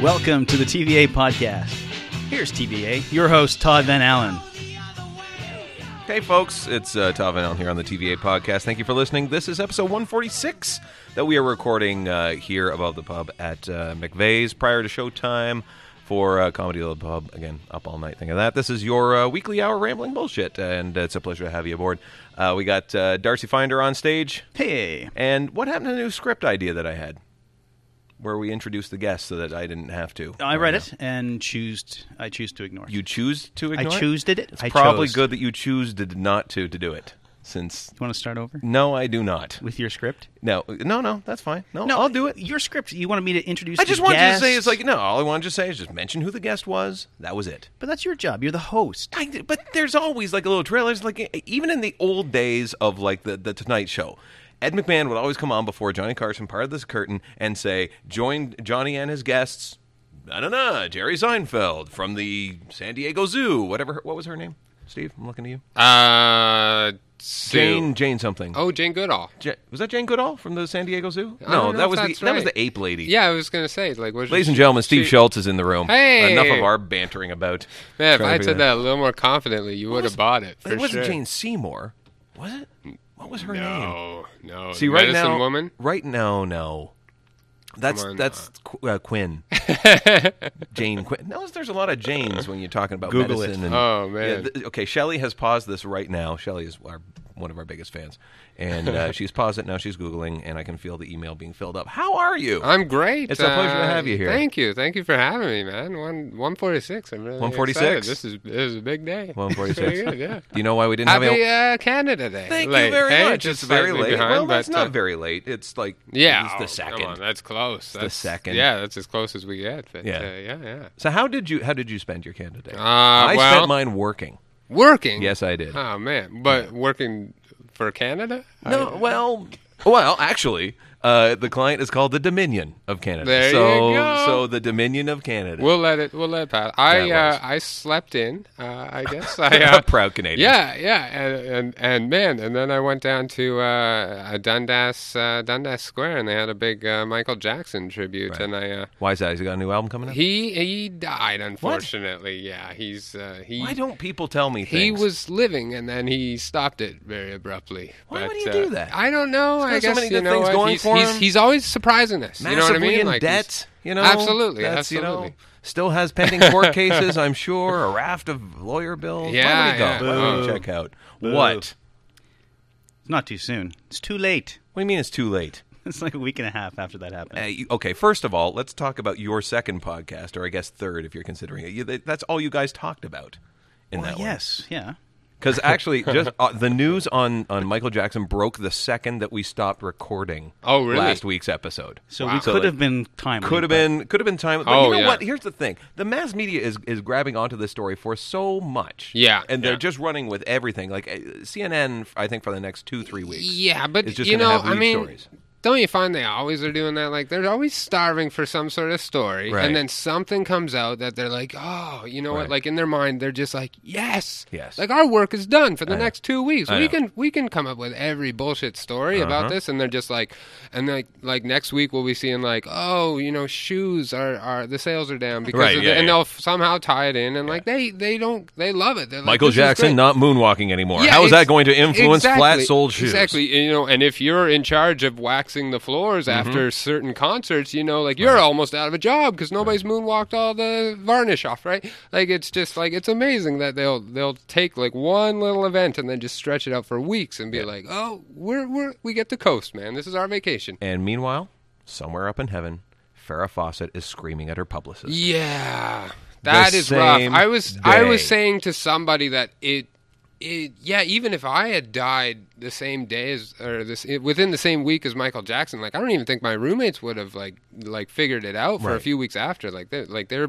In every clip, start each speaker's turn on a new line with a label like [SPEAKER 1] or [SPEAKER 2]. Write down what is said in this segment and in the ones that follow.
[SPEAKER 1] Welcome to the TVA podcast. Here's TVA, your host, Todd Van Allen.
[SPEAKER 2] Hey, folks, it's uh, Tav Van Allen here on the TVA podcast. Thank you for listening. This is episode 146 that we are recording uh, here above the pub at uh, McVeigh's prior to showtime for uh, Comedy Love Pub. Again, up all night, think of that. This is your uh, weekly hour rambling bullshit, and it's a pleasure to have you aboard. Uh, we got uh, Darcy Finder on stage.
[SPEAKER 1] Hey,
[SPEAKER 2] And what happened to the new script idea that I had? Where we introduced the guest so that I didn't have to.
[SPEAKER 1] I read it and choose. I choose to ignore.
[SPEAKER 2] You choose to
[SPEAKER 1] I
[SPEAKER 2] ignore it?
[SPEAKER 1] choosed it.
[SPEAKER 2] It's
[SPEAKER 1] I
[SPEAKER 2] probably
[SPEAKER 1] chose.
[SPEAKER 2] good that you choose to, not to to do it, since
[SPEAKER 1] You want to start over
[SPEAKER 2] no, I do not.
[SPEAKER 1] with your script?
[SPEAKER 2] No, no, no, that's fine. No, I'll do it.
[SPEAKER 1] Your script. You wanted me to introduce.
[SPEAKER 2] I just
[SPEAKER 1] the
[SPEAKER 2] wanted you to
[SPEAKER 1] guest,
[SPEAKER 2] say it's like no. All I wanted to say is just mention who the guest was. That was it.
[SPEAKER 1] But that's your job. You're the host.
[SPEAKER 2] I, but there's always like a little trailer. It's like e, even in the old days of like the the Tonight Show. Ed McMahon would always come on before Johnny Carson parted this curtain and say, "Join Johnny and his guests." I don't know, Jerry Seinfeld from the San Diego Zoo. Whatever, what was her name? Steve, I'm looking to you.
[SPEAKER 3] Uh, Sue.
[SPEAKER 2] Jane, Jane something.
[SPEAKER 3] Oh, Jane Goodall.
[SPEAKER 2] Ja- was that Jane Goodall from the San Diego Zoo?
[SPEAKER 3] I don't
[SPEAKER 2] No,
[SPEAKER 3] know
[SPEAKER 2] that
[SPEAKER 3] if
[SPEAKER 2] was the
[SPEAKER 3] that's
[SPEAKER 2] that was
[SPEAKER 3] right.
[SPEAKER 2] the ape lady.
[SPEAKER 3] Yeah, I was gonna say like, was
[SPEAKER 2] Ladies and gentlemen, Steve
[SPEAKER 3] she-
[SPEAKER 2] Schultz is in the room.
[SPEAKER 3] Hey!
[SPEAKER 2] Enough of our bantering about.
[SPEAKER 3] Man, if I
[SPEAKER 2] trying to
[SPEAKER 3] had
[SPEAKER 2] figure
[SPEAKER 3] said that a little more confidently, you would have bought it. For
[SPEAKER 2] it wasn't
[SPEAKER 3] sure.
[SPEAKER 2] Jane Seymour, was it? What was her name?
[SPEAKER 3] No, Oh, no.
[SPEAKER 2] See,
[SPEAKER 3] the
[SPEAKER 2] right
[SPEAKER 3] medicine
[SPEAKER 2] now,
[SPEAKER 3] woman.
[SPEAKER 2] right now, no. That's
[SPEAKER 3] Come on,
[SPEAKER 2] that's Qu- uh, Quinn, Jane Quinn. Notice there's a lot of Janes when you're talking about
[SPEAKER 1] Google
[SPEAKER 2] medicine.
[SPEAKER 1] it.
[SPEAKER 2] And,
[SPEAKER 3] Oh, man.
[SPEAKER 2] th- okay, Shelly has paused this right now. Shelly is our, one of our biggest fans, and uh, she's paused it now. She's googling, and I can feel the email being filled up. How are you?
[SPEAKER 3] I'm great.
[SPEAKER 2] It's a pleasure to
[SPEAKER 3] Uh,
[SPEAKER 2] have you here.
[SPEAKER 3] Thank you, thank you for having me, man. One one forty six. I'm really
[SPEAKER 2] 146?
[SPEAKER 3] excited. This is this is a big day.
[SPEAKER 2] 146.
[SPEAKER 3] Pretty good, yeah.
[SPEAKER 2] Do you know why we didn't have
[SPEAKER 3] Happy
[SPEAKER 2] any?
[SPEAKER 3] uh, Canada Day.
[SPEAKER 2] Thank you
[SPEAKER 3] Late.
[SPEAKER 2] very
[SPEAKER 3] Hey,
[SPEAKER 2] much.
[SPEAKER 3] Just
[SPEAKER 2] It's very late.
[SPEAKER 3] slightly Behind,
[SPEAKER 2] well, that's
[SPEAKER 3] but,
[SPEAKER 2] not
[SPEAKER 3] uh,
[SPEAKER 2] very late. It's like
[SPEAKER 3] Yeah,
[SPEAKER 2] it's
[SPEAKER 3] oh,
[SPEAKER 2] the
[SPEAKER 3] Come on,
[SPEAKER 2] second.
[SPEAKER 3] that's close. That's
[SPEAKER 2] second.
[SPEAKER 3] Yeah, that's as close as we get. But,
[SPEAKER 2] Yeah.
[SPEAKER 3] uh, yeah, yeah.
[SPEAKER 2] So how did you how did you spend your Canada Day?
[SPEAKER 3] Uh,
[SPEAKER 2] I
[SPEAKER 3] well,
[SPEAKER 2] spent mine working.
[SPEAKER 3] working.
[SPEAKER 2] Yes, I did.
[SPEAKER 3] Oh man, but working for Canada?
[SPEAKER 2] No, well, well, actually, uh, the client is called the Dominion of Canada.
[SPEAKER 3] There
[SPEAKER 2] so,
[SPEAKER 3] you go.
[SPEAKER 2] so the Dominion of Canada.
[SPEAKER 3] I- we'll let it. We'll let it pass. I
[SPEAKER 2] Yeah, it was.
[SPEAKER 3] uh, I slept in. Uh, I guess I. Uh,
[SPEAKER 2] proud Canadian.
[SPEAKER 3] yeah, yeah, and, and and man, and then I went down to uh, Dundas uh, Dundas Square, and they had a big uh, Michael Jackson tribute, and I. Uh,
[SPEAKER 2] Why is that? Has he got a new album coming out?
[SPEAKER 3] he he died unfortunately. Yeah, he's uh, he
[SPEAKER 2] Why don't people tell me things?
[SPEAKER 3] he was living and then he stopped it very abruptly.
[SPEAKER 2] Why
[SPEAKER 3] But,
[SPEAKER 2] would he
[SPEAKER 3] uh,
[SPEAKER 2] do that?
[SPEAKER 3] I don't know.
[SPEAKER 2] He's got
[SPEAKER 3] I
[SPEAKER 2] so
[SPEAKER 3] guess
[SPEAKER 2] many
[SPEAKER 3] you
[SPEAKER 2] good
[SPEAKER 3] know
[SPEAKER 2] things
[SPEAKER 3] what?
[SPEAKER 2] going
[SPEAKER 3] he's,
[SPEAKER 2] for
[SPEAKER 3] he's,
[SPEAKER 2] him.
[SPEAKER 3] he's always surprising us. You know what I
[SPEAKER 2] Massively
[SPEAKER 3] mean?
[SPEAKER 2] in
[SPEAKER 3] Like he's-
[SPEAKER 2] debt, you know.
[SPEAKER 3] absolutely,
[SPEAKER 2] that's you know
[SPEAKER 3] absolutely.
[SPEAKER 2] still has pending court cases. I'm sure a raft of lawyer bills. Why would he
[SPEAKER 3] Yeah,
[SPEAKER 2] go?
[SPEAKER 3] yeah.
[SPEAKER 2] Why would he
[SPEAKER 1] Boo.
[SPEAKER 2] check out?
[SPEAKER 1] Boo.
[SPEAKER 2] What?
[SPEAKER 1] It's not too soon. It's too late.
[SPEAKER 2] What do you mean it's too late?
[SPEAKER 1] It's like a week and a half after that happened.
[SPEAKER 2] Uh, you- okay, first of all, let's talk about your second podcast, or I guess third, if you're considering it. You, that- that's all you guys talked about in
[SPEAKER 1] Well,
[SPEAKER 2] that one.
[SPEAKER 1] Oh, yes. Yeah.
[SPEAKER 2] Because actually, just uh, the news on, on Michael Jackson broke the second that we stopped recording.
[SPEAKER 3] Oh, really?
[SPEAKER 2] Last week's episode.
[SPEAKER 1] So we could have been timely.
[SPEAKER 2] Could have
[SPEAKER 1] but-
[SPEAKER 2] been could have been time. But
[SPEAKER 3] Oh,
[SPEAKER 2] you know
[SPEAKER 3] yeah.
[SPEAKER 2] what? Here's the thing: the mass media is is grabbing onto this story for so much.
[SPEAKER 3] Yeah,
[SPEAKER 2] and they're
[SPEAKER 3] yeah.
[SPEAKER 2] just running with everything. Like uh, CNN, I think for the next two three weeks.
[SPEAKER 3] Yeah, but
[SPEAKER 2] is just
[SPEAKER 3] you
[SPEAKER 2] gonna
[SPEAKER 3] know,
[SPEAKER 2] have
[SPEAKER 3] I
[SPEAKER 2] lead
[SPEAKER 3] mean,
[SPEAKER 2] stories.
[SPEAKER 3] don't you find they always are doing that? Like they're always starving for some sort of story,
[SPEAKER 2] Right.
[SPEAKER 3] and then something comes out that they're like, "Oh, you know
[SPEAKER 2] Right.
[SPEAKER 3] what?" Like in their mind, they're just like, "Yes,
[SPEAKER 2] Yes.
[SPEAKER 3] Like our work is done for the
[SPEAKER 2] know.
[SPEAKER 3] next two weeks.
[SPEAKER 2] I
[SPEAKER 3] we
[SPEAKER 2] know. Uh-huh.
[SPEAKER 3] can we can come up with every bullshit story about this." And they're just like, and like like next week we'll be seeing like, "Oh, you know, shoes are are the sales are down because
[SPEAKER 2] Right,
[SPEAKER 3] of
[SPEAKER 2] yeah,
[SPEAKER 3] the, and
[SPEAKER 2] yeah.
[SPEAKER 3] they'll f- somehow tie it in, and like they they don't they love it. They're like,
[SPEAKER 2] Michael
[SPEAKER 3] "This is great."
[SPEAKER 2] Jackson not moonwalking anymore.
[SPEAKER 3] Yeah,
[SPEAKER 2] How is
[SPEAKER 3] ex-
[SPEAKER 2] that going to influence
[SPEAKER 3] exactly,
[SPEAKER 2] flat-soled shoes?
[SPEAKER 3] Exactly. You know, and if you're in charge of waxing the floors
[SPEAKER 2] Mm-hmm.
[SPEAKER 3] after certain concerts, you know, like you're almost out of a job because nobody's moonwalked all the varnish off, right? Like it's just like it's amazing that they'll they'll take like one little event and then just stretch it out for weeks and be like, oh, we're we're we get the coast, man. This is our vacation.
[SPEAKER 2] And meanwhile, somewhere up in heaven, Farrah Fawcett is screaming at her publicist.
[SPEAKER 3] Yeah, that is
[SPEAKER 2] same
[SPEAKER 3] rough. I was I was
[SPEAKER 2] day.
[SPEAKER 3] saying to somebody that it. It, yeah, even if I had died the same day as, or this it, within the same week as Michael Jackson, like I don't even think my roommates would have like like figured it out for a
[SPEAKER 2] Right.
[SPEAKER 3] few weeks after. Like they are like they're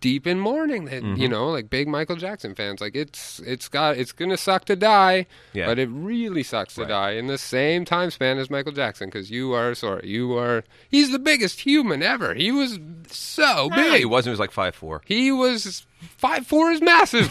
[SPEAKER 3] deep in mourning. That
[SPEAKER 2] Mm-hmm.
[SPEAKER 3] you know, like big Michael Jackson fans. Like it's it's got it's gonna suck to die,
[SPEAKER 2] Yeah.
[SPEAKER 3] but it really sucks to die in the same time span as Michael Jackson because you are sorry, you are he's the biggest human ever. He was so
[SPEAKER 2] No,
[SPEAKER 3] big.
[SPEAKER 2] he wasn't. He was like five four.
[SPEAKER 3] He was Five four is massive.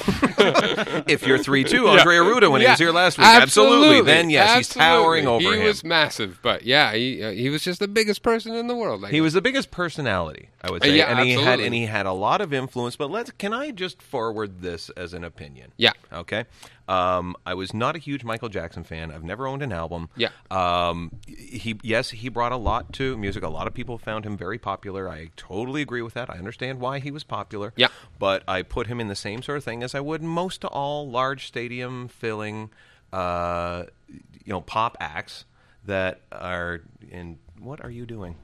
[SPEAKER 2] If you're three two, Andre Aruda when he
[SPEAKER 3] Yeah.
[SPEAKER 2] was here last week, absolutely. Then yes, he's towering over
[SPEAKER 3] Absolutely. he
[SPEAKER 2] him.
[SPEAKER 3] was massive, but yeah, he uh, he was just the biggest person in the world. Like, Uh,
[SPEAKER 2] He was the biggest personality, I would say,
[SPEAKER 3] yeah,
[SPEAKER 2] and he had
[SPEAKER 3] absolutely.
[SPEAKER 2] and he had a lot of influence. But let's can I just forward this as an opinion?
[SPEAKER 3] Yeah.
[SPEAKER 2] Okay. Um, I was not a huge Michael Jackson fan. I've never owned an album.
[SPEAKER 3] Yeah.
[SPEAKER 2] Um, he yes, he brought a lot to music. A lot of people found him very popular. I totally agree with that. I understand why he was popular.
[SPEAKER 3] Yeah.
[SPEAKER 2] But I put him in the same sort of thing as I would most all large stadium filling, uh, you know, pop acts that are in. What are you doing?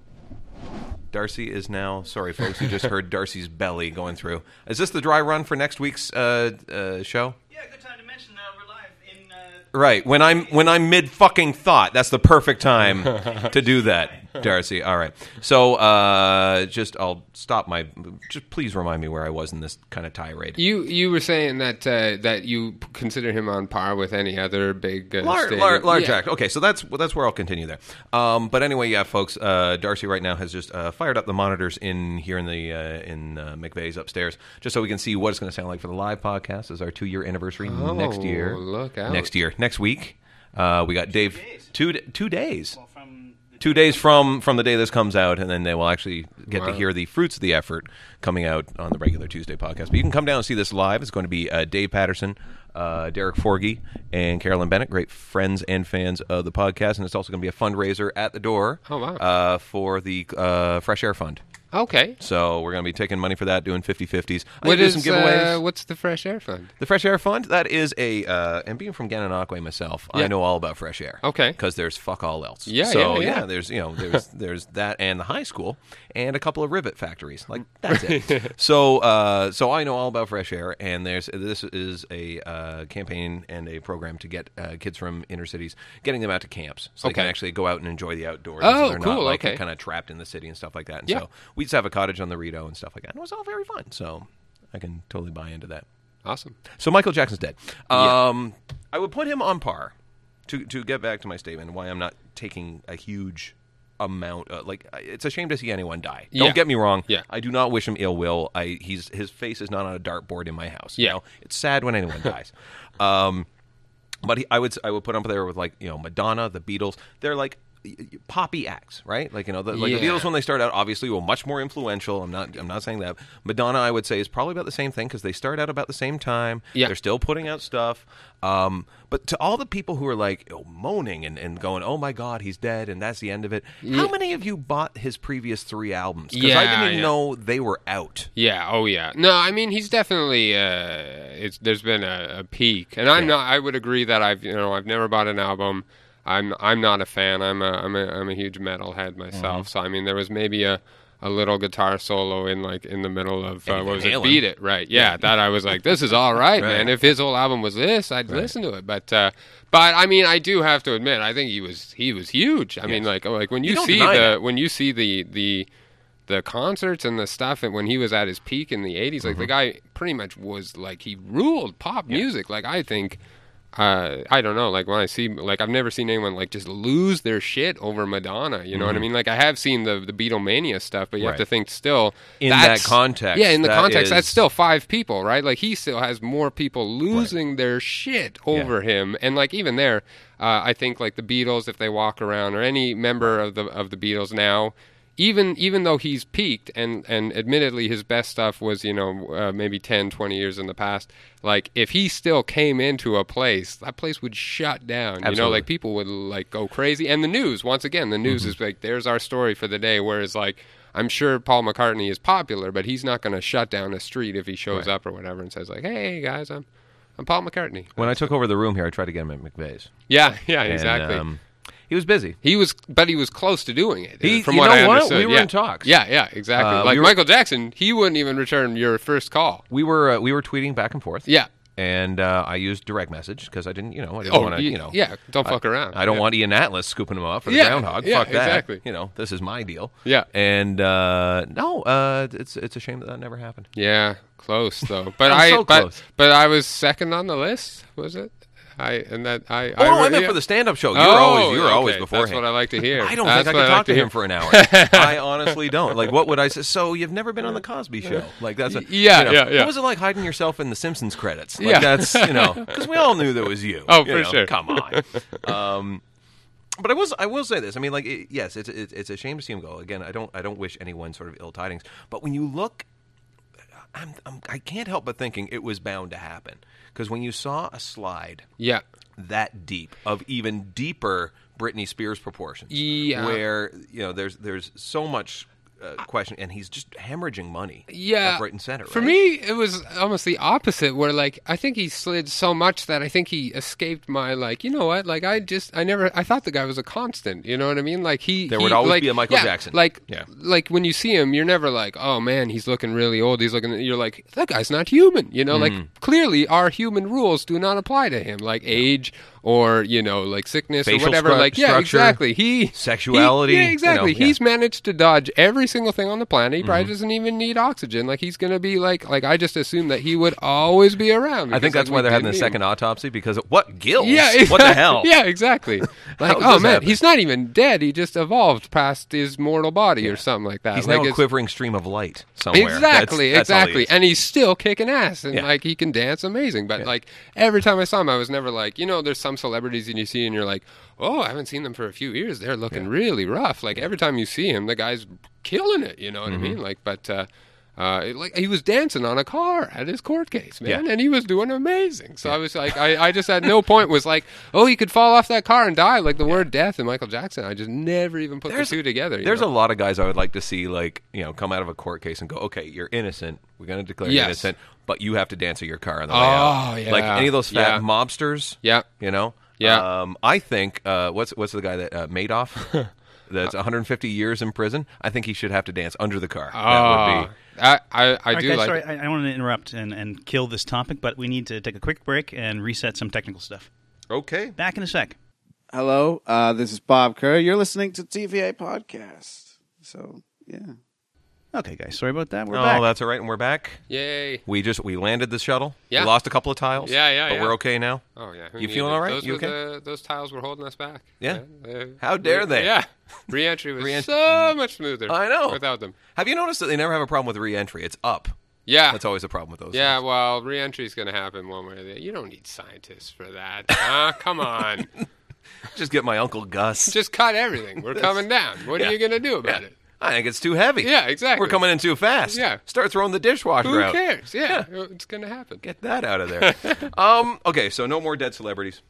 [SPEAKER 2] Darcy is now. Sorry, folks, you just heard Darcy's belly going through. Is this the dry run for next week's uh, uh, show?
[SPEAKER 1] Yeah, good time to mention uh, we're live in. Uh,
[SPEAKER 2] Right when I'm when I'm mid fucking thought, that's the perfect time to do that, Darcy. All right, so uh, just I'll stop my. Just please remind me where I was in this kind of tirade.
[SPEAKER 3] You you were saying that uh, that you p- consider him on par with any other big uh,
[SPEAKER 2] Large,
[SPEAKER 3] stadium.
[SPEAKER 2] large, large
[SPEAKER 3] Yeah.
[SPEAKER 2] act. Okay, so that's well, that's where I'll continue there. Um, but anyway, yeah, folks, uh, Darcy right now has just uh, fired up the monitors in here in the uh, in uh, McVeigh's upstairs, just so we can see what it's going to sound like for the live podcast. Is our two year anniversary next year?
[SPEAKER 3] Oh, look out.
[SPEAKER 2] Next year, next week, uh, we got Dave
[SPEAKER 1] days.
[SPEAKER 2] two two days.
[SPEAKER 1] well, from the
[SPEAKER 2] Two days from from the day this comes out, and then they will actually get to
[SPEAKER 3] Wow.
[SPEAKER 2] hear the fruits of the effort coming out on the regular Tuesday podcast. But you can come down and see this live. It's going to be uh, Dave Patterson, uh, Derek Forgy, and Carolyn Bennett, great friends and fans of the podcast. And it's also going to be a fundraiser at the door
[SPEAKER 3] Oh, wow.
[SPEAKER 2] uh, for the uh, Fresh Air Fund.
[SPEAKER 3] Okay.
[SPEAKER 2] So we're going to be taking money for that, doing 50-50s. I
[SPEAKER 3] What
[SPEAKER 2] think
[SPEAKER 3] is
[SPEAKER 2] there's some giveaways.
[SPEAKER 3] Uh, what's the fresh air fund?
[SPEAKER 2] The Fresh Air Fund, that is a, uh, and being from Gananoque myself, I
[SPEAKER 3] Yeah.
[SPEAKER 2] know all about fresh air.
[SPEAKER 3] Okay.
[SPEAKER 2] Because there's fuck all else.
[SPEAKER 3] Yeah,
[SPEAKER 2] so,
[SPEAKER 3] yeah, yeah.
[SPEAKER 2] there's, you know, there's there's that and the high school and a couple of rivet factories. Like, that's it. so, uh, so I know all about fresh air, and there's this is a uh, campaign and a program to get uh, kids from inner cities, getting them out to camps so they can
[SPEAKER 3] Okay.
[SPEAKER 2] actually go out and enjoy the outdoors.
[SPEAKER 3] Oh,
[SPEAKER 2] so they're not
[SPEAKER 3] cool,
[SPEAKER 2] like
[SPEAKER 3] okay.
[SPEAKER 2] kind of trapped in the city and stuff like that. And
[SPEAKER 3] Yeah.
[SPEAKER 2] so we used to have a cottage on the Rito and stuff like that. And it was all very fun. So I can totally buy into that.
[SPEAKER 3] Awesome.
[SPEAKER 2] So Michael Jackson's dead. Um, I would put him on par. To to get back to my statement, why I'm not taking a huge amount. Of, like I- it's a shame to see anyone die. Don't
[SPEAKER 3] Yeah.
[SPEAKER 2] get me wrong.
[SPEAKER 3] Yeah.
[SPEAKER 2] I do not wish him ill will. I he's his face is not on a dartboard in my house. You
[SPEAKER 3] Yeah.
[SPEAKER 2] know? it's sad when anyone dies. Um, but he, I would s- I would put him up there with like you know Madonna, the Beatles. They're like y- y- poppy acts, right? Like you know, the, like the
[SPEAKER 3] Yeah.
[SPEAKER 2] Beatles when they start out, obviously, were much more influential. I'm not I'm not saying that. Madonna, I would say, is probably about the same thing because they start out about the same time.
[SPEAKER 3] Yeah.
[SPEAKER 2] they're still putting out stuff. Um, but to all the people who are like you know, moaning and, and going, "Oh my God, he's dead," and that's the end of it. How many of you bought his previous three albums? Because I
[SPEAKER 3] Yeah,
[SPEAKER 2] didn't even
[SPEAKER 3] yeah.
[SPEAKER 2] know they were out.
[SPEAKER 3] Yeah. Oh, yeah. No, I mean he's definitely. Uh, it's there's been a, a peak, and I'm not. I would agree that I've you know I've never bought an album. I'm I'm not a fan. I'm a I'm a I'm a huge metalhead myself.
[SPEAKER 2] Mm-hmm.
[SPEAKER 3] So I mean there was maybe a. A little guitar solo in like in the middle of uh, what was
[SPEAKER 2] Halen.
[SPEAKER 3] it? Beat it, right? Yeah, that I was like, this is all right, man. If his whole album was this, I'd listen to it. But uh, but I mean, I do have to admit, I think he was he was huge. I mean, like like when you,
[SPEAKER 2] don't
[SPEAKER 3] see
[SPEAKER 2] deny that.
[SPEAKER 3] the when you see the the the concerts and the stuff and when he was at his peak in the 80s
[SPEAKER 2] Mm-hmm.
[SPEAKER 3] like the guy pretty much was like he ruled pop music like i think uh, I don't know. Like when I see, like I've never seen anyone like just lose their shit over Madonna. You know what I mean? Like I have seen the the Beatlemania stuff, but you
[SPEAKER 2] Mm-hmm. Right.
[SPEAKER 3] have to think still
[SPEAKER 2] In
[SPEAKER 3] that's-
[SPEAKER 2] that context,
[SPEAKER 3] Yeah, in the
[SPEAKER 2] that
[SPEAKER 3] context,
[SPEAKER 2] is-
[SPEAKER 3] that's still five people, right? Like he still has more people losing their shit over him, and like even there, uh, I think like the Beatles, if they walk around or any member of the of the Beatles now. Even even though he's peaked and, and admittedly his best stuff was you know uh, maybe 10 20 years in the past like if he still came into a place that place would shut down you know
[SPEAKER 2] Absolutely.
[SPEAKER 3] like people would like go crazy and the news once again the
[SPEAKER 2] Mm-hmm.
[SPEAKER 3] news is like there's our story for the day whereas like i'm sure paul mccartney is popular but he's not going to shut down a street if he shows up or whatever and says like hey guys i'm i'm paul mccartney
[SPEAKER 2] When I took over the room here, I tried to get him at McVeigh's.
[SPEAKER 3] yeah yeah
[SPEAKER 2] And,
[SPEAKER 3] exactly
[SPEAKER 2] um, he was busy.
[SPEAKER 3] he was but he was close to doing it uh,
[SPEAKER 2] He-
[SPEAKER 3] from
[SPEAKER 2] you
[SPEAKER 3] what
[SPEAKER 2] know
[SPEAKER 3] i
[SPEAKER 2] what?
[SPEAKER 3] understood
[SPEAKER 2] We were
[SPEAKER 3] yeah.
[SPEAKER 2] in talks.
[SPEAKER 3] yeah yeah exactly
[SPEAKER 2] Uh, we
[SPEAKER 3] like
[SPEAKER 2] were-
[SPEAKER 3] michael jackson he wouldn't even return your first call
[SPEAKER 2] We were uh, we were tweeting back and forth.
[SPEAKER 3] yeah
[SPEAKER 2] and uh, I used direct message because I didn't, you know, I didn't
[SPEAKER 3] Oh,
[SPEAKER 2] want to,
[SPEAKER 3] you-
[SPEAKER 2] you know,
[SPEAKER 3] yeah, don't fuck around.
[SPEAKER 2] I don't
[SPEAKER 3] Yeah.
[SPEAKER 2] want Ian Atlas scooping him up for the
[SPEAKER 3] Yeah,
[SPEAKER 2] groundhog.
[SPEAKER 3] yeah,
[SPEAKER 2] Fuck that.
[SPEAKER 3] exactly.
[SPEAKER 2] You know, this is my deal.
[SPEAKER 3] Yeah.
[SPEAKER 2] and uh, no, uh, it's it's a shame that that never happened.
[SPEAKER 3] Yeah, close though. But
[SPEAKER 2] I'm
[SPEAKER 3] I
[SPEAKER 2] so
[SPEAKER 3] but
[SPEAKER 2] close.
[SPEAKER 3] but I was second on the list, was it? I and that I.
[SPEAKER 2] Oh, no, I,
[SPEAKER 3] re-
[SPEAKER 2] meant
[SPEAKER 3] yeah.
[SPEAKER 2] for the stand-up show. You're
[SPEAKER 3] Oh,
[SPEAKER 2] always you're always
[SPEAKER 3] okay.
[SPEAKER 2] beforehand.
[SPEAKER 3] That's what I like to hear.
[SPEAKER 2] I don't
[SPEAKER 3] That's
[SPEAKER 2] think I
[SPEAKER 3] what
[SPEAKER 2] could
[SPEAKER 3] like
[SPEAKER 2] talk to
[SPEAKER 3] hear.
[SPEAKER 2] him for an hour. I honestly don't. Like, what would I say? So you've never been on the Cosby Show? Like that's a,
[SPEAKER 3] Yeah,
[SPEAKER 2] you know,
[SPEAKER 3] yeah, yeah.
[SPEAKER 2] What was it like hiding yourself in the Simpsons credits? Like,
[SPEAKER 3] Yeah.
[SPEAKER 2] that's you know because we all knew that was you.
[SPEAKER 3] Oh,
[SPEAKER 2] you
[SPEAKER 3] for
[SPEAKER 2] know,
[SPEAKER 3] sure.
[SPEAKER 2] Come on. Um, but I was I will say this. I mean, like, it, yes, it's, it's it's a shame to see him go. Again, I don't I don't wish anyone sort of ill tidings. But when you look I'm, I'm, I can't help but thinking it was bound to happen because when you saw a slide
[SPEAKER 3] Yeah.
[SPEAKER 2] that deep of even deeper Britney Spears proportions,
[SPEAKER 3] Yeah.
[SPEAKER 2] where you know there's there's so much uh, question, and he's just hemorrhaging money,
[SPEAKER 3] Yeah.
[SPEAKER 2] left, right and center.
[SPEAKER 3] For
[SPEAKER 2] right?
[SPEAKER 3] me, it was almost the opposite, where like I think he slid so much that I think he escaped my like, you know what? Like I just I never I thought the guy was a constant. You know what I mean? Like he
[SPEAKER 2] There
[SPEAKER 3] he-
[SPEAKER 2] would always
[SPEAKER 3] like-
[SPEAKER 2] be a Michael
[SPEAKER 3] yeah,
[SPEAKER 2] Jackson.
[SPEAKER 3] Like
[SPEAKER 2] Yeah.
[SPEAKER 3] like when you see him, you're never like, oh man, he's looking really old. He's looking. You're like, that guy's not human. You know,
[SPEAKER 2] Mm.
[SPEAKER 3] like clearly our human rules do not apply to him, like age or you know like sickness
[SPEAKER 2] Facial
[SPEAKER 3] or whatever.
[SPEAKER 2] scru-
[SPEAKER 3] like yeah,
[SPEAKER 2] structure,
[SPEAKER 3] exactly. He
[SPEAKER 2] sexuality,
[SPEAKER 3] he-
[SPEAKER 2] you
[SPEAKER 3] yeah,
[SPEAKER 2] know,
[SPEAKER 3] exactly.
[SPEAKER 2] yeah.
[SPEAKER 3] He's managed to dodge every single thing on the planet. He
[SPEAKER 2] Mm-hmm.
[SPEAKER 3] probably doesn't even need oxygen. Like he's gonna be like like I just assumed that he would always be around.
[SPEAKER 2] I think
[SPEAKER 3] because,
[SPEAKER 2] that's
[SPEAKER 3] like,
[SPEAKER 2] why
[SPEAKER 3] we
[SPEAKER 2] they're having the
[SPEAKER 3] didn't
[SPEAKER 2] second
[SPEAKER 3] need him.
[SPEAKER 2] autopsy because of- what gills?
[SPEAKER 3] Yeah,
[SPEAKER 2] what the hell?
[SPEAKER 3] Yeah, exactly. Like,
[SPEAKER 2] does
[SPEAKER 3] oh
[SPEAKER 2] this
[SPEAKER 3] man,
[SPEAKER 2] happen?
[SPEAKER 3] he's not even dead. He just evolved past his mortal body or something like that.
[SPEAKER 2] He's
[SPEAKER 3] like
[SPEAKER 2] now a
[SPEAKER 3] it's-
[SPEAKER 2] quivering stream of light somewhere.
[SPEAKER 3] Exactly,
[SPEAKER 2] That's- that's all he
[SPEAKER 3] exactly.
[SPEAKER 2] is.
[SPEAKER 3] and he's still kicking ass and
[SPEAKER 2] Yeah.
[SPEAKER 3] like he can dance amazing. But like every time I saw him I was never like, you know, there's some celebrities and you see and you're like, Oh, I haven't seen them for a few years. They're looking really rough. Like every time you see him, the guy's killing it, you know what I
[SPEAKER 2] Mm-hmm.
[SPEAKER 3] mean? Like but uh uh, like he was dancing on a car at his court case, man,
[SPEAKER 2] Yeah.
[SPEAKER 3] and he was doing amazing. So I was like, I, I just at no point was like, oh, he could fall off that car and die. Like the word death in Michael Jackson, I just never even put the two together. you
[SPEAKER 2] There's
[SPEAKER 3] know?
[SPEAKER 2] a lot of guys I would like to see, like you know, come out of a court case and go, "Okay, you're innocent. We're going to declare you
[SPEAKER 3] Yes.
[SPEAKER 2] innocent, but you have to dance at your car on the way
[SPEAKER 3] Oh,
[SPEAKER 2] out."
[SPEAKER 3] yeah.
[SPEAKER 2] Like any of those fat
[SPEAKER 3] Yeah.
[SPEAKER 2] mobsters.
[SPEAKER 3] Yeah.
[SPEAKER 2] you know.
[SPEAKER 3] Yeah.
[SPEAKER 2] Um, I think uh, what's what's the guy that uh, Madoff? that's 150 years in prison. I think he should have to dance under the car. that would
[SPEAKER 3] Ah,
[SPEAKER 2] be.
[SPEAKER 3] I I, I do
[SPEAKER 1] guys,
[SPEAKER 3] like.
[SPEAKER 1] sorry,
[SPEAKER 3] it.
[SPEAKER 1] I, I don't want to interrupt and, and kill this topic, but we need to take a quick break and reset some technical stuff.
[SPEAKER 2] Okay.
[SPEAKER 1] Back in a sec.
[SPEAKER 4] Hello, uh, this is Bob Kerr. You're listening to TVA Podcast. So, yeah.
[SPEAKER 1] Okay, guys, sorry about that. We're
[SPEAKER 2] oh,
[SPEAKER 1] back.
[SPEAKER 2] that's all right, and we're back.
[SPEAKER 3] Yay.
[SPEAKER 2] We just we landed the shuttle.
[SPEAKER 3] Yeah.
[SPEAKER 2] We lost a couple of tiles.
[SPEAKER 3] Yeah, yeah,
[SPEAKER 2] But
[SPEAKER 3] yeah.
[SPEAKER 2] we're okay now.
[SPEAKER 3] Oh yeah, who
[SPEAKER 2] You
[SPEAKER 3] knew
[SPEAKER 2] feeling
[SPEAKER 3] that?
[SPEAKER 2] all right?
[SPEAKER 3] Those,
[SPEAKER 2] You
[SPEAKER 3] were
[SPEAKER 2] okay?
[SPEAKER 3] the- those tiles were holding us back.
[SPEAKER 2] Yeah.
[SPEAKER 3] Uh,
[SPEAKER 2] How dare they?
[SPEAKER 3] Yeah, reentry was
[SPEAKER 2] Reentry.
[SPEAKER 3] so much smoother.
[SPEAKER 2] I know.
[SPEAKER 3] without them.
[SPEAKER 2] Have you noticed that they never have a problem with re-entry? It's up.
[SPEAKER 3] Yeah,
[SPEAKER 2] That's always a problem with those.
[SPEAKER 3] yeah. Well, reentry is going to happen one way or the other. You don't need scientists for that. Ah, come on,
[SPEAKER 2] things. Just get my uncle Gus.
[SPEAKER 3] just cut everything. We're coming down. What
[SPEAKER 2] Yeah.
[SPEAKER 3] are you going to do about
[SPEAKER 2] Yeah.
[SPEAKER 3] it?
[SPEAKER 2] I think it's too heavy.
[SPEAKER 3] Yeah, exactly.
[SPEAKER 2] We're coming in too fast.
[SPEAKER 3] Yeah.
[SPEAKER 2] Start throwing the dishwasher
[SPEAKER 3] Who
[SPEAKER 2] out.
[SPEAKER 3] cares? Yeah, it's going to happen.
[SPEAKER 2] Get that out of there. um, okay, so no more dead celebrities.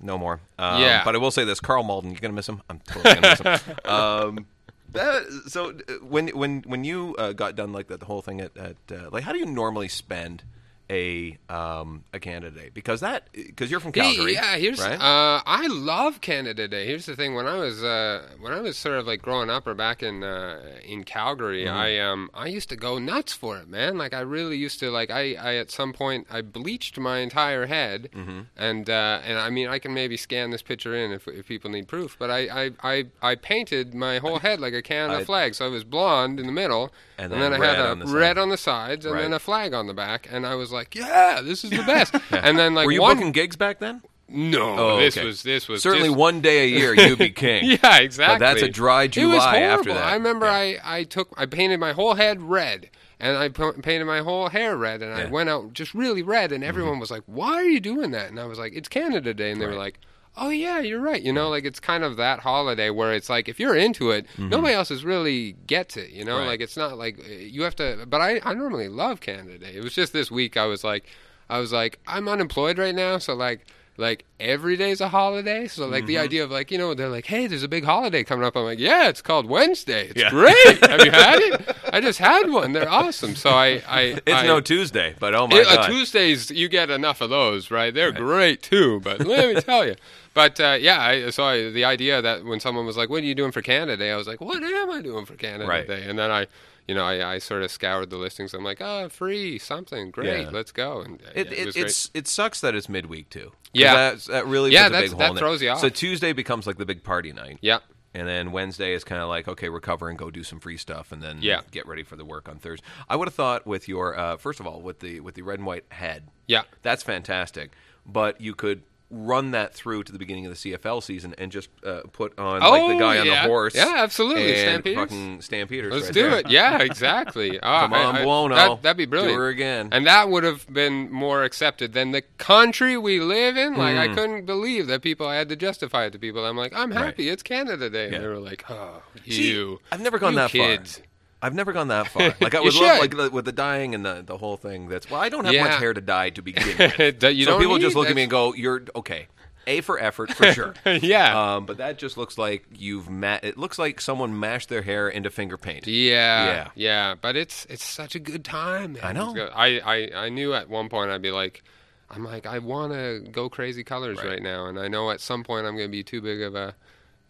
[SPEAKER 2] No more. Um,
[SPEAKER 3] Yeah.
[SPEAKER 2] But I will say this Carl Malden, you're going to miss him? I'm totally going to miss him. Um, that, so uh, when when when you uh, got done like that, the whole thing at, at uh, like how do you normally spend a um, a Canada Day? Because that because you're from
[SPEAKER 3] Hey,
[SPEAKER 2] Calgary,
[SPEAKER 3] yeah, here's
[SPEAKER 2] right?
[SPEAKER 3] uh, I love Canada Day. Here's the thing: when I was uh, when I was sort of like growing up or back in uh, in Calgary,
[SPEAKER 2] Mm-hmm.
[SPEAKER 3] I um I used to go nuts for it, man. Like I really used to like I, I at some point I bleached my entire head,
[SPEAKER 2] Mm-hmm.
[SPEAKER 3] and uh, and I mean I can maybe scan this picture in if, if people need proof, but I I, I, I painted my whole head like a Canada
[SPEAKER 2] I-
[SPEAKER 3] flag, so I was blonde in the middle,
[SPEAKER 2] And
[SPEAKER 3] and,
[SPEAKER 2] then
[SPEAKER 3] then, I
[SPEAKER 2] red
[SPEAKER 3] had a
[SPEAKER 2] on the side.
[SPEAKER 3] red on the sides, and
[SPEAKER 2] Right.
[SPEAKER 3] then a flag on the back, and I was like, yeah, this is the best. And then like
[SPEAKER 2] Were you
[SPEAKER 3] one
[SPEAKER 2] booking gigs back then?
[SPEAKER 3] no,
[SPEAKER 2] Oh,
[SPEAKER 3] this
[SPEAKER 2] okay.
[SPEAKER 3] was this was
[SPEAKER 2] certainly
[SPEAKER 3] just-
[SPEAKER 2] one day a year you be king.
[SPEAKER 3] Yeah, exactly.
[SPEAKER 2] But that's a dry July
[SPEAKER 3] It was horrible.
[SPEAKER 2] after that.
[SPEAKER 3] I remember I I took I painted my whole head red. And I pa- painted my whole hair red, and
[SPEAKER 2] Yeah. Mm-hmm.
[SPEAKER 3] I went out just really red, and everyone was like, "Why are you doing that?" And I was like, "It's Canada Day," and they were like, "Oh yeah, you're right." You know, like it's kind of that holiday where it's like if you're into it, nobody else is really gets it. You know,
[SPEAKER 2] Mm-hmm. Right.
[SPEAKER 3] like it's not like uh, you have to. But I I normally love Canada Day. It was just this week I was like, I was like, I'm unemployed right now, so like like every day's a holiday. So like
[SPEAKER 2] Mm-hmm.
[SPEAKER 3] the idea of like, you know, they're like, Hey, there's a big holiday coming up. I'm like, Yeah, it's called Wednesday. It's
[SPEAKER 2] Yeah.
[SPEAKER 3] great. Have you had it? I just had one. They're awesome. So I, I
[SPEAKER 2] It's
[SPEAKER 3] I,
[SPEAKER 2] no Tuesday, but oh my
[SPEAKER 3] it- uh,
[SPEAKER 2] god,
[SPEAKER 3] Tuesdays, you get enough of those, right? They're great too, but let me tell you. But uh, yeah, I, so I, the idea that when someone was like, "What are you doing for Canada Day?" I was like, "What am I doing for Canada
[SPEAKER 2] Right.
[SPEAKER 3] Day?" And then I, you know, I, I sort of scoured the listings. I'm like, "Oh, free something, great,
[SPEAKER 2] Yeah.
[SPEAKER 3] let's go." And uh,
[SPEAKER 2] it,
[SPEAKER 3] yeah, it was
[SPEAKER 2] it,
[SPEAKER 3] great.
[SPEAKER 2] it's it sucks that it's midweek too. 'Cause
[SPEAKER 3] Yeah.
[SPEAKER 2] that, that really
[SPEAKER 3] Yeah,
[SPEAKER 2] puts a
[SPEAKER 3] that's-
[SPEAKER 2] big
[SPEAKER 3] that
[SPEAKER 2] hole in it.
[SPEAKER 3] throws you off.
[SPEAKER 2] So Tuesday becomes like the big party night.
[SPEAKER 3] yeah,
[SPEAKER 2] And then Wednesday is kind of like okay, recover and go do some free stuff, and then
[SPEAKER 3] Yeah.
[SPEAKER 2] get ready for the work on Thursday. I would have thought with your uh, first of all with the with the red and white head,
[SPEAKER 3] Yeah.
[SPEAKER 2] that's fantastic. But you could run that through to the beginning of the CFL season and just uh, put on
[SPEAKER 3] Oh,
[SPEAKER 2] like the guy on
[SPEAKER 3] yeah.
[SPEAKER 2] the horse.
[SPEAKER 3] Yeah, absolutely.
[SPEAKER 2] And
[SPEAKER 3] Stampeders.
[SPEAKER 2] fucking Stampeders.
[SPEAKER 3] Let's
[SPEAKER 2] right
[SPEAKER 3] do
[SPEAKER 2] there.
[SPEAKER 3] it. Yeah, exactly. Ah,
[SPEAKER 2] Come on,
[SPEAKER 3] I- I-
[SPEAKER 2] Buono.
[SPEAKER 3] That, that'd be brilliant.
[SPEAKER 2] Do her again.
[SPEAKER 3] And that would have been more accepted than the country we live in. Like,
[SPEAKER 2] Hmm.
[SPEAKER 3] I couldn't believe that people, I had to justify it to people. I'm like, I'm happy. It's Canada Day.
[SPEAKER 2] Yeah.
[SPEAKER 3] And they were like, oh,
[SPEAKER 2] See,
[SPEAKER 3] you.
[SPEAKER 2] I've never gone
[SPEAKER 3] you
[SPEAKER 2] that
[SPEAKER 3] kids.
[SPEAKER 2] far. I've never gone that far. Like I
[SPEAKER 3] You
[SPEAKER 2] would love,
[SPEAKER 3] should.
[SPEAKER 2] like the- with the dying and the, the whole thing. That's well, I don't have much
[SPEAKER 3] Yeah.
[SPEAKER 2] hair to dye to begin with.
[SPEAKER 3] That you
[SPEAKER 2] so
[SPEAKER 3] don't
[SPEAKER 2] people just
[SPEAKER 3] need,
[SPEAKER 2] look at me and go, "You're okay." A for effort for sure.
[SPEAKER 3] Yeah.
[SPEAKER 2] Um, but that just looks like you've ma- It looks like someone mashed their hair into finger paint.
[SPEAKER 3] Yeah,
[SPEAKER 2] Yeah.
[SPEAKER 3] yeah, But it's it's such a good time. Man.
[SPEAKER 2] I know.
[SPEAKER 3] It's good. I, I I knew at one point I'd be like, I'm like I want to go crazy colors
[SPEAKER 2] Right.
[SPEAKER 3] right. now, and I know at some point I'm going to be too big of a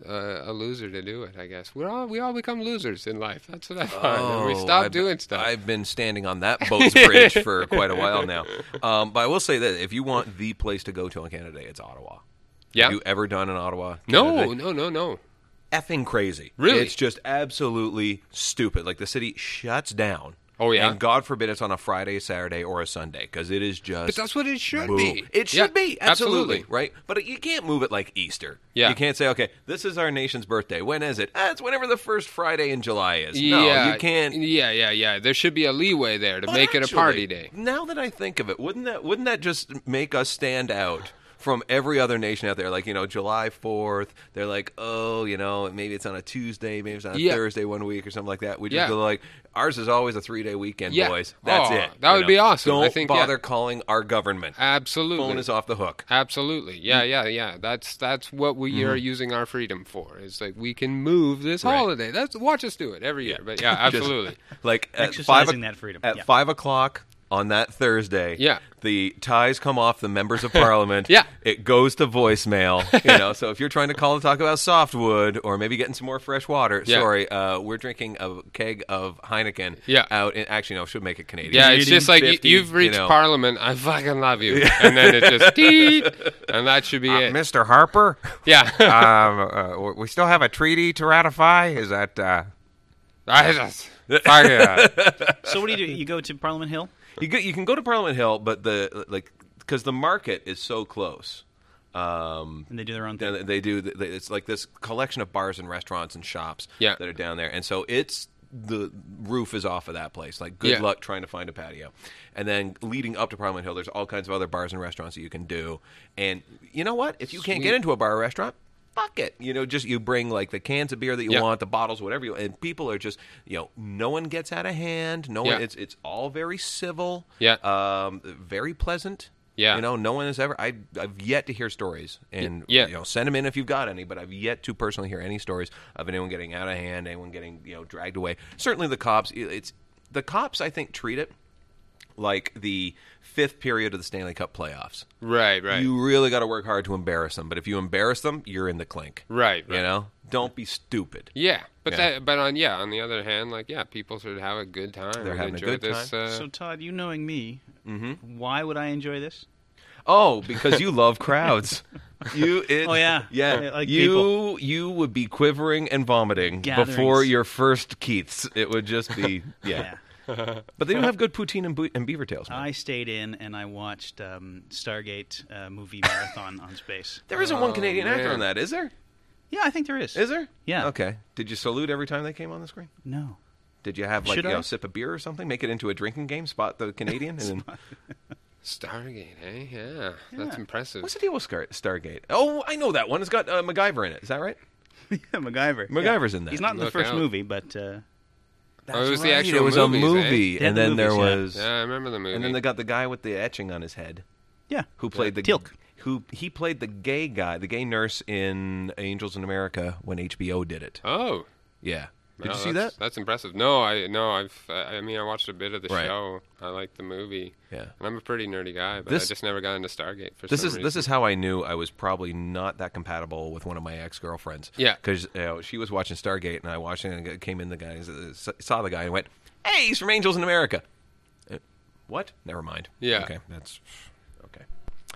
[SPEAKER 3] uh, a loser to do it. I guess we're all we all become losers in life. That's what I find. and we
[SPEAKER 2] Oh,
[SPEAKER 3] stop
[SPEAKER 2] I've-
[SPEAKER 3] doing stuff.
[SPEAKER 2] I've been standing on that boat's bridge for quite a while now. Um, but I will say that if you want the place to go to on Canada Day, it's Ottawa.
[SPEAKER 3] yeah.
[SPEAKER 2] Have you ever done an Ottawa? Canada
[SPEAKER 3] no,
[SPEAKER 2] Day?
[SPEAKER 3] no, no, no.
[SPEAKER 2] effing crazy.
[SPEAKER 3] Really?
[SPEAKER 2] It's just absolutely stupid. Like the city shuts down.
[SPEAKER 3] Oh, yeah?
[SPEAKER 2] And God forbid it's on a Friday, Saturday, or a Sunday because it is just.
[SPEAKER 3] But that's what it should
[SPEAKER 2] boom.
[SPEAKER 3] be.
[SPEAKER 2] It should
[SPEAKER 3] Yeah,
[SPEAKER 2] be absolutely, right. But you can't move it like Easter.
[SPEAKER 3] Yeah.
[SPEAKER 2] You can't say, okay, this is our nation's birthday. When is it? Ah, it's whenever the first Friday in July is. No,
[SPEAKER 3] yeah,
[SPEAKER 2] you can't.
[SPEAKER 3] Yeah, yeah, yeah. There should be a leeway there to
[SPEAKER 2] But
[SPEAKER 3] make it a party
[SPEAKER 2] actually,
[SPEAKER 3] day.
[SPEAKER 2] Now that I think of it, wouldn't that wouldn't that just make us stand out from every other nation out there? Like you know, July Fourth, they're like, oh, you know, maybe it's on a Tuesday, maybe it's on a
[SPEAKER 3] Yeah.
[SPEAKER 2] Thursday one week or something like that. We just
[SPEAKER 3] Yeah.
[SPEAKER 2] go like, ours is always a three day weekend,
[SPEAKER 3] Yeah.
[SPEAKER 2] boys. That's
[SPEAKER 3] Oh,
[SPEAKER 2] it.
[SPEAKER 3] that would be awesome.
[SPEAKER 2] Don't
[SPEAKER 3] I think, yeah.
[SPEAKER 2] bother calling our government.
[SPEAKER 3] Absolutely.
[SPEAKER 2] Phone is off the hook.
[SPEAKER 3] Absolutely. Yeah,
[SPEAKER 2] Mm.
[SPEAKER 3] yeah, yeah. That's that's what we are using our freedom for. Is like we can move this
[SPEAKER 2] Mm-hmm. Right.
[SPEAKER 3] holiday. That's watch us do it every year. But yeah,
[SPEAKER 2] Just-
[SPEAKER 3] absolutely.
[SPEAKER 2] like at
[SPEAKER 1] Exercising
[SPEAKER 2] five o-
[SPEAKER 1] that freedom.
[SPEAKER 2] at
[SPEAKER 1] Yeah.
[SPEAKER 2] five o'clock on that Thursday.
[SPEAKER 3] Yeah.
[SPEAKER 2] the ties come off the members of Parliament.
[SPEAKER 3] Yeah.
[SPEAKER 2] it goes to voicemail. You know, so if you're trying to call to talk about softwood or maybe getting some more fresh water,
[SPEAKER 3] Yeah.
[SPEAKER 2] sorry, uh, we're drinking a keg of Heineken.
[SPEAKER 3] Yeah.
[SPEAKER 2] out in actually no, should make it Canadian.
[SPEAKER 3] yeah, it's just like you,
[SPEAKER 2] 50,
[SPEAKER 3] you've
[SPEAKER 2] you
[SPEAKER 3] reached
[SPEAKER 2] know.
[SPEAKER 3] Parliament. I fucking love you. And then it just deet, and that should
[SPEAKER 2] Ah,
[SPEAKER 3] be it.
[SPEAKER 5] Mr. Harper,
[SPEAKER 3] yeah.
[SPEAKER 5] um, uh, we still have a treaty to ratify. Is that? Uh,
[SPEAKER 3] I just-
[SPEAKER 5] I, uh,
[SPEAKER 1] So what do you do? You go to Parliament Hill?
[SPEAKER 2] You, go, you can go to Parliament Hill, but the like because the market is so close. Um,
[SPEAKER 1] And they do their own thing.
[SPEAKER 2] They, they do. They, it's like this collection of bars and restaurants and shops
[SPEAKER 3] Yeah.
[SPEAKER 2] that are down there, and so it's the roof is off of that place. Like good
[SPEAKER 3] Yeah.
[SPEAKER 2] luck trying to find a patio. And then leading up to Parliament Hill, there's all kinds of other bars and restaurants that you can do. And you know what? If you can't get
[SPEAKER 3] Sweet.
[SPEAKER 2] into a bar or restaurant. Fuck it, you know. Just you bring like the cans of beer that you
[SPEAKER 3] Yeah.
[SPEAKER 2] want, the bottles, whatever you. And people are just, you know, no one gets out of hand. No one.
[SPEAKER 3] Yeah.
[SPEAKER 2] It's it's all very civil.
[SPEAKER 3] Yeah.
[SPEAKER 2] Um. Very pleasant.
[SPEAKER 3] Yeah.
[SPEAKER 2] You know, no one has ever. I I've yet to hear stories, and
[SPEAKER 3] Yeah.
[SPEAKER 2] you know, send them in if you've got any. But I've yet to personally hear any stories of anyone getting out of hand, anyone getting you know dragged away. Certainly, the cops. It's the cops. I think treat it like the fifth period of the Stanley Cup playoffs.
[SPEAKER 3] right, right.
[SPEAKER 2] You really got to work hard to embarrass them. But if you embarrass them, you're in the clink.
[SPEAKER 3] Right,
[SPEAKER 2] You
[SPEAKER 3] right.
[SPEAKER 2] know, don't be stupid.
[SPEAKER 3] yeah. But
[SPEAKER 2] Yeah.
[SPEAKER 3] that but on yeah, on the other hand, like yeah, people should have a good time.
[SPEAKER 2] They're
[SPEAKER 3] and
[SPEAKER 2] having a
[SPEAKER 3] enjoy
[SPEAKER 2] good time.
[SPEAKER 3] this, uh,
[SPEAKER 1] so Todd, you knowing me, why would I enjoy this?
[SPEAKER 2] Oh, because you love crowds. You it,
[SPEAKER 1] Oh, yeah.
[SPEAKER 2] yeah
[SPEAKER 1] I like
[SPEAKER 2] you
[SPEAKER 1] people.
[SPEAKER 2] you would be quivering and vomiting
[SPEAKER 1] Gatherings.
[SPEAKER 2] before your first Keiths. It would just be yeah.
[SPEAKER 1] Yeah.
[SPEAKER 2] But they do have good poutine and, bu- and beaver tails. Man.
[SPEAKER 1] I stayed in and I watched um, Stargate uh, movie marathon on space.
[SPEAKER 2] there isn't one Canadian actor
[SPEAKER 3] man.
[SPEAKER 2] on that, is there?
[SPEAKER 1] Yeah, I think there is.
[SPEAKER 2] Is there?
[SPEAKER 1] Yeah.
[SPEAKER 2] Okay. Did you salute every time they came on the screen?
[SPEAKER 1] No.
[SPEAKER 2] Did you have like
[SPEAKER 1] Should
[SPEAKER 2] you
[SPEAKER 1] I?
[SPEAKER 2] know, sip a beer or something? Make it into a drinking game. Spot the Canadian. And then,
[SPEAKER 3] Stargate, eh? Yeah. That's
[SPEAKER 1] Yeah.
[SPEAKER 3] impressive.
[SPEAKER 2] what's the deal with Scar- Stargate? Oh, I know that one. It's got uh, MacGyver in it. Is that right?
[SPEAKER 1] yeah, MacGyver.
[SPEAKER 2] MacGyver's in that.
[SPEAKER 1] He's not in the
[SPEAKER 3] Look
[SPEAKER 1] first
[SPEAKER 3] out.
[SPEAKER 1] movie, but uh,
[SPEAKER 3] Oh, it was the
[SPEAKER 2] Right,
[SPEAKER 3] actual
[SPEAKER 2] It was
[SPEAKER 3] movies,
[SPEAKER 2] a
[SPEAKER 3] eh?
[SPEAKER 2] movie,
[SPEAKER 1] They had
[SPEAKER 2] and
[SPEAKER 1] the
[SPEAKER 2] then there
[SPEAKER 1] movies,
[SPEAKER 2] was.
[SPEAKER 3] Yeah, I remember the movie.
[SPEAKER 2] And then they got the guy with the etching on his head,
[SPEAKER 1] yeah.
[SPEAKER 2] who played the
[SPEAKER 1] Teal'c.
[SPEAKER 2] Who he played the gay guy, the gay nurse in Angels in America when HBO did it.
[SPEAKER 3] oh.
[SPEAKER 2] Yeah, did
[SPEAKER 3] No,
[SPEAKER 2] you see that?
[SPEAKER 3] Oh, that's- That's impressive. No, I no, I've uh, I mean I watched a bit of the
[SPEAKER 2] Right.
[SPEAKER 3] show. I liked the movie.
[SPEAKER 2] Yeah.
[SPEAKER 3] and I'm a pretty nerdy guy, but
[SPEAKER 2] This-
[SPEAKER 3] I just never got into Stargate for
[SPEAKER 2] This
[SPEAKER 3] some
[SPEAKER 2] is
[SPEAKER 3] reason.
[SPEAKER 2] this is how I knew I was probably not that compatible with one of my ex girlfriends.
[SPEAKER 3] Yeah.
[SPEAKER 2] because you know, she was watching Stargate, and I watched it, and it came in the guy, uh, s- saw the guy, and went, "Hey, he's from Angels in America." Uh, what? Never mind.
[SPEAKER 3] Yeah.
[SPEAKER 2] Okay, that's okay.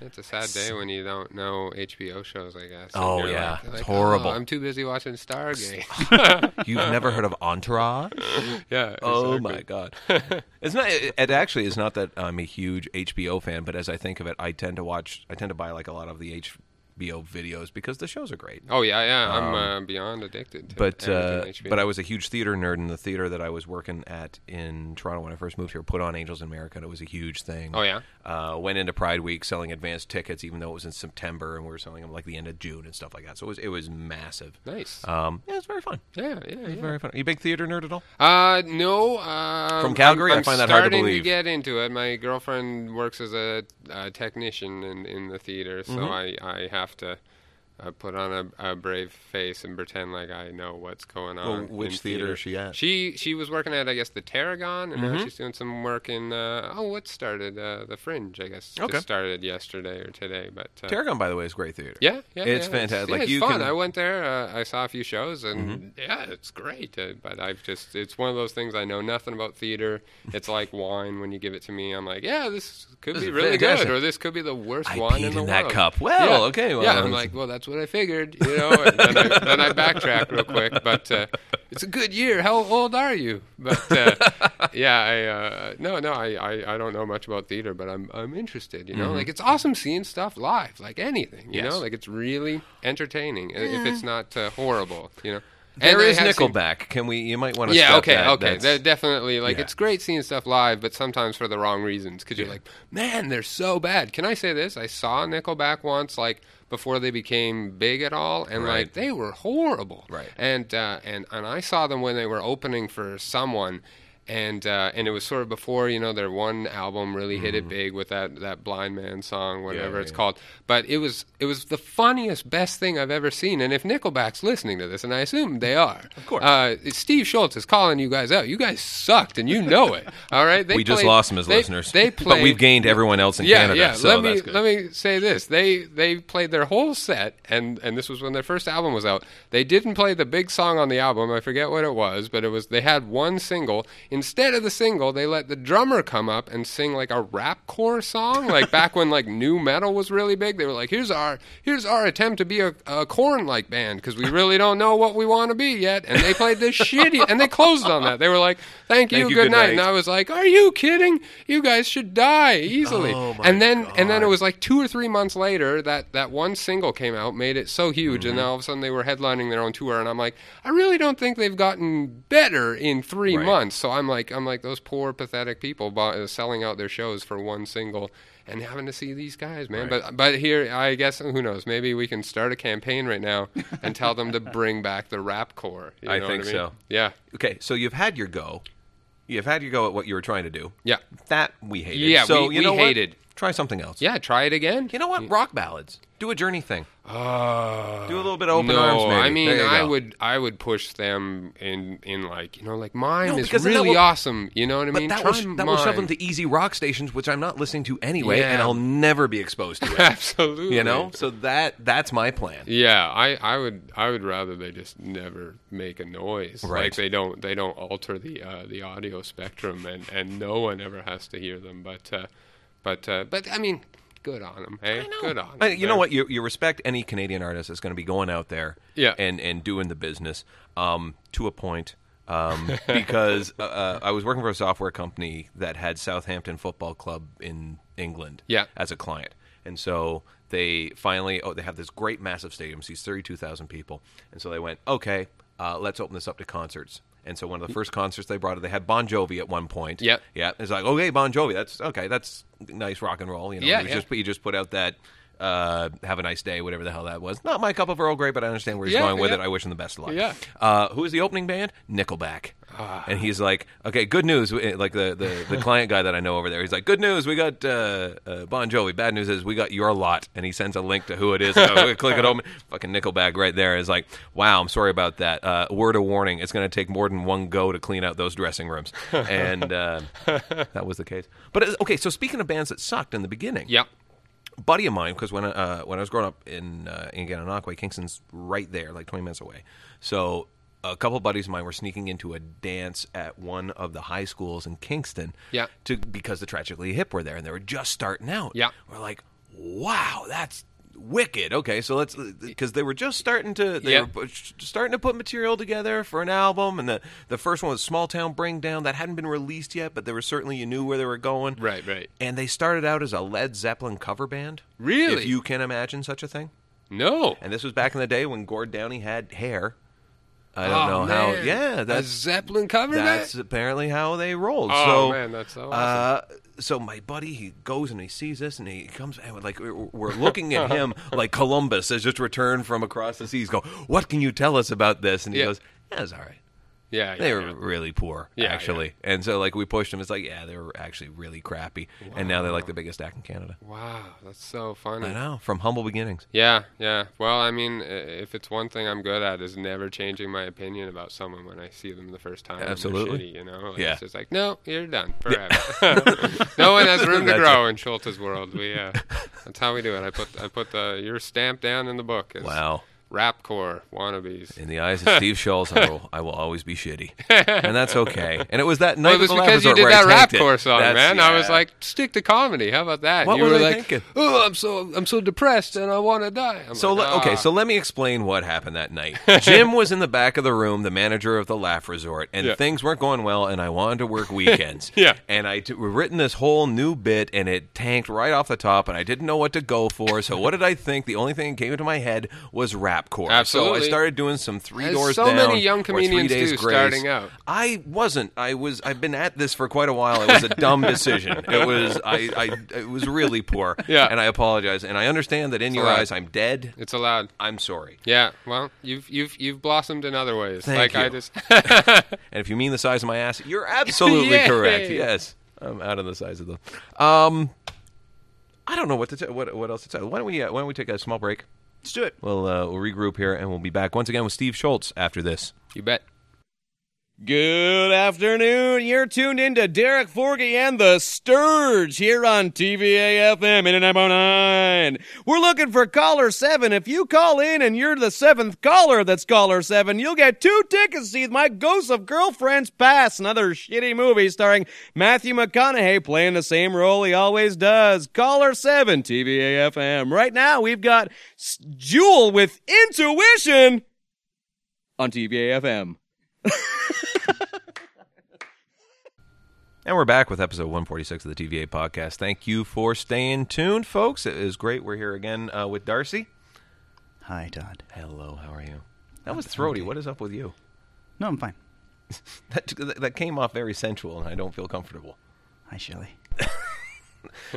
[SPEAKER 3] It's a sad day when you don't know HBO shows, I guess.
[SPEAKER 2] Oh,
[SPEAKER 3] And you're
[SPEAKER 2] yeah.
[SPEAKER 3] you're
[SPEAKER 2] It's horrible.
[SPEAKER 3] "Oh, I'm too busy watching Stargate.
[SPEAKER 2] You've never heard of Entourage?
[SPEAKER 3] yeah.
[SPEAKER 2] Oh
[SPEAKER 3] exactly.
[SPEAKER 2] my god! It's not. It, it actually is not that I'm a huge HBO fan, but as I think of it, I tend to watch. I tend to buy like a lot of the HBO videos because the shows are great.
[SPEAKER 3] Oh yeah, yeah. I'm uh, beyond addicted. To
[SPEAKER 2] Um, But uh,
[SPEAKER 3] everything HBO.
[SPEAKER 2] but I was a huge theater nerd, and the theater that I was working at in Toronto when I first moved here put on Angels in America, and it was a huge thing.
[SPEAKER 3] Oh, yeah?
[SPEAKER 2] uh, went into Pride Week selling advanced tickets, even though it was in September, and we were selling them like the end of June and stuff like that. So it was it was massive.
[SPEAKER 3] nice.
[SPEAKER 2] Um, yeah, it was very fun.
[SPEAKER 3] yeah, yeah, yeah.
[SPEAKER 2] Very fun. Are you a big theater nerd at all?
[SPEAKER 3] Uh, no. Um,
[SPEAKER 2] From Calgary?
[SPEAKER 3] I'm,
[SPEAKER 2] I
[SPEAKER 3] I'm
[SPEAKER 2] find that hard to
[SPEAKER 3] starting
[SPEAKER 2] believe.
[SPEAKER 3] get into it. My girlfriend works as a, uh technician in, in the theater, so
[SPEAKER 2] Mm-hmm.
[SPEAKER 3] I, I have to uh, put on a, a brave face and pretend like I know what's going on.
[SPEAKER 2] which
[SPEAKER 3] Uh, in
[SPEAKER 2] theater is she at? Mm-hmm.
[SPEAKER 3] She she was working at I guess the Tarragon, and now she's doing some work in uh, oh what started uh, the Fringe I guess
[SPEAKER 2] Okay.
[SPEAKER 3] just started yesterday or today, but uh,
[SPEAKER 2] Tarragon, by the way, is a great theater.
[SPEAKER 3] yeah, yeah,
[SPEAKER 2] It's
[SPEAKER 3] yeah,
[SPEAKER 2] fantastic.
[SPEAKER 3] yeah,
[SPEAKER 2] Like,
[SPEAKER 3] it's
[SPEAKER 2] you
[SPEAKER 3] fun.
[SPEAKER 2] can- Mm-hmm.
[SPEAKER 3] I went there. Uh, I saw a few shows, and yeah, it's great. Uh, but I've just it's one of those things. I know nothing about theater. It's like wine when you give it to me. I'm like, yeah, this could
[SPEAKER 2] This
[SPEAKER 3] be
[SPEAKER 2] is
[SPEAKER 3] really
[SPEAKER 2] fantastic.
[SPEAKER 3] good, or this could be the worst
[SPEAKER 2] I
[SPEAKER 3] wine
[SPEAKER 2] peed
[SPEAKER 3] in the
[SPEAKER 2] in that
[SPEAKER 3] world.
[SPEAKER 2] cup. Well,
[SPEAKER 3] Yeah.
[SPEAKER 2] okay, well,
[SPEAKER 3] yeah, I'm
[SPEAKER 2] that's-
[SPEAKER 3] like, well, that's what I figured, you know. And then, I, then I backtrack real quick, but uh, it's a good year. How old are you? But uh, yeah, I, uh, no, no, I, I, I don't know much about theater, but I'm I'm interested. You know, like it's awesome seeing stuff live, like anything. You
[SPEAKER 2] Mm-hmm. Yes.
[SPEAKER 3] know, like it's really entertaining i- if it's not uh, horrible. You know,
[SPEAKER 2] There
[SPEAKER 3] I
[SPEAKER 2] is
[SPEAKER 3] have seen-
[SPEAKER 2] Nickelback. Can we? You might want to.
[SPEAKER 3] yeah,
[SPEAKER 2] stop
[SPEAKER 3] okay,
[SPEAKER 2] that.
[SPEAKER 3] okay.
[SPEAKER 2] That's-
[SPEAKER 3] They're definitely like
[SPEAKER 2] yeah.
[SPEAKER 3] it's great seeing stuff live, but sometimes for the wrong reasons because you're like, man, they're so bad. Can I say this? I saw Nickelback once, like before they became big at all, and
[SPEAKER 2] Right.
[SPEAKER 3] like they were horrible.
[SPEAKER 2] Right.
[SPEAKER 3] And uh, and and I saw them when they were opening for someone. And uh, and it was sort of before you know their one album really hit it big with that, that blind man song whatever
[SPEAKER 2] Mm-hmm. yeah,
[SPEAKER 3] it's
[SPEAKER 2] yeah.
[SPEAKER 3] called but it was it was the funniest best thing I've ever seen and if Nickelback's listening to this and I assume they are of
[SPEAKER 2] course.
[SPEAKER 3] uh, Steve Schultz is calling you guys out. You guys sucked, and you know it. All right, they
[SPEAKER 2] we just
[SPEAKER 3] played-
[SPEAKER 2] lost them as
[SPEAKER 3] they-
[SPEAKER 2] listeners.
[SPEAKER 3] They played,
[SPEAKER 2] but we've gained everyone else in
[SPEAKER 3] yeah,
[SPEAKER 2] Canada.
[SPEAKER 3] yeah.
[SPEAKER 2] So
[SPEAKER 3] let me
[SPEAKER 2] that's good.
[SPEAKER 3] let me say this: they they played their whole set, and and this was when their first album was out. They didn't play the big song on the album. I forget what it was, but it was they had one single. Instead of the single, they let the drummer come up and sing like a rap core song, like back when like new metal was really big. They were like, "Here's our here's our attempt to be a, a corn like band because we really don't know what we want to be yet." And they played this shitty, and they closed on that. They were like, "Thank you,
[SPEAKER 2] Thank you,
[SPEAKER 3] good,
[SPEAKER 2] good
[SPEAKER 3] night. And
[SPEAKER 2] night.
[SPEAKER 3] I was like, "Are you kidding? You guys should die easily."
[SPEAKER 2] Oh, my
[SPEAKER 3] and then and then it
[SPEAKER 2] God.
[SPEAKER 3] was like two or three months later that that one single came out, made it so huge,
[SPEAKER 2] Mm-hmm.
[SPEAKER 3] and then all of a sudden they were headlining their own tour, and I'm like, I really don't think they've gotten better in three
[SPEAKER 2] Right.
[SPEAKER 3] months. So I'm like, I'm like those poor pathetic people bu- selling out their shows for one single. And having to see these guys, man. But but here, I guess who knows? Maybe we can start a campaign right now and tell them to bring back the rap core. You
[SPEAKER 2] I
[SPEAKER 3] know what
[SPEAKER 2] think
[SPEAKER 3] mean?
[SPEAKER 2] so.
[SPEAKER 3] Yeah.
[SPEAKER 2] okay, so you've had your go. You've had your go at what you were trying to do.
[SPEAKER 3] Yeah.
[SPEAKER 2] That we hated.
[SPEAKER 3] Yeah,
[SPEAKER 2] so
[SPEAKER 3] we-
[SPEAKER 2] you
[SPEAKER 3] we
[SPEAKER 2] know what?
[SPEAKER 3] hated.
[SPEAKER 2] Try something else.
[SPEAKER 3] Yeah, try it again.
[SPEAKER 2] You know what? Rock ballads. Do a journey thing.
[SPEAKER 3] Uh,
[SPEAKER 2] Do a little bit of open
[SPEAKER 3] no,
[SPEAKER 2] arms. Maybe.
[SPEAKER 3] I mean,
[SPEAKER 2] There you
[SPEAKER 3] I
[SPEAKER 2] go.
[SPEAKER 3] would, I would push them in, in like, you know, like mine
[SPEAKER 2] No,
[SPEAKER 3] is
[SPEAKER 2] because then that
[SPEAKER 3] really
[SPEAKER 2] will-
[SPEAKER 3] awesome. You know what I
[SPEAKER 2] But
[SPEAKER 3] mean?
[SPEAKER 2] that
[SPEAKER 3] Try
[SPEAKER 2] will that will shove them
[SPEAKER 3] mine.
[SPEAKER 2] to easy rock stations, which I'm not listening to anyway,
[SPEAKER 3] Yeah.
[SPEAKER 2] and I'll never be exposed to it.
[SPEAKER 3] absolutely.
[SPEAKER 2] you know, so that that's my plan.
[SPEAKER 3] Yeah, I, I would, I would rather they just never make a noise.
[SPEAKER 2] Right.
[SPEAKER 3] Like they don't, they don't alter the, uh, the audio spectrum, and and no one ever has to hear them. But, uh, but, uh, but I mean, good on them. Hey, good on. 'em.
[SPEAKER 2] I- you know
[SPEAKER 3] They're-
[SPEAKER 2] what? You, you respect any Canadian artist that's going to be going out there,
[SPEAKER 3] Yeah.
[SPEAKER 2] and and doing the business um, to a point. Um, because uh, uh, I was working for a software company that had Southampton Football Club in England,
[SPEAKER 3] Yeah.
[SPEAKER 2] as a client, and so they finally oh they have this great massive stadium seats thirty two thousand people, and so they went okay, uh, let's open this up to concerts. And so one of the first concerts they brought, they had Bon Jovi at one point.
[SPEAKER 3] Yep.
[SPEAKER 2] yeah. It's like okay, Bon Jovi. That's okay. That's nice rock and roll. You know,
[SPEAKER 3] Yeah,
[SPEAKER 2] it was
[SPEAKER 3] yeah.
[SPEAKER 2] just but you just put out that uh, "Have a nice day," whatever the hell that was. Not my cup of Earl Grey, but I understand where he's
[SPEAKER 3] Yeah,
[SPEAKER 2] going with
[SPEAKER 3] yeah.
[SPEAKER 2] it. I wish him the best of luck.
[SPEAKER 3] Yeah.
[SPEAKER 2] Uh, who is the opening band? Nickelback. And he's like, "Okay, good news." Eh, Like the, the, the client guy that I know over there, he's like, "Good news, we got uh, uh, Bon Jovi. Bad news is we got your lot." And he sends a link to who it is. And I click it open. Fucking Nickelback right there is like, "Wow, I'm sorry about that. Uh, word of warning: It's going to take more than one go to clean out those dressing rooms." And uh, that was the case. But uh, okay, so speaking of bands that sucked in the beginning,
[SPEAKER 3] Yeah.
[SPEAKER 2] buddy of mine because when uh, when I was growing up in uh, in Gananoque, Kingston's right there, like twenty minutes away. So a couple buddies of mine were sneaking into a dance at one of the high schools in Kingston.
[SPEAKER 3] Yeah.
[SPEAKER 2] To because the Tragically Hip were there and they were just starting out.
[SPEAKER 3] Yeah.
[SPEAKER 2] We're like. wow, that's wicked. Okay, so let's because they were just starting to they
[SPEAKER 3] Yeah.
[SPEAKER 2] were pu- sh- starting to put material together for an album, and the the first one was Small Town Bring Down that hadn't been released yet, but they were certainly you knew where they were going.
[SPEAKER 3] Right, right.
[SPEAKER 2] And they started out as a Led Zeppelin cover band.
[SPEAKER 3] Really?
[SPEAKER 2] if you can imagine such a thing.
[SPEAKER 3] No.
[SPEAKER 2] And this was back in the day when Gord Downey had hair. I don't know
[SPEAKER 3] oh,
[SPEAKER 2] how.
[SPEAKER 3] man.
[SPEAKER 2] Yeah,
[SPEAKER 3] a
[SPEAKER 2] that's
[SPEAKER 3] Zeppelin cover
[SPEAKER 2] that's
[SPEAKER 3] that.
[SPEAKER 2] apparently how they rolled.
[SPEAKER 3] Oh,
[SPEAKER 2] so,
[SPEAKER 3] man, that's so
[SPEAKER 2] Uh, so my buddy, he goes and he sees this, and he comes and like we're we're looking at him like Columbus has just returned from across the seas. Go, what can you tell us about this? And he
[SPEAKER 3] Yeah.
[SPEAKER 2] goes, Yeah, it's all right.
[SPEAKER 3] Yeah,
[SPEAKER 2] They
[SPEAKER 3] yeah,
[SPEAKER 2] were
[SPEAKER 3] yeah.
[SPEAKER 2] really poor,
[SPEAKER 3] Yeah,
[SPEAKER 2] actually. And so like we pushed him. It's like, yeah, they were actually really crappy, and now they're like the biggest act in Canada.
[SPEAKER 3] Wow, that's so funny.
[SPEAKER 2] I know, from humble beginnings.
[SPEAKER 3] Yeah, yeah. Well, I mean, i- if it's one thing I'm good at is never changing my opinion about someone when I see them the first time. and they're
[SPEAKER 2] Absolutely.
[SPEAKER 3] shitty, you know, Like,
[SPEAKER 2] Yeah.
[SPEAKER 3] It's just like, no, you're done forever. no one has room to
[SPEAKER 2] That's
[SPEAKER 3] grow in Schultz's world. We, uh, that's how we do it. I put, I put the your stamp down in the book. As
[SPEAKER 2] Wow.
[SPEAKER 3] Rapcore wannabes.
[SPEAKER 2] In the eyes of Steve Schultz, I will, I will always be shitty, and that's okay. And it was that night.
[SPEAKER 3] Well, it was
[SPEAKER 2] at the
[SPEAKER 3] because you
[SPEAKER 2] Labrador
[SPEAKER 3] did
[SPEAKER 2] where I
[SPEAKER 3] that rap
[SPEAKER 2] tanked it.
[SPEAKER 3] course song,
[SPEAKER 2] That's-
[SPEAKER 3] man. I was
[SPEAKER 2] yeah.
[SPEAKER 3] like, stick to comedy. How about that?
[SPEAKER 2] What
[SPEAKER 3] you
[SPEAKER 2] was
[SPEAKER 3] were
[SPEAKER 2] I
[SPEAKER 3] like,
[SPEAKER 2] thinking?
[SPEAKER 3] oh, I'm so, I'm so depressed and I want to die. I'm
[SPEAKER 2] So
[SPEAKER 3] like,
[SPEAKER 2] le- okay,
[SPEAKER 3] "Ah."
[SPEAKER 2] so let me explain what happened that night. Jim was in the back of the room, the manager of the Laugh Resort, and
[SPEAKER 3] Yeah.
[SPEAKER 2] things weren't going well. And I wanted to work weekends.
[SPEAKER 3] Yeah.
[SPEAKER 2] and I t- we've written this whole new bit, and it tanked right off the top, and I didn't know what to go for. So what did I think? The only thing that came into my head was rapcore. So I
[SPEAKER 3] Absolutely.
[SPEAKER 2] started doing some three
[SPEAKER 3] As
[SPEAKER 2] doors
[SPEAKER 3] so
[SPEAKER 2] down.
[SPEAKER 3] many young
[SPEAKER 2] or Three
[SPEAKER 3] comedians
[SPEAKER 2] Days
[SPEAKER 3] do
[SPEAKER 2] Grace.
[SPEAKER 3] starting out.
[SPEAKER 2] I wasn't. I was. I've been at this for quite a while. It was a dumb decision. It was. I. I. It was really poor.
[SPEAKER 3] Yeah.
[SPEAKER 2] And I apologize. And I understand that in your
[SPEAKER 3] all right.
[SPEAKER 2] eyes, I'm dead.
[SPEAKER 3] it's allowed.
[SPEAKER 2] I'm sorry.
[SPEAKER 3] Yeah, well, you've you've you've blossomed in other ways.
[SPEAKER 2] Thank
[SPEAKER 3] like I
[SPEAKER 2] you.
[SPEAKER 3] just
[SPEAKER 2] And if you mean the size of my ass, you're absolutely
[SPEAKER 3] Yay.
[SPEAKER 2] correct. Yes, I'm out on the size of the. Um, I don't know what to t- what what else to tell. Why don't we uh, why don't we take a small break?
[SPEAKER 1] Let's do it.
[SPEAKER 2] We'll uh, we'll regroup here and we'll be back once again with Steve Schultz after this.
[SPEAKER 3] you bet.
[SPEAKER 6] Good afternoon. You're tuned in to Derek Forgy and the Sturge here on TVA FM 89.9. We're looking for caller seven. If you call in and you're the seventh caller that's caller seven, you'll get two tickets to see My Ghost of Girlfriend's Past, another shitty movie starring Matthew McConaughey playing the same role he always does. Caller seven, TVA FM. Right now, we've got S- Jewel with Intuition on TVA FM.
[SPEAKER 2] And we're back with episode 146 of the TVA podcast. Thank you for staying tuned, folks. It is great. We're here again uh, with Darcy.
[SPEAKER 1] Hi, Todd.
[SPEAKER 2] Hello, how are you? That was throaty. What is up with you?
[SPEAKER 1] No, I'm fine.
[SPEAKER 2] That that came off very sensual, and I don't feel comfortable.
[SPEAKER 1] Hi, Shelley.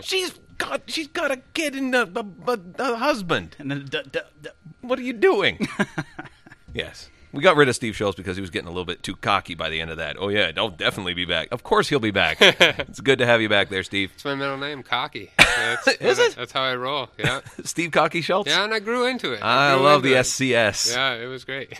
[SPEAKER 2] She's got she's got a kid and a, a, a- a husband.
[SPEAKER 1] And then, duh, duh, duh.
[SPEAKER 2] What are you doing? yes. We got rid of Steve Schultz because he was getting a little bit too cocky by the end of that. Oh yeah, I'll definitely be back. Of course he'll be back. it's good to have you back there, Steve.
[SPEAKER 3] It's my middle name, Cocky. That's,
[SPEAKER 2] Is it?
[SPEAKER 3] That's how I roll. Yeah,
[SPEAKER 2] Steve Cocky Schultz.
[SPEAKER 3] yeah, and I grew into it.
[SPEAKER 2] I
[SPEAKER 3] grew
[SPEAKER 2] love the
[SPEAKER 3] into it.
[SPEAKER 2] SCS.
[SPEAKER 3] Yeah, it was great.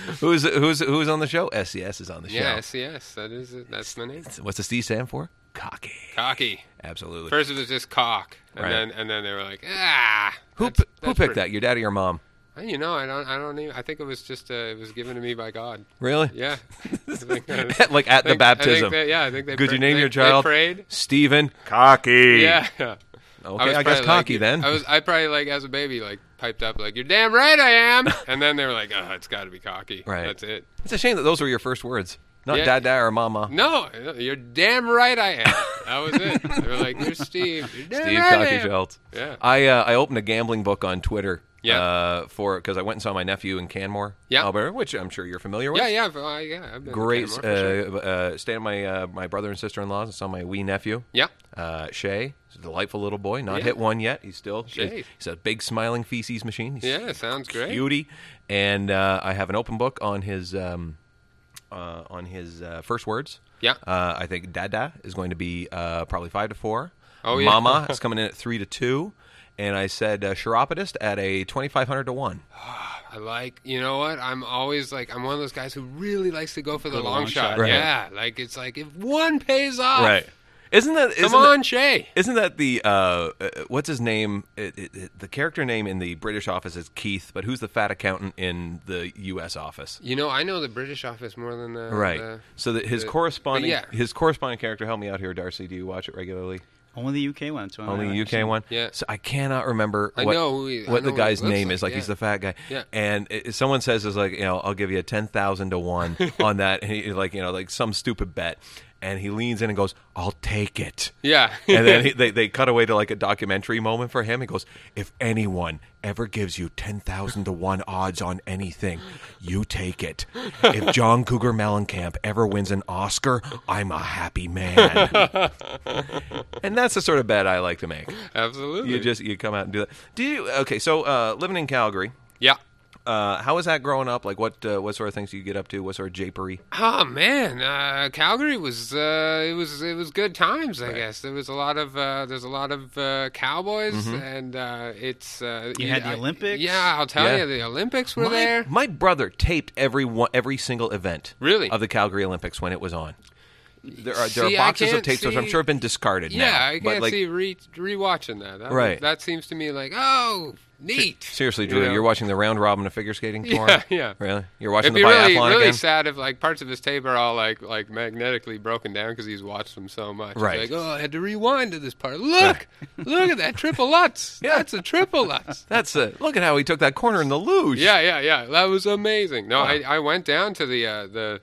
[SPEAKER 2] Who's who's who's on the show? SCS is on the show.
[SPEAKER 3] yes, yes, E that is it. That's my name,
[SPEAKER 2] What's the C stand for? Cocky.
[SPEAKER 3] Cocky.
[SPEAKER 2] Absolutely.
[SPEAKER 3] First it was just cock, and
[SPEAKER 2] Right.
[SPEAKER 3] then and then they were like, ah.
[SPEAKER 2] who
[SPEAKER 3] that's-
[SPEAKER 2] p- who
[SPEAKER 3] that's
[SPEAKER 2] picked
[SPEAKER 3] pretty-
[SPEAKER 2] that? Your dad or your mom?
[SPEAKER 3] You know, I don't, I don't even. I think it was just, uh, it was given to me by God.
[SPEAKER 2] Really?
[SPEAKER 3] Yeah. I think- uh, I think-
[SPEAKER 2] like at
[SPEAKER 3] I
[SPEAKER 2] the
[SPEAKER 3] think
[SPEAKER 2] baptism.
[SPEAKER 3] they- yeah, I think they.
[SPEAKER 2] Could
[SPEAKER 3] pra-
[SPEAKER 2] you name
[SPEAKER 3] they-
[SPEAKER 2] your
[SPEAKER 3] they
[SPEAKER 2] child
[SPEAKER 3] prayed.
[SPEAKER 2] Stephen Cocky?
[SPEAKER 3] Yeah.
[SPEAKER 2] Okay, I, guess
[SPEAKER 3] was probably
[SPEAKER 2] cocky
[SPEAKER 3] like-
[SPEAKER 2] then.
[SPEAKER 3] I was I probably like as a baby like piped up like you're damn right I am, and then they were like, oh, it's got to be cocky.
[SPEAKER 2] Right.
[SPEAKER 3] That's it.
[SPEAKER 2] It's a shame that those were your first words, not
[SPEAKER 3] Yeah.
[SPEAKER 2] dada or mama.
[SPEAKER 3] No, you're damn right I am. That was it. They were like, you're Steve. You're damn
[SPEAKER 2] Steve
[SPEAKER 3] right I
[SPEAKER 2] Cocky
[SPEAKER 3] am."
[SPEAKER 2] Schultz.
[SPEAKER 3] Yeah.
[SPEAKER 2] I uh, I opened a gambling book on Twitter.
[SPEAKER 3] Yeah.
[SPEAKER 2] Uh, for because I went and saw my nephew in Canmore,
[SPEAKER 3] Yeah.
[SPEAKER 2] Alberta, which I'm sure you're familiar with.
[SPEAKER 3] Yeah, yeah, well, yeah. I've been to
[SPEAKER 2] Great.
[SPEAKER 3] Canmore
[SPEAKER 2] Uh,
[SPEAKER 3] for sure.
[SPEAKER 2] uh, stayed at my uh, my brother and sister in laws and saw my wee nephew.
[SPEAKER 3] Yeah.
[SPEAKER 2] Uh, Shay, he's a delightful little boy. Not
[SPEAKER 3] Yeah.
[SPEAKER 2] hit one yet. He's still
[SPEAKER 3] Shay.
[SPEAKER 2] he's a big smiling feces machine. He's
[SPEAKER 3] Yeah, sounds great.
[SPEAKER 2] beauty. And uh, I have an open book on his um, uh, on his uh, first words.
[SPEAKER 3] Yeah.
[SPEAKER 2] Uh, I think Dada is going to be uh, probably five to four.
[SPEAKER 3] Oh, yeah.
[SPEAKER 2] Mama is coming in at three to two. And I said uh, chiropodist at a twenty five hundred to one.
[SPEAKER 3] I like, you know what? I'm always like, I'm one of those guys who really likes to go for the long,
[SPEAKER 1] long
[SPEAKER 3] shot.
[SPEAKER 1] shot.
[SPEAKER 2] Right.
[SPEAKER 3] Yeah, like it's like if one pays off,
[SPEAKER 2] Isn't that
[SPEAKER 3] Come
[SPEAKER 2] isn't
[SPEAKER 3] on,
[SPEAKER 2] that-
[SPEAKER 3] Shay.
[SPEAKER 2] Isn't that the uh, uh, what's his name? It, it, it- the character name in the British office is Keith, but who's the fat accountant in the U.S. office?
[SPEAKER 3] You know, I know the British office more than the
[SPEAKER 2] Right.
[SPEAKER 3] the-
[SPEAKER 2] so that his
[SPEAKER 3] the-
[SPEAKER 2] corresponding
[SPEAKER 3] but yeah.
[SPEAKER 2] his corresponding character. Help me out here, Darcy. Do you watch it regularly?
[SPEAKER 1] I Only the UK one. So I
[SPEAKER 2] Only
[SPEAKER 1] haven't
[SPEAKER 2] UK
[SPEAKER 1] seen.
[SPEAKER 2] one.
[SPEAKER 3] Yeah.
[SPEAKER 2] So I cannot remember
[SPEAKER 3] I
[SPEAKER 2] what,
[SPEAKER 3] know who he- I
[SPEAKER 2] what
[SPEAKER 3] know
[SPEAKER 2] the
[SPEAKER 3] what
[SPEAKER 2] guy's
[SPEAKER 3] he looks
[SPEAKER 2] name
[SPEAKER 3] like,
[SPEAKER 2] is. Like
[SPEAKER 3] yeah.
[SPEAKER 2] he's the fat guy.
[SPEAKER 3] Yeah.
[SPEAKER 2] And it, someone says is like, you know, I'll give you a ten thousand to one on that, and he like, you know, like some stupid bet. And he leans in and goes, "I'll take it."
[SPEAKER 3] Yeah.
[SPEAKER 2] and then he, they they cut away to like a documentary moment for him. He goes, "If anyone ever gives you ten thousand to one odds on anything, you take it. If John Cougar Mellencamp ever wins an Oscar, I'm a happy man." and that's the sort of bet I like to make.
[SPEAKER 3] Absolutely.
[SPEAKER 2] You just you come out and do that. Do you okay? So uh, living in Calgary,
[SPEAKER 3] yeah.
[SPEAKER 2] uh, how was that growing up? Like what uh, what sort of things do you get up to? What sort of japery?
[SPEAKER 3] Oh man, uh, Calgary was uh, it was it was good times. I guess there was a lot of uh, there's a lot of uh, cowboys,
[SPEAKER 2] Mm-hmm.
[SPEAKER 3] and uh, it's uh,
[SPEAKER 1] You had the
[SPEAKER 3] I-
[SPEAKER 1] Olympics?
[SPEAKER 3] yeah, I'll tell
[SPEAKER 2] Yeah.
[SPEAKER 3] you, the Olympics were
[SPEAKER 2] my,
[SPEAKER 3] there.
[SPEAKER 2] my brother taped every one, every single event.
[SPEAKER 3] Really?
[SPEAKER 2] Of the Calgary Olympics when it was on. There are there
[SPEAKER 3] See,
[SPEAKER 2] are
[SPEAKER 3] I
[SPEAKER 2] boxes of
[SPEAKER 3] can't
[SPEAKER 2] tapes which I'm
[SPEAKER 3] see-
[SPEAKER 2] sure have been discarded now.
[SPEAKER 3] yeah, I
[SPEAKER 2] but
[SPEAKER 3] can't
[SPEAKER 2] like,
[SPEAKER 3] see re rewatching that. that
[SPEAKER 2] Right.
[SPEAKER 3] that seems to me like oh neat.
[SPEAKER 2] Seriously,
[SPEAKER 3] You
[SPEAKER 2] Drew,
[SPEAKER 3] know?
[SPEAKER 2] you're watching the round robin of figure skating tomorrow.
[SPEAKER 3] Yeah, yeah.
[SPEAKER 2] Really? You're watching
[SPEAKER 3] It'd
[SPEAKER 2] the
[SPEAKER 3] be really,
[SPEAKER 2] biathlon
[SPEAKER 3] really
[SPEAKER 2] again?
[SPEAKER 3] sad if like parts of his tape are all like like magnetically broken down because he's watched them so much. It's
[SPEAKER 2] Right.
[SPEAKER 3] Like, oh, I had to rewind to this part. Look, look at that triple Lutz.
[SPEAKER 2] Yeah.
[SPEAKER 3] That's a triple Lutz.
[SPEAKER 2] That's a, look at how he took that corner in the luge.
[SPEAKER 3] Yeah, yeah, yeah. That was amazing. No, I, I went down to the uh, the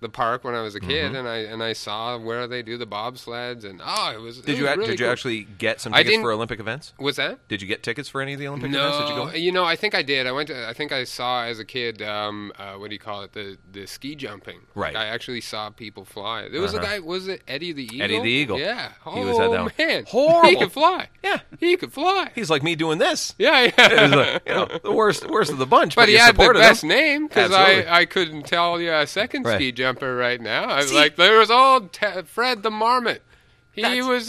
[SPEAKER 3] the park when I was a kid,
[SPEAKER 2] Mm-hmm.
[SPEAKER 3] and I and I saw where they do the bobsleds, and oh, it was.
[SPEAKER 2] Did
[SPEAKER 3] it
[SPEAKER 2] you
[SPEAKER 3] was
[SPEAKER 2] act-
[SPEAKER 3] really
[SPEAKER 2] did you
[SPEAKER 3] cool.
[SPEAKER 2] actually get some
[SPEAKER 3] I
[SPEAKER 2] tickets
[SPEAKER 3] didn't-
[SPEAKER 2] for Olympic events?
[SPEAKER 3] What's that?
[SPEAKER 2] Did you get tickets for any of the Olympic events? Did you
[SPEAKER 3] No,
[SPEAKER 2] go?
[SPEAKER 3] you know, I think I did. I went. To, I think I saw as a kid. Um, uh, what do you call it? The the ski jumping.
[SPEAKER 2] Right. Uh-huh.
[SPEAKER 3] I actually saw people fly. There was a guy. Was it Eddie the Eagle?
[SPEAKER 2] Eddie the Eagle.
[SPEAKER 3] Yeah. Oh
[SPEAKER 2] He was at that one.
[SPEAKER 3] man, He
[SPEAKER 2] Horrible.
[SPEAKER 3] could fly.
[SPEAKER 2] Yeah.
[SPEAKER 3] He could fly.
[SPEAKER 2] He's like me doing this.
[SPEAKER 3] yeah,
[SPEAKER 2] It
[SPEAKER 3] yeah.
[SPEAKER 2] was like, you know, the worst, worst of the bunch. But,
[SPEAKER 3] But he
[SPEAKER 2] you
[SPEAKER 3] had the
[SPEAKER 2] supported
[SPEAKER 3] best
[SPEAKER 2] him.
[SPEAKER 3] name because
[SPEAKER 2] Absolutely.
[SPEAKER 3] I, I couldn't tell you a second
[SPEAKER 2] Right.
[SPEAKER 3] ski jumper right now. I was like, there was old Te- Fred the Marmot. He was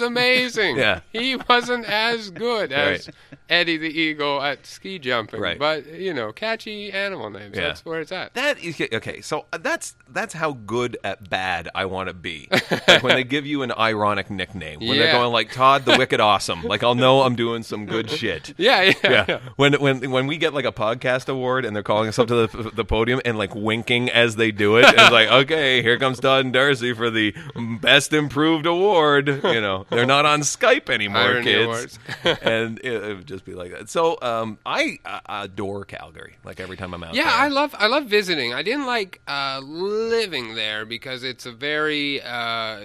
[SPEAKER 3] amazing.
[SPEAKER 2] Yeah.
[SPEAKER 3] He wasn't as good as
[SPEAKER 2] Right.
[SPEAKER 3] Eddie the Eagle at ski jumping.
[SPEAKER 2] Right.
[SPEAKER 3] But, you know, catchy animal names.
[SPEAKER 2] Yeah.
[SPEAKER 3] That's where it's at.
[SPEAKER 2] That is okay. So uh, that's that's how good at bad I want to be. Like when they give you an ironic nickname, when they're
[SPEAKER 3] Yeah.
[SPEAKER 2] going like Todd the Wicked Awesome, like I'll know I'm doing some good shit.
[SPEAKER 3] yeah, yeah,
[SPEAKER 2] Yeah. When when when we get like a podcast award and they're calling us up to the, the podium and like winking as they do it, and it's like okay, here comes Todd and Darcy for the best improved award. You know, they're not on Skype anymore,
[SPEAKER 3] Irony
[SPEAKER 2] kids.
[SPEAKER 3] awards.
[SPEAKER 2] and it, it would just be like that. So um, I, I adore Calgary. Like every time I'm out.
[SPEAKER 3] Yeah,
[SPEAKER 2] there.
[SPEAKER 3] I love I love visiting. I didn't like uh, living there because it's a very uh,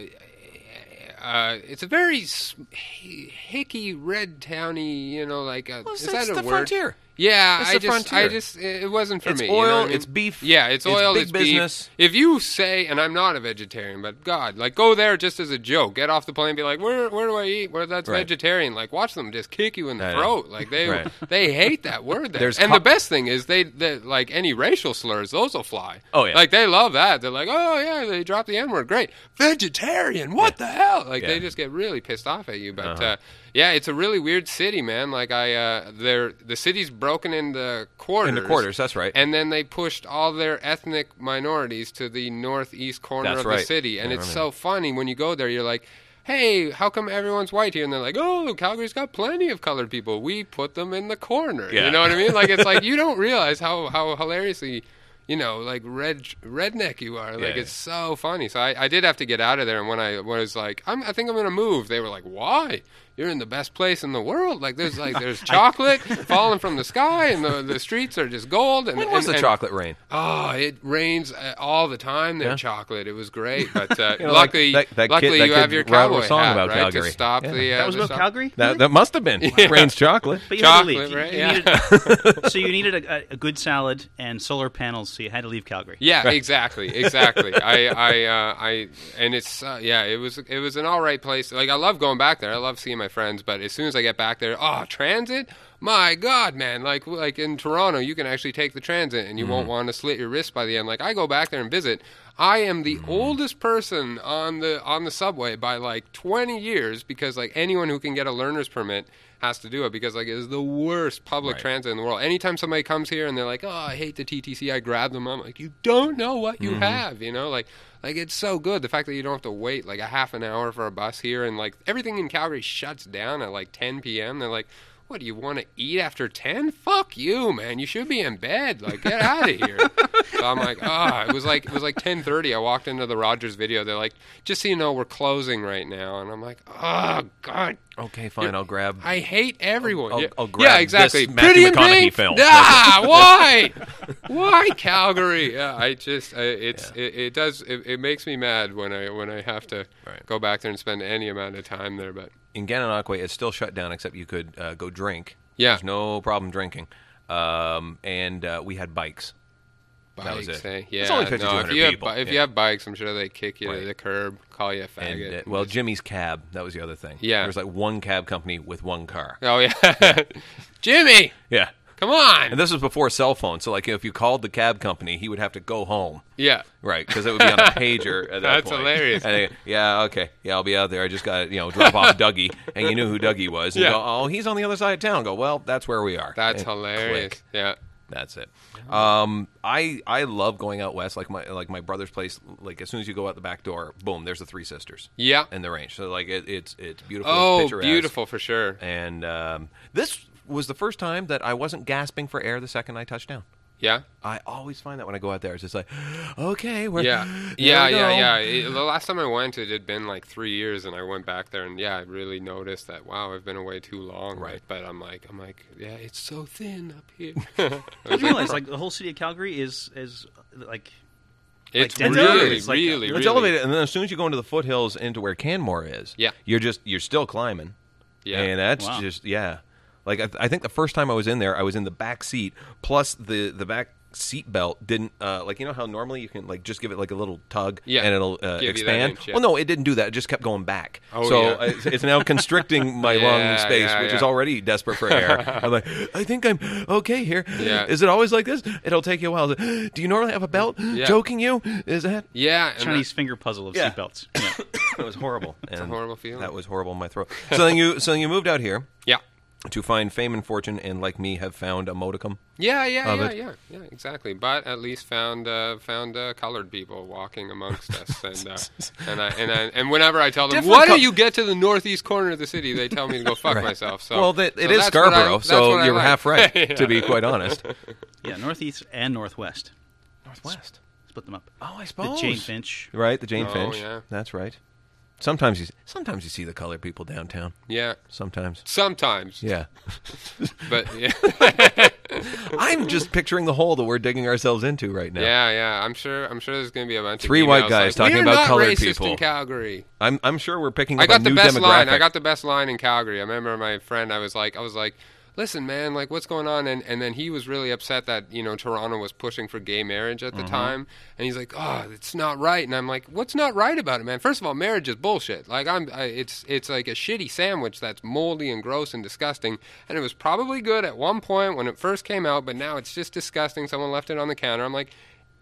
[SPEAKER 3] uh, it's a very s- hi- hicky red towny. You know, like a, is
[SPEAKER 2] that's
[SPEAKER 3] that a
[SPEAKER 2] the
[SPEAKER 3] word?
[SPEAKER 2] frontier.
[SPEAKER 3] Yeah,
[SPEAKER 2] That's
[SPEAKER 3] I
[SPEAKER 2] the
[SPEAKER 3] just
[SPEAKER 2] frontier.
[SPEAKER 3] I just it it wasn't for
[SPEAKER 2] It's
[SPEAKER 3] me. you know
[SPEAKER 2] oil,
[SPEAKER 3] what I mean?
[SPEAKER 2] it's beef,
[SPEAKER 3] Yeah, it's
[SPEAKER 2] it's
[SPEAKER 3] oil.
[SPEAKER 2] big
[SPEAKER 3] beef.
[SPEAKER 2] business.
[SPEAKER 3] If you say, and I'm not a vegetarian, but God, like go there just as a joke. Get off the plane, and be like, where where do I eat? Where that's
[SPEAKER 2] Right.
[SPEAKER 3] vegetarian? Like watch them just kick you in the
[SPEAKER 2] I know.
[SPEAKER 3] throat. Like they
[SPEAKER 2] Right.
[SPEAKER 3] they hate that word. There.
[SPEAKER 2] There's
[SPEAKER 3] and
[SPEAKER 2] co-
[SPEAKER 3] the best thing is they, they like any racial slurs, those will fly.
[SPEAKER 2] Oh, yeah.
[SPEAKER 3] like they love that. They're like, oh yeah, they dropped the N word. Great, vegetarian. What the hell? Like
[SPEAKER 2] Yeah. Uh-huh.
[SPEAKER 3] they just get really pissed off at you. But uh, yeah, it's a really weird city, man. Like I, uh, they're the city's broken into quarters.
[SPEAKER 2] Into quarters, that's right.
[SPEAKER 3] And then they pushed all their ethnic minorities to the northeast corner
[SPEAKER 2] That's
[SPEAKER 3] of the
[SPEAKER 2] right.
[SPEAKER 3] city, and
[SPEAKER 2] I
[SPEAKER 3] it's
[SPEAKER 2] remember.
[SPEAKER 3] so funny when you go there. You're like. Hey, how come everyone's white here? And they're like, "Oh, Calgary's got plenty of colored people. We put them in the corner."
[SPEAKER 2] Yeah.
[SPEAKER 3] You know what I mean? Like it's like you don't realize how how hilariously, you know, like red redneck you are. Like
[SPEAKER 2] Yeah.
[SPEAKER 3] it's so funny. So I, I did have to get out of there. And when I was like, I'm, I think I'm gonna move, they were like, Why? You're in the best place in the world. Like there's like there's chocolate falling from the sky, and the, the streets are just gold. And
[SPEAKER 2] When was
[SPEAKER 3] and-
[SPEAKER 2] the
[SPEAKER 3] and-
[SPEAKER 2] chocolate rain?
[SPEAKER 3] Oh, it rains uh, all the time. There, chocolate. It was great, but uh,
[SPEAKER 2] You know, like
[SPEAKER 3] luckily,
[SPEAKER 2] that- that kid-
[SPEAKER 3] luckily
[SPEAKER 2] that
[SPEAKER 3] you have
[SPEAKER 2] kid
[SPEAKER 3] your
[SPEAKER 2] wrote a
[SPEAKER 3] cowboy
[SPEAKER 2] song
[SPEAKER 3] hat,
[SPEAKER 2] about
[SPEAKER 3] right,
[SPEAKER 2] Calgary.
[SPEAKER 3] to stop
[SPEAKER 2] Yeah.
[SPEAKER 3] the. Uh,
[SPEAKER 1] That was
[SPEAKER 3] the
[SPEAKER 1] about
[SPEAKER 3] stop-
[SPEAKER 1] Calgary.
[SPEAKER 2] That that must have been rain's chocolate.
[SPEAKER 1] But you had to leave.
[SPEAKER 3] Chocolate,
[SPEAKER 1] You-
[SPEAKER 3] right?
[SPEAKER 1] you
[SPEAKER 3] Yeah.
[SPEAKER 1] needed- so you needed a, a good salad and solar panels, so you had to leave Calgary.
[SPEAKER 3] Yeah, exactly, exactly. I, I, uh, I, and it's uh, yeah, it was it was an all right place. Like I love going back there. I love seeing my friends. But as soon as I get back there, oh, transit! My God, man! Like like in Toronto, you can actually take the transit, and you won't want to slit your wrist by the end. Like I go back there and visit. I am the oldest person on the on the subway by like 20 years because like anyone who can get a learner's permit has to do it because like it is the worst public transit in the world. Anytime somebody comes here and they're like, "Oh, I hate the TTC," I grab them. I'm like, "You don't know what you have," you know, like like it's so good. The fact that you don't have to wait like a half an hour for a bus here and like everything in Calgary shuts down at like 10 p.m. They're like. What do you want to eat after ten? Fuck you, man. You should be in bed. Like get out of here. so I'm like, ah. It was like it was like ten thirty. I walked into the Rogers video. They're like, just so you know, we're closing right now. And I'm like, oh god
[SPEAKER 2] Okay, fine. I'll grab.
[SPEAKER 3] I hate everyone.
[SPEAKER 2] I'll-
[SPEAKER 3] yeah,
[SPEAKER 2] I'll
[SPEAKER 3] yeah,
[SPEAKER 2] grab this
[SPEAKER 3] exactly.
[SPEAKER 2] Matthew
[SPEAKER 3] Pretty in
[SPEAKER 2] McConaughey
[SPEAKER 3] Pink?
[SPEAKER 2] film.
[SPEAKER 3] Ah, why? why Calgary? Yeah, I just I, it's it, it does it, it makes me mad when I when I have to
[SPEAKER 2] Right.
[SPEAKER 3] go back there and spend any amount of time there. But
[SPEAKER 2] in Gananoque, it's still shut down except you could uh, go drink.
[SPEAKER 3] Yeah.
[SPEAKER 2] There's no problem drinking. Um, and uh, we had bikes. That was
[SPEAKER 3] bikes,
[SPEAKER 2] it.
[SPEAKER 3] eh?
[SPEAKER 2] It's
[SPEAKER 3] yeah,
[SPEAKER 2] only
[SPEAKER 3] no, if
[SPEAKER 2] 5,200
[SPEAKER 3] you have
[SPEAKER 2] people,
[SPEAKER 3] bi- if you
[SPEAKER 2] yeah.
[SPEAKER 3] have bikes, I'm sure they kick you
[SPEAKER 2] Right.
[SPEAKER 3] to the curb, call you a
[SPEAKER 2] And,
[SPEAKER 3] faggot.
[SPEAKER 2] uh, well, Jimmy's cab. That was the other thing.
[SPEAKER 3] Yeah.
[SPEAKER 2] There was like one cab company with one car.
[SPEAKER 3] oh yeah, Jimmy,
[SPEAKER 2] Yeah.
[SPEAKER 3] come on.
[SPEAKER 2] And this was before cell phones. So, like, if you called the cab company, he would have to go home.
[SPEAKER 3] yeah,
[SPEAKER 2] Right, because it would be on a pager. At that
[SPEAKER 3] That's
[SPEAKER 2] point.
[SPEAKER 3] hilarious.
[SPEAKER 2] And they- yeah, okay, yeah, I'll be out there. I just got to you know drop off Dougie, and you knew who Dougie was. And
[SPEAKER 3] Yeah.
[SPEAKER 2] go, oh, he's on the other side of town. Go, well, that's where we are.
[SPEAKER 3] that's
[SPEAKER 2] And
[SPEAKER 3] hilarious.
[SPEAKER 2] click.
[SPEAKER 3] Yeah.
[SPEAKER 2] That's it. Um, I I love going out west. Like my like my brother's place. Like as soon as you go out the back door, boom, there's the Three Sisters.
[SPEAKER 3] Yeah.
[SPEAKER 2] in the range. So like it, it's it's beautiful.
[SPEAKER 3] Oh,
[SPEAKER 2] picturesque.
[SPEAKER 3] beautiful for sure.
[SPEAKER 2] And um, this was the first time that I wasn't gasping for air the second I touched down.
[SPEAKER 3] Yeah.
[SPEAKER 2] I always find that when I go out there, it's just like, okay, we're
[SPEAKER 3] Yeah,
[SPEAKER 2] there we
[SPEAKER 3] yeah, yeah,
[SPEAKER 2] go.
[SPEAKER 3] yeah. It- the last time I went, it had been like three years, and I went back there, and yeah, I really noticed that. Wow, I've been away too long.
[SPEAKER 2] Right.
[SPEAKER 3] but I'm like, I'm like, yeah, it's so thin up here.
[SPEAKER 1] I didn't realize like the whole city of Calgary is is like
[SPEAKER 3] it's
[SPEAKER 1] Denver,
[SPEAKER 3] really,
[SPEAKER 1] it's like-
[SPEAKER 3] really,
[SPEAKER 1] It's
[SPEAKER 2] It's
[SPEAKER 3] really,
[SPEAKER 2] elevated, and then as soon as you go into the foothills into where Canmore is,
[SPEAKER 3] Yeah.
[SPEAKER 2] you're just you're still climbing.
[SPEAKER 3] Yeah.
[SPEAKER 2] and that's
[SPEAKER 1] Wow.
[SPEAKER 2] just yeah. Like I, I think the first time I was in there, I was in the back seat. Plus the the back seat belt didn't uh, like you know how normally you can like just give it like a little tug
[SPEAKER 3] Yeah.
[SPEAKER 2] and it'll uh,
[SPEAKER 3] Give you that
[SPEAKER 2] expand.
[SPEAKER 3] inch, yeah.
[SPEAKER 2] Well, no, it didn't do that. It just kept going back.
[SPEAKER 3] Oh,
[SPEAKER 2] so
[SPEAKER 3] yeah.
[SPEAKER 2] I- it's- it's now constricting my
[SPEAKER 3] Yeah,
[SPEAKER 2] lung space,
[SPEAKER 3] yeah,
[SPEAKER 2] which
[SPEAKER 3] yeah.
[SPEAKER 2] is already desperate for air. I'm like, I think I'm okay here.
[SPEAKER 3] Yeah.
[SPEAKER 2] Is it always like this? It'll take you a while. Do you normally have a belt? Joking you? Is that
[SPEAKER 3] yeah, and
[SPEAKER 1] Chinese finger puzzle of
[SPEAKER 2] Yeah.
[SPEAKER 1] seatbelts. Yeah.
[SPEAKER 2] it was horrible. It's
[SPEAKER 3] horrible feeling.
[SPEAKER 2] That was horrible in my throat. So then you, so then you moved out here
[SPEAKER 3] I- yeah,
[SPEAKER 2] to find fame and fortune, and like me, have found a modicum.
[SPEAKER 3] yeah, yeah,
[SPEAKER 2] Of
[SPEAKER 3] yeah,
[SPEAKER 2] it.
[SPEAKER 3] yeah, yeah, exactly. But at least found uh, found uh, colored people walking amongst us, and uh, and I and I, and whenever I tell them,
[SPEAKER 2] Different
[SPEAKER 3] why
[SPEAKER 2] col-
[SPEAKER 3] do you get to the northeast corner of the city? They tell me to go fuck myself. So
[SPEAKER 2] well, that,
[SPEAKER 3] Oh. so
[SPEAKER 2] it is
[SPEAKER 3] that's what I-
[SPEAKER 2] Scarborough,
[SPEAKER 3] that's
[SPEAKER 2] so
[SPEAKER 3] what I
[SPEAKER 2] you're
[SPEAKER 3] like.
[SPEAKER 2] half right,
[SPEAKER 3] Yeah.
[SPEAKER 2] to be quite honest.
[SPEAKER 1] yeah, northeast and northwest.
[SPEAKER 2] Northwest.
[SPEAKER 1] Split them up.
[SPEAKER 2] Oh, I
[SPEAKER 1] The
[SPEAKER 2] suppose.
[SPEAKER 1] Jane Finch.
[SPEAKER 2] Right, the Jane
[SPEAKER 3] Oh,
[SPEAKER 2] Finch.
[SPEAKER 3] yeah.
[SPEAKER 2] That's right. Sometimes you sometimes you see the colored people downtown.
[SPEAKER 3] Yeah.
[SPEAKER 2] Sometimes.
[SPEAKER 3] Sometimes,
[SPEAKER 2] Yeah.
[SPEAKER 3] but yeah.
[SPEAKER 2] I'm just picturing the hole that we're digging ourselves into right now.
[SPEAKER 3] Yeah, yeah. I'm sure. I'm sure there's going to be a bunch
[SPEAKER 2] Three
[SPEAKER 3] of
[SPEAKER 2] white
[SPEAKER 3] emails
[SPEAKER 2] guys
[SPEAKER 3] like,
[SPEAKER 2] talking
[SPEAKER 3] "We're
[SPEAKER 2] about
[SPEAKER 3] not
[SPEAKER 2] colored
[SPEAKER 3] racist
[SPEAKER 2] people."
[SPEAKER 3] in Calgary.
[SPEAKER 2] I'm I'm sure we're picking
[SPEAKER 3] I
[SPEAKER 2] up
[SPEAKER 3] got
[SPEAKER 2] a
[SPEAKER 3] the
[SPEAKER 2] new
[SPEAKER 3] best
[SPEAKER 2] demographic.
[SPEAKER 3] line. I got the best line in Calgary. I remember my friend. I was like, I was like, listen, man, like, what's going on? And and then he was really upset that you know Toronto was pushing for gay marriage at the
[SPEAKER 2] Mm-hmm.
[SPEAKER 3] time, and he's like, oh, it's not right. And I'm like, what's not right about it, man? First of all, marriage is bullshit. Like, I'm, I, it's it's like a shitty sandwich that's moldy and gross and disgusting. And it was probably good at one point when it first came out, but now it's just disgusting. Someone left it on the counter. I'm like.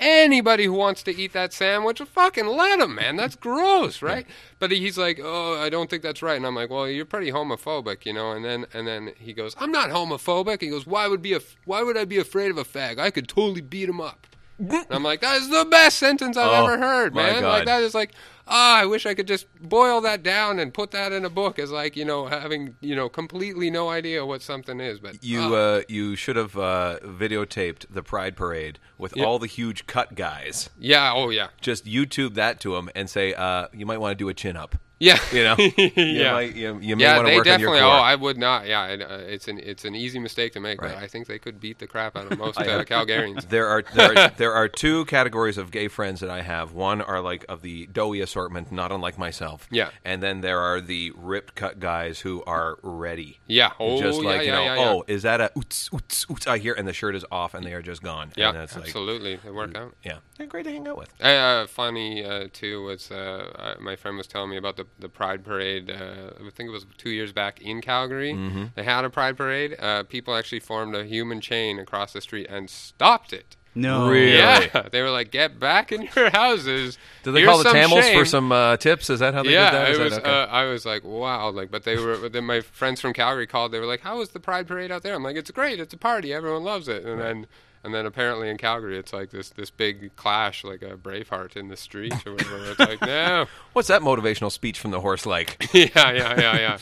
[SPEAKER 3] Anybody who wants to eat that sandwich, fucking let him, man. That's gross, right? But he's like, "Oh, I don't think that's right." And I'm like, "Well, you're pretty homophobic, you know." And then and then he goes, "I'm not homophobic." He goes, "Why would be a Why would I be afraid of a fag? I could totally beat him up." And I'm like, "That is the best sentence I've
[SPEAKER 2] Oh,
[SPEAKER 3] ever heard,
[SPEAKER 2] my
[SPEAKER 3] man."
[SPEAKER 2] God.
[SPEAKER 3] Like that is like, "Ah, I wish I could just boil that down and put that in a book." As like, you know, having, you know, completely no idea what something is, but
[SPEAKER 2] You uh, you should have uh, videotaped the Pride Parade with all the huge cut guys.
[SPEAKER 3] yeah, oh yeah.
[SPEAKER 2] Just YouTube that to them and say uh, you might want to do a chin up.
[SPEAKER 3] Yeah.
[SPEAKER 2] You know, you
[SPEAKER 3] Yeah.
[SPEAKER 2] might, you, you may
[SPEAKER 3] Yeah,
[SPEAKER 2] want to
[SPEAKER 3] they
[SPEAKER 2] work
[SPEAKER 3] definitely.
[SPEAKER 2] on
[SPEAKER 3] Oh,
[SPEAKER 2] your core.
[SPEAKER 3] I would not. Yeah, it, uh, it's an it's an easy mistake to make,
[SPEAKER 2] Right.
[SPEAKER 3] but I think they could beat the crap out of most uh, Calgarians.
[SPEAKER 2] there are there are, there are two categories of gay friends that I have. One are like of the doughy assortment, not unlike myself.
[SPEAKER 3] Yeah.
[SPEAKER 2] and then there are the ripped cut guys who are ready.
[SPEAKER 3] Yeah. Oh,
[SPEAKER 2] just
[SPEAKER 3] yeah,
[SPEAKER 2] like you
[SPEAKER 3] yeah,
[SPEAKER 2] know,
[SPEAKER 3] yeah, yeah.
[SPEAKER 2] oh, is that a oots oots oots? I hear, and the shirt is off, and they are just gone.
[SPEAKER 3] Yeah,
[SPEAKER 2] and that's like, mm.
[SPEAKER 3] absolutely. They work out.
[SPEAKER 2] Yeah, they're great to hang out with.
[SPEAKER 3] Uh, uh, funny uh, too was uh, uh, my friend was telling me about the the Pride Parade. Uh, I think it was two years back in Calgary.
[SPEAKER 2] Mm-hmm.
[SPEAKER 3] They had a Pride Parade. Uh, people actually formed a human chain across the street and stopped it.
[SPEAKER 1] No.
[SPEAKER 2] Really?
[SPEAKER 3] Yeah, they were like, "Get back in your houses."
[SPEAKER 2] Do they
[SPEAKER 3] Here's
[SPEAKER 2] call the
[SPEAKER 3] some
[SPEAKER 2] Tamils for
[SPEAKER 3] shame."
[SPEAKER 2] some uh, tips? Is that how they
[SPEAKER 3] yeah,
[SPEAKER 2] did that? Is
[SPEAKER 3] it
[SPEAKER 2] that-
[SPEAKER 3] was.
[SPEAKER 2] okay.
[SPEAKER 3] Uh, I was like, wow. Like, but they were. but then my friends from Calgary called. They were like, "How was the Pride Parade out there?" I'm like, "It's great. It's a party. Everyone loves it." And then, And then apparently in Calgary, it's like this this big clash, like a Braveheart in the street or whatever. It's like no,
[SPEAKER 2] What's that motivational speech from the horse like?
[SPEAKER 3] yeah, yeah, yeah, yeah,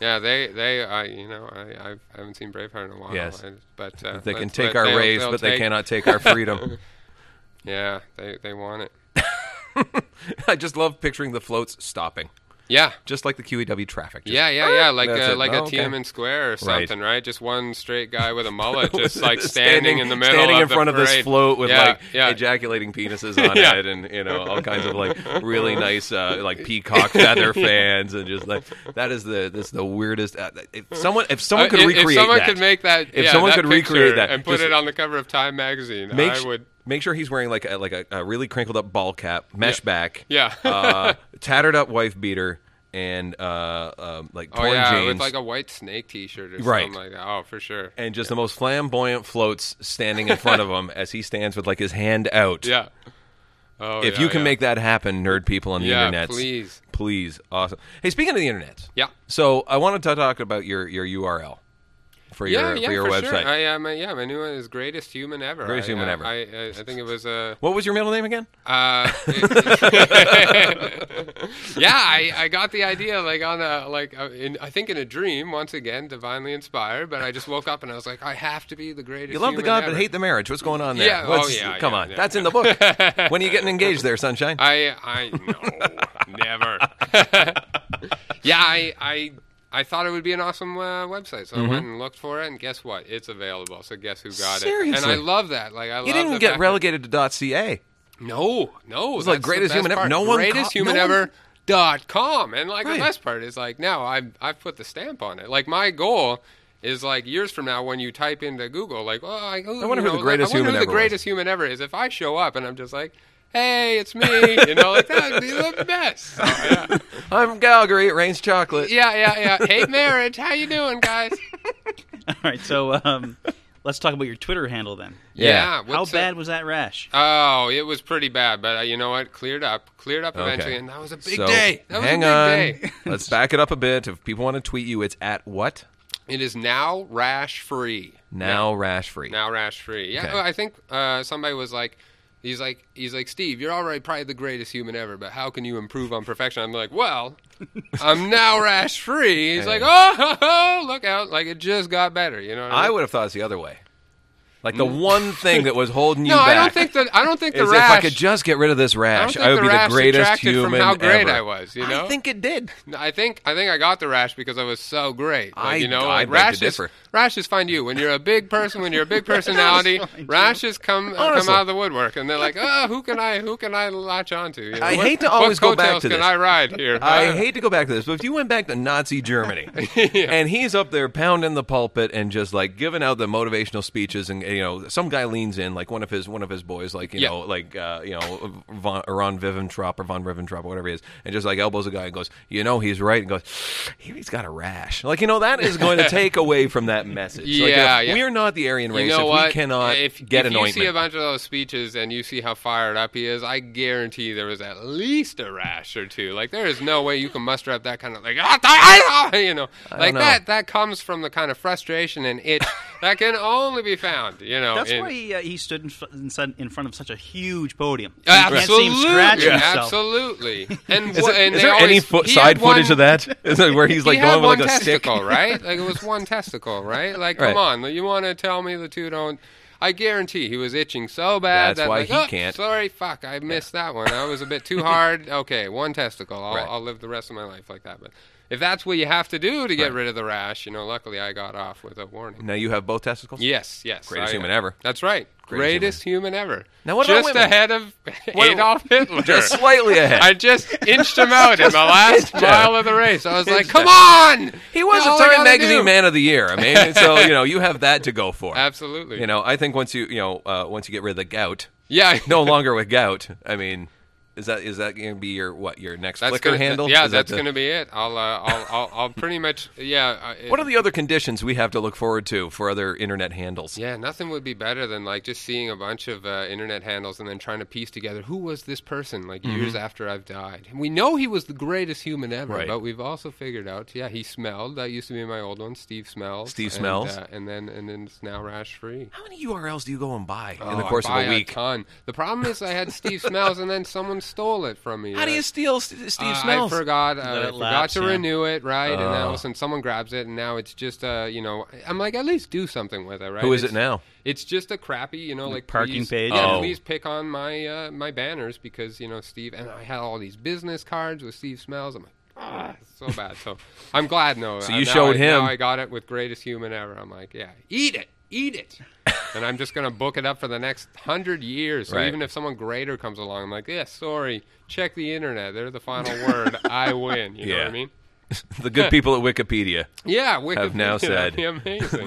[SPEAKER 3] yeah. They they I you know I I've, I haven't seen Braveheart in a while.
[SPEAKER 2] Yes.
[SPEAKER 3] I- but uh,
[SPEAKER 2] They can
[SPEAKER 3] let's-
[SPEAKER 2] take
[SPEAKER 3] let-
[SPEAKER 2] our
[SPEAKER 3] they'll-
[SPEAKER 2] raise,
[SPEAKER 3] they'll
[SPEAKER 2] but they
[SPEAKER 3] take-
[SPEAKER 2] cannot take our freedom.
[SPEAKER 3] Yeah, they they want it.
[SPEAKER 2] I just love picturing the floats stopping,
[SPEAKER 3] Yeah.
[SPEAKER 2] just like the QEW traffic. Just-
[SPEAKER 3] Yeah, yeah, yeah, like
[SPEAKER 2] That's
[SPEAKER 3] uh,
[SPEAKER 2] it.
[SPEAKER 3] like
[SPEAKER 2] Oh,
[SPEAKER 3] a
[SPEAKER 2] okay.
[SPEAKER 3] Tiananmen Square or
[SPEAKER 2] Right.
[SPEAKER 3] something, right? Just one straight guy with a mullet, just like standing, in the middle,
[SPEAKER 2] standing
[SPEAKER 3] of
[SPEAKER 2] in
[SPEAKER 3] the
[SPEAKER 2] front of this
[SPEAKER 3] parade.
[SPEAKER 2] float with
[SPEAKER 3] Yeah,
[SPEAKER 2] like
[SPEAKER 3] yeah,
[SPEAKER 2] ejaculating penises on
[SPEAKER 3] Yeah.
[SPEAKER 2] it, and you know all kinds of like really nice uh, like peacock feather fans, and just like that is the that's the weirdest. Uh, if someone if someone
[SPEAKER 3] Uh,
[SPEAKER 2] could
[SPEAKER 3] if, if
[SPEAKER 2] recreate
[SPEAKER 3] someone
[SPEAKER 2] that,
[SPEAKER 3] could make that,
[SPEAKER 2] if
[SPEAKER 3] yeah,
[SPEAKER 2] someone
[SPEAKER 3] that
[SPEAKER 2] could recreate
[SPEAKER 3] picture
[SPEAKER 2] that,
[SPEAKER 3] and put
[SPEAKER 2] just
[SPEAKER 3] it on the cover of Time magazine,
[SPEAKER 2] make
[SPEAKER 3] I
[SPEAKER 2] su-
[SPEAKER 3] would.
[SPEAKER 2] make sure he's wearing like a, like a, a really crinkled up ball cap, mesh back,
[SPEAKER 3] Yeah.
[SPEAKER 2] uh, tattered up wife beater, and uh, um, like
[SPEAKER 3] Oh
[SPEAKER 2] torn
[SPEAKER 3] yeah,
[SPEAKER 2] jeans,
[SPEAKER 3] with like a white snake T-shirt or
[SPEAKER 2] Right.
[SPEAKER 3] something like that. Oh, for sure.
[SPEAKER 2] and just the most flamboyant floats standing in front of him as he stands with like his hand out.
[SPEAKER 3] Yeah. Oh,
[SPEAKER 2] if
[SPEAKER 3] yeah,
[SPEAKER 2] you can
[SPEAKER 3] yeah.
[SPEAKER 2] make that happen, nerd people on the
[SPEAKER 3] Yeah,
[SPEAKER 2] internet,
[SPEAKER 3] please.
[SPEAKER 2] please, awesome. Hey, speaking of the internet,
[SPEAKER 3] Yeah.
[SPEAKER 2] So I wanted to talk about your your URL for
[SPEAKER 3] yeah,
[SPEAKER 2] your
[SPEAKER 3] yeah,
[SPEAKER 2] for your
[SPEAKER 3] for
[SPEAKER 2] website.
[SPEAKER 3] sure. I, uh, my, yeah, my new one is greatest human ever.
[SPEAKER 2] Greatest
[SPEAKER 3] I,
[SPEAKER 2] Human
[SPEAKER 3] uh,
[SPEAKER 2] Ever.
[SPEAKER 3] I, I, I think it was uh,
[SPEAKER 2] what was your middle name again?
[SPEAKER 3] Uh, yeah, I, I got the idea like on a like uh, in, I think in a dream once again, divinely inspired. But I just woke up and I was like, I have to be the greatest.
[SPEAKER 2] You love the
[SPEAKER 3] human
[SPEAKER 2] God
[SPEAKER 3] ever.
[SPEAKER 2] but hate the marriage. What's going on there?
[SPEAKER 3] Yeah, oh,
[SPEAKER 2] What's-
[SPEAKER 3] yeah,
[SPEAKER 2] Come
[SPEAKER 3] yeah,
[SPEAKER 2] on,
[SPEAKER 3] yeah.
[SPEAKER 2] that's in the book. when are you getting engaged there, sunshine?
[SPEAKER 3] I I no never. yeah, I I I thought it would be an awesome uh, website, so
[SPEAKER 2] Mm-hmm.
[SPEAKER 3] I went and looked for it, and guess what? It's available. So guess who got it? And
[SPEAKER 2] Seriously?
[SPEAKER 3] I love that. Like I
[SPEAKER 2] you
[SPEAKER 3] love the
[SPEAKER 2] didn't get
[SPEAKER 3] fact that-
[SPEAKER 2] relegated to .ca.
[SPEAKER 3] No, no. It
[SPEAKER 2] was like greatest human ever. No one
[SPEAKER 3] greatest
[SPEAKER 2] co-
[SPEAKER 3] human
[SPEAKER 2] no one-
[SPEAKER 3] ever. Dot com and like
[SPEAKER 2] Right.
[SPEAKER 3] the best part is like now I've I've put the stamp on it. Like my goal is like years from now when you type into Google like oh I, who-
[SPEAKER 2] I wonder
[SPEAKER 3] you
[SPEAKER 2] who the
[SPEAKER 3] know,
[SPEAKER 2] greatest
[SPEAKER 3] I wonder
[SPEAKER 2] human
[SPEAKER 3] who
[SPEAKER 2] ever
[SPEAKER 3] the
[SPEAKER 2] was.
[SPEAKER 3] greatest human ever is. If I show up and I'm just like hey it's me you know like that would be the best. So, yeah.
[SPEAKER 2] I'm from Calgary. It rains chocolate.
[SPEAKER 3] yeah yeah yeah. Hate marriage. How you doing guys?
[SPEAKER 1] All right, so um, let's talk about your Twitter handle then.
[SPEAKER 2] Yeah.
[SPEAKER 1] How
[SPEAKER 3] what's
[SPEAKER 1] bad
[SPEAKER 3] up?
[SPEAKER 1] was that rash?
[SPEAKER 3] uh, Oh, it was pretty bad, but uh, you know what? Cleared up, cleared up eventually, and that was a big
[SPEAKER 2] So,
[SPEAKER 3] day. That was
[SPEAKER 2] hang
[SPEAKER 3] a big
[SPEAKER 2] on.
[SPEAKER 3] day.
[SPEAKER 2] Let's back it up a bit. If people want to tweet you, it's at what
[SPEAKER 3] It is now rash free.
[SPEAKER 2] now rash free.
[SPEAKER 3] Now rash free. Yeah,
[SPEAKER 2] Okay.
[SPEAKER 3] well, I think uh, somebody was like, he's like, he's like, Steve, you're already probably the greatest human ever, but how can you improve on perfection? I'm like, well, I'm now rash free. He's like, oh, look out, like it just got better. You know, what I,
[SPEAKER 2] I
[SPEAKER 3] mean?
[SPEAKER 2] would have thought it's the other way. Like the one thing that was holding you
[SPEAKER 3] Mm. No,
[SPEAKER 2] back.
[SPEAKER 3] I don't think that. I don't think the
[SPEAKER 2] is
[SPEAKER 3] rash.
[SPEAKER 2] if I could just get rid of this
[SPEAKER 3] I
[SPEAKER 2] rash,
[SPEAKER 3] don't
[SPEAKER 2] I,
[SPEAKER 3] think
[SPEAKER 2] would
[SPEAKER 3] the
[SPEAKER 2] be the
[SPEAKER 3] rash
[SPEAKER 2] greatest
[SPEAKER 3] detracted
[SPEAKER 2] human
[SPEAKER 3] from how great
[SPEAKER 2] ever.
[SPEAKER 3] I was. You know,
[SPEAKER 2] I think it did.
[SPEAKER 3] No, I think I think I got the rash because I was so great. Like,
[SPEAKER 2] I-
[SPEAKER 3] you know,
[SPEAKER 2] I beg
[SPEAKER 3] like
[SPEAKER 2] to
[SPEAKER 3] rashes,
[SPEAKER 2] differ.
[SPEAKER 3] rashes find you when you're a big person, when you're a big personality.
[SPEAKER 1] find you.
[SPEAKER 3] rashes come come
[SPEAKER 2] Honestly.
[SPEAKER 3] out of the woodwork, and they're like, oh, who can I who can I latch onto? You know,
[SPEAKER 2] I
[SPEAKER 3] what-
[SPEAKER 2] hate to always go
[SPEAKER 3] what
[SPEAKER 2] back
[SPEAKER 3] coattails
[SPEAKER 2] to
[SPEAKER 3] can
[SPEAKER 2] this.
[SPEAKER 3] I ride here?
[SPEAKER 2] I hate to go back to this, but if you went back to Nazi Germany and he's up there pounding the pulpit and just like giving out the motivational speeches, and you know, some guy leans in like one of his one of his boys, like you
[SPEAKER 3] Yeah.
[SPEAKER 2] know, like uh, you know, von, Ron Viventrop or von Riventrop or whatever he is, and just like elbows a guy and goes, you know, he's right, and goes, he's got a rash. Like you know, that is going to take away from that message. Like,
[SPEAKER 3] Yeah,
[SPEAKER 2] if
[SPEAKER 3] yeah.
[SPEAKER 2] We're not the Aryan race.
[SPEAKER 3] You know
[SPEAKER 2] if
[SPEAKER 3] what?
[SPEAKER 2] We cannot
[SPEAKER 3] if,
[SPEAKER 2] get
[SPEAKER 3] if
[SPEAKER 2] an
[SPEAKER 3] you see
[SPEAKER 2] ointment.
[SPEAKER 3] a bunch of those speeches and you see how fired up he is, I guarantee there was at least a rash or two. Like there is no way you can muster up that kind of like "Ah, ah, ah," you know, like
[SPEAKER 2] know.
[SPEAKER 3] that. That comes from the kind of frustration and itch that can only be found. You know,
[SPEAKER 1] That's
[SPEAKER 3] in-
[SPEAKER 1] why he, uh, he stood in, fr- in sun- in front of such a huge podium. You can't see him
[SPEAKER 3] Absolutely,
[SPEAKER 1] scratch himself.
[SPEAKER 3] absolutely. And,
[SPEAKER 2] Is,
[SPEAKER 3] wha-
[SPEAKER 2] there-
[SPEAKER 3] and
[SPEAKER 2] is
[SPEAKER 3] they
[SPEAKER 2] there any
[SPEAKER 3] always-
[SPEAKER 2] foot,
[SPEAKER 3] he
[SPEAKER 2] side
[SPEAKER 3] had one-
[SPEAKER 2] footage of that? Is it where he's like
[SPEAKER 3] he
[SPEAKER 2] going
[SPEAKER 3] had
[SPEAKER 2] with
[SPEAKER 3] one
[SPEAKER 2] like a stick?
[SPEAKER 3] testicle, right? Like it was one testicle, right? Like come
[SPEAKER 2] Right.
[SPEAKER 3] on, you want to tell me the two don't? I guarantee he was itching so bad.
[SPEAKER 2] That's
[SPEAKER 3] that,
[SPEAKER 2] why
[SPEAKER 3] like,
[SPEAKER 2] he
[SPEAKER 3] "Oh,
[SPEAKER 2] can't."
[SPEAKER 3] Sorry, fuck, I missed that one. I was a bit too hard. Okay, one testicle. I'll,
[SPEAKER 2] Right.
[SPEAKER 3] I'll live the rest of my life like that. But if that's what you have to do to get rid of the rash, you know, luckily I got off with a warning.
[SPEAKER 2] Now you have both testicles.
[SPEAKER 3] Yes, yes.
[SPEAKER 2] Greatest
[SPEAKER 3] I-
[SPEAKER 2] human ever.
[SPEAKER 3] That's right.
[SPEAKER 2] Greatest
[SPEAKER 3] Greatest, human. ever.
[SPEAKER 2] Now, what about
[SPEAKER 3] Just
[SPEAKER 2] women?
[SPEAKER 3] ahead of
[SPEAKER 2] What-
[SPEAKER 3] Adolf Hitler.
[SPEAKER 2] Just slightly ahead.
[SPEAKER 3] I just inched him out in the last
[SPEAKER 2] him.
[SPEAKER 3] mile of the race. I was like,
[SPEAKER 2] Inched
[SPEAKER 3] "Come
[SPEAKER 2] him.
[SPEAKER 3] on!"
[SPEAKER 2] He was
[SPEAKER 3] All
[SPEAKER 2] a
[SPEAKER 3] I
[SPEAKER 2] Time
[SPEAKER 3] gotta
[SPEAKER 2] Magazine
[SPEAKER 3] do.
[SPEAKER 2] Man of the Year. I mean, so you know you have that to go for.
[SPEAKER 3] Absolutely.
[SPEAKER 2] You know, I think once you you know uh, once you get rid of the gout,
[SPEAKER 3] Yeah.
[SPEAKER 2] no longer with gout. I mean, Is that is that going to be your what your next
[SPEAKER 3] That's
[SPEAKER 2] Flickr
[SPEAKER 3] gonna,
[SPEAKER 2] handle?
[SPEAKER 3] Yeah,
[SPEAKER 2] Is that
[SPEAKER 3] that's
[SPEAKER 2] the-
[SPEAKER 3] going to be it. I'll, uh, I'll, I'll, I'll pretty much, yeah. uh, it-
[SPEAKER 2] What are the other conditions we have to look forward to for other internet handles?
[SPEAKER 3] Yeah, nothing would be better than like just seeing a bunch of uh, internet handles and then trying to piece together who was this person like
[SPEAKER 2] Mm-hmm.
[SPEAKER 3] years after I've died. And we know he was the greatest human ever,
[SPEAKER 2] Right.
[SPEAKER 3] but we've also figured out, yeah, he smelled. That used to be my old one, Steve Smells.
[SPEAKER 2] Steve
[SPEAKER 3] and,
[SPEAKER 2] Smells.
[SPEAKER 3] uh, and then and then it's now rash free.
[SPEAKER 2] How many URLs do you go and buy in the
[SPEAKER 3] Oh, I
[SPEAKER 2] course of
[SPEAKER 3] buy
[SPEAKER 2] a week?
[SPEAKER 3] ton. The problem is I had Steve Smells and then someone stole it from me.
[SPEAKER 2] How do
[SPEAKER 3] Uh,
[SPEAKER 2] you steal St- Steve
[SPEAKER 3] uh,
[SPEAKER 2] Smells?
[SPEAKER 3] I forgot. Uh,
[SPEAKER 1] Let
[SPEAKER 3] I
[SPEAKER 1] it
[SPEAKER 3] forgot
[SPEAKER 1] lapse,
[SPEAKER 3] to
[SPEAKER 1] yeah.
[SPEAKER 3] renew it, right? and
[SPEAKER 2] Oh.
[SPEAKER 3] then all of a sudden someone grabs it, and now it's just, uh, you know, I'm like, at least do something with it, right?
[SPEAKER 2] Who is
[SPEAKER 3] It's-
[SPEAKER 2] it now?
[SPEAKER 3] It's just a crappy, you know, like
[SPEAKER 1] parking
[SPEAKER 3] please,
[SPEAKER 1] page.
[SPEAKER 3] Yeah,
[SPEAKER 2] Oh.
[SPEAKER 3] please pick on my uh, my banners because you know Steve and I had all these business cards with Steve Smells. I'm like. Ah, so bad. So I'm glad. No,
[SPEAKER 2] So
[SPEAKER 3] uh,
[SPEAKER 2] you
[SPEAKER 3] now
[SPEAKER 2] showed
[SPEAKER 3] I,
[SPEAKER 2] him.
[SPEAKER 3] Now I got it with greatest human ever. I'm like, yeah, eat it, eat it, and I'm just gonna book it up for the next hundred years. So
[SPEAKER 2] Right.
[SPEAKER 3] even if someone greater comes along, I'm like, yeah, sorry, check the internet. They're the final word. I win. You know what
[SPEAKER 2] Yeah.
[SPEAKER 3] I mean?
[SPEAKER 2] the good people at Wikipedia
[SPEAKER 3] Yeah, Wikipedia
[SPEAKER 2] have now
[SPEAKER 3] that'd
[SPEAKER 2] said
[SPEAKER 3] be amazing.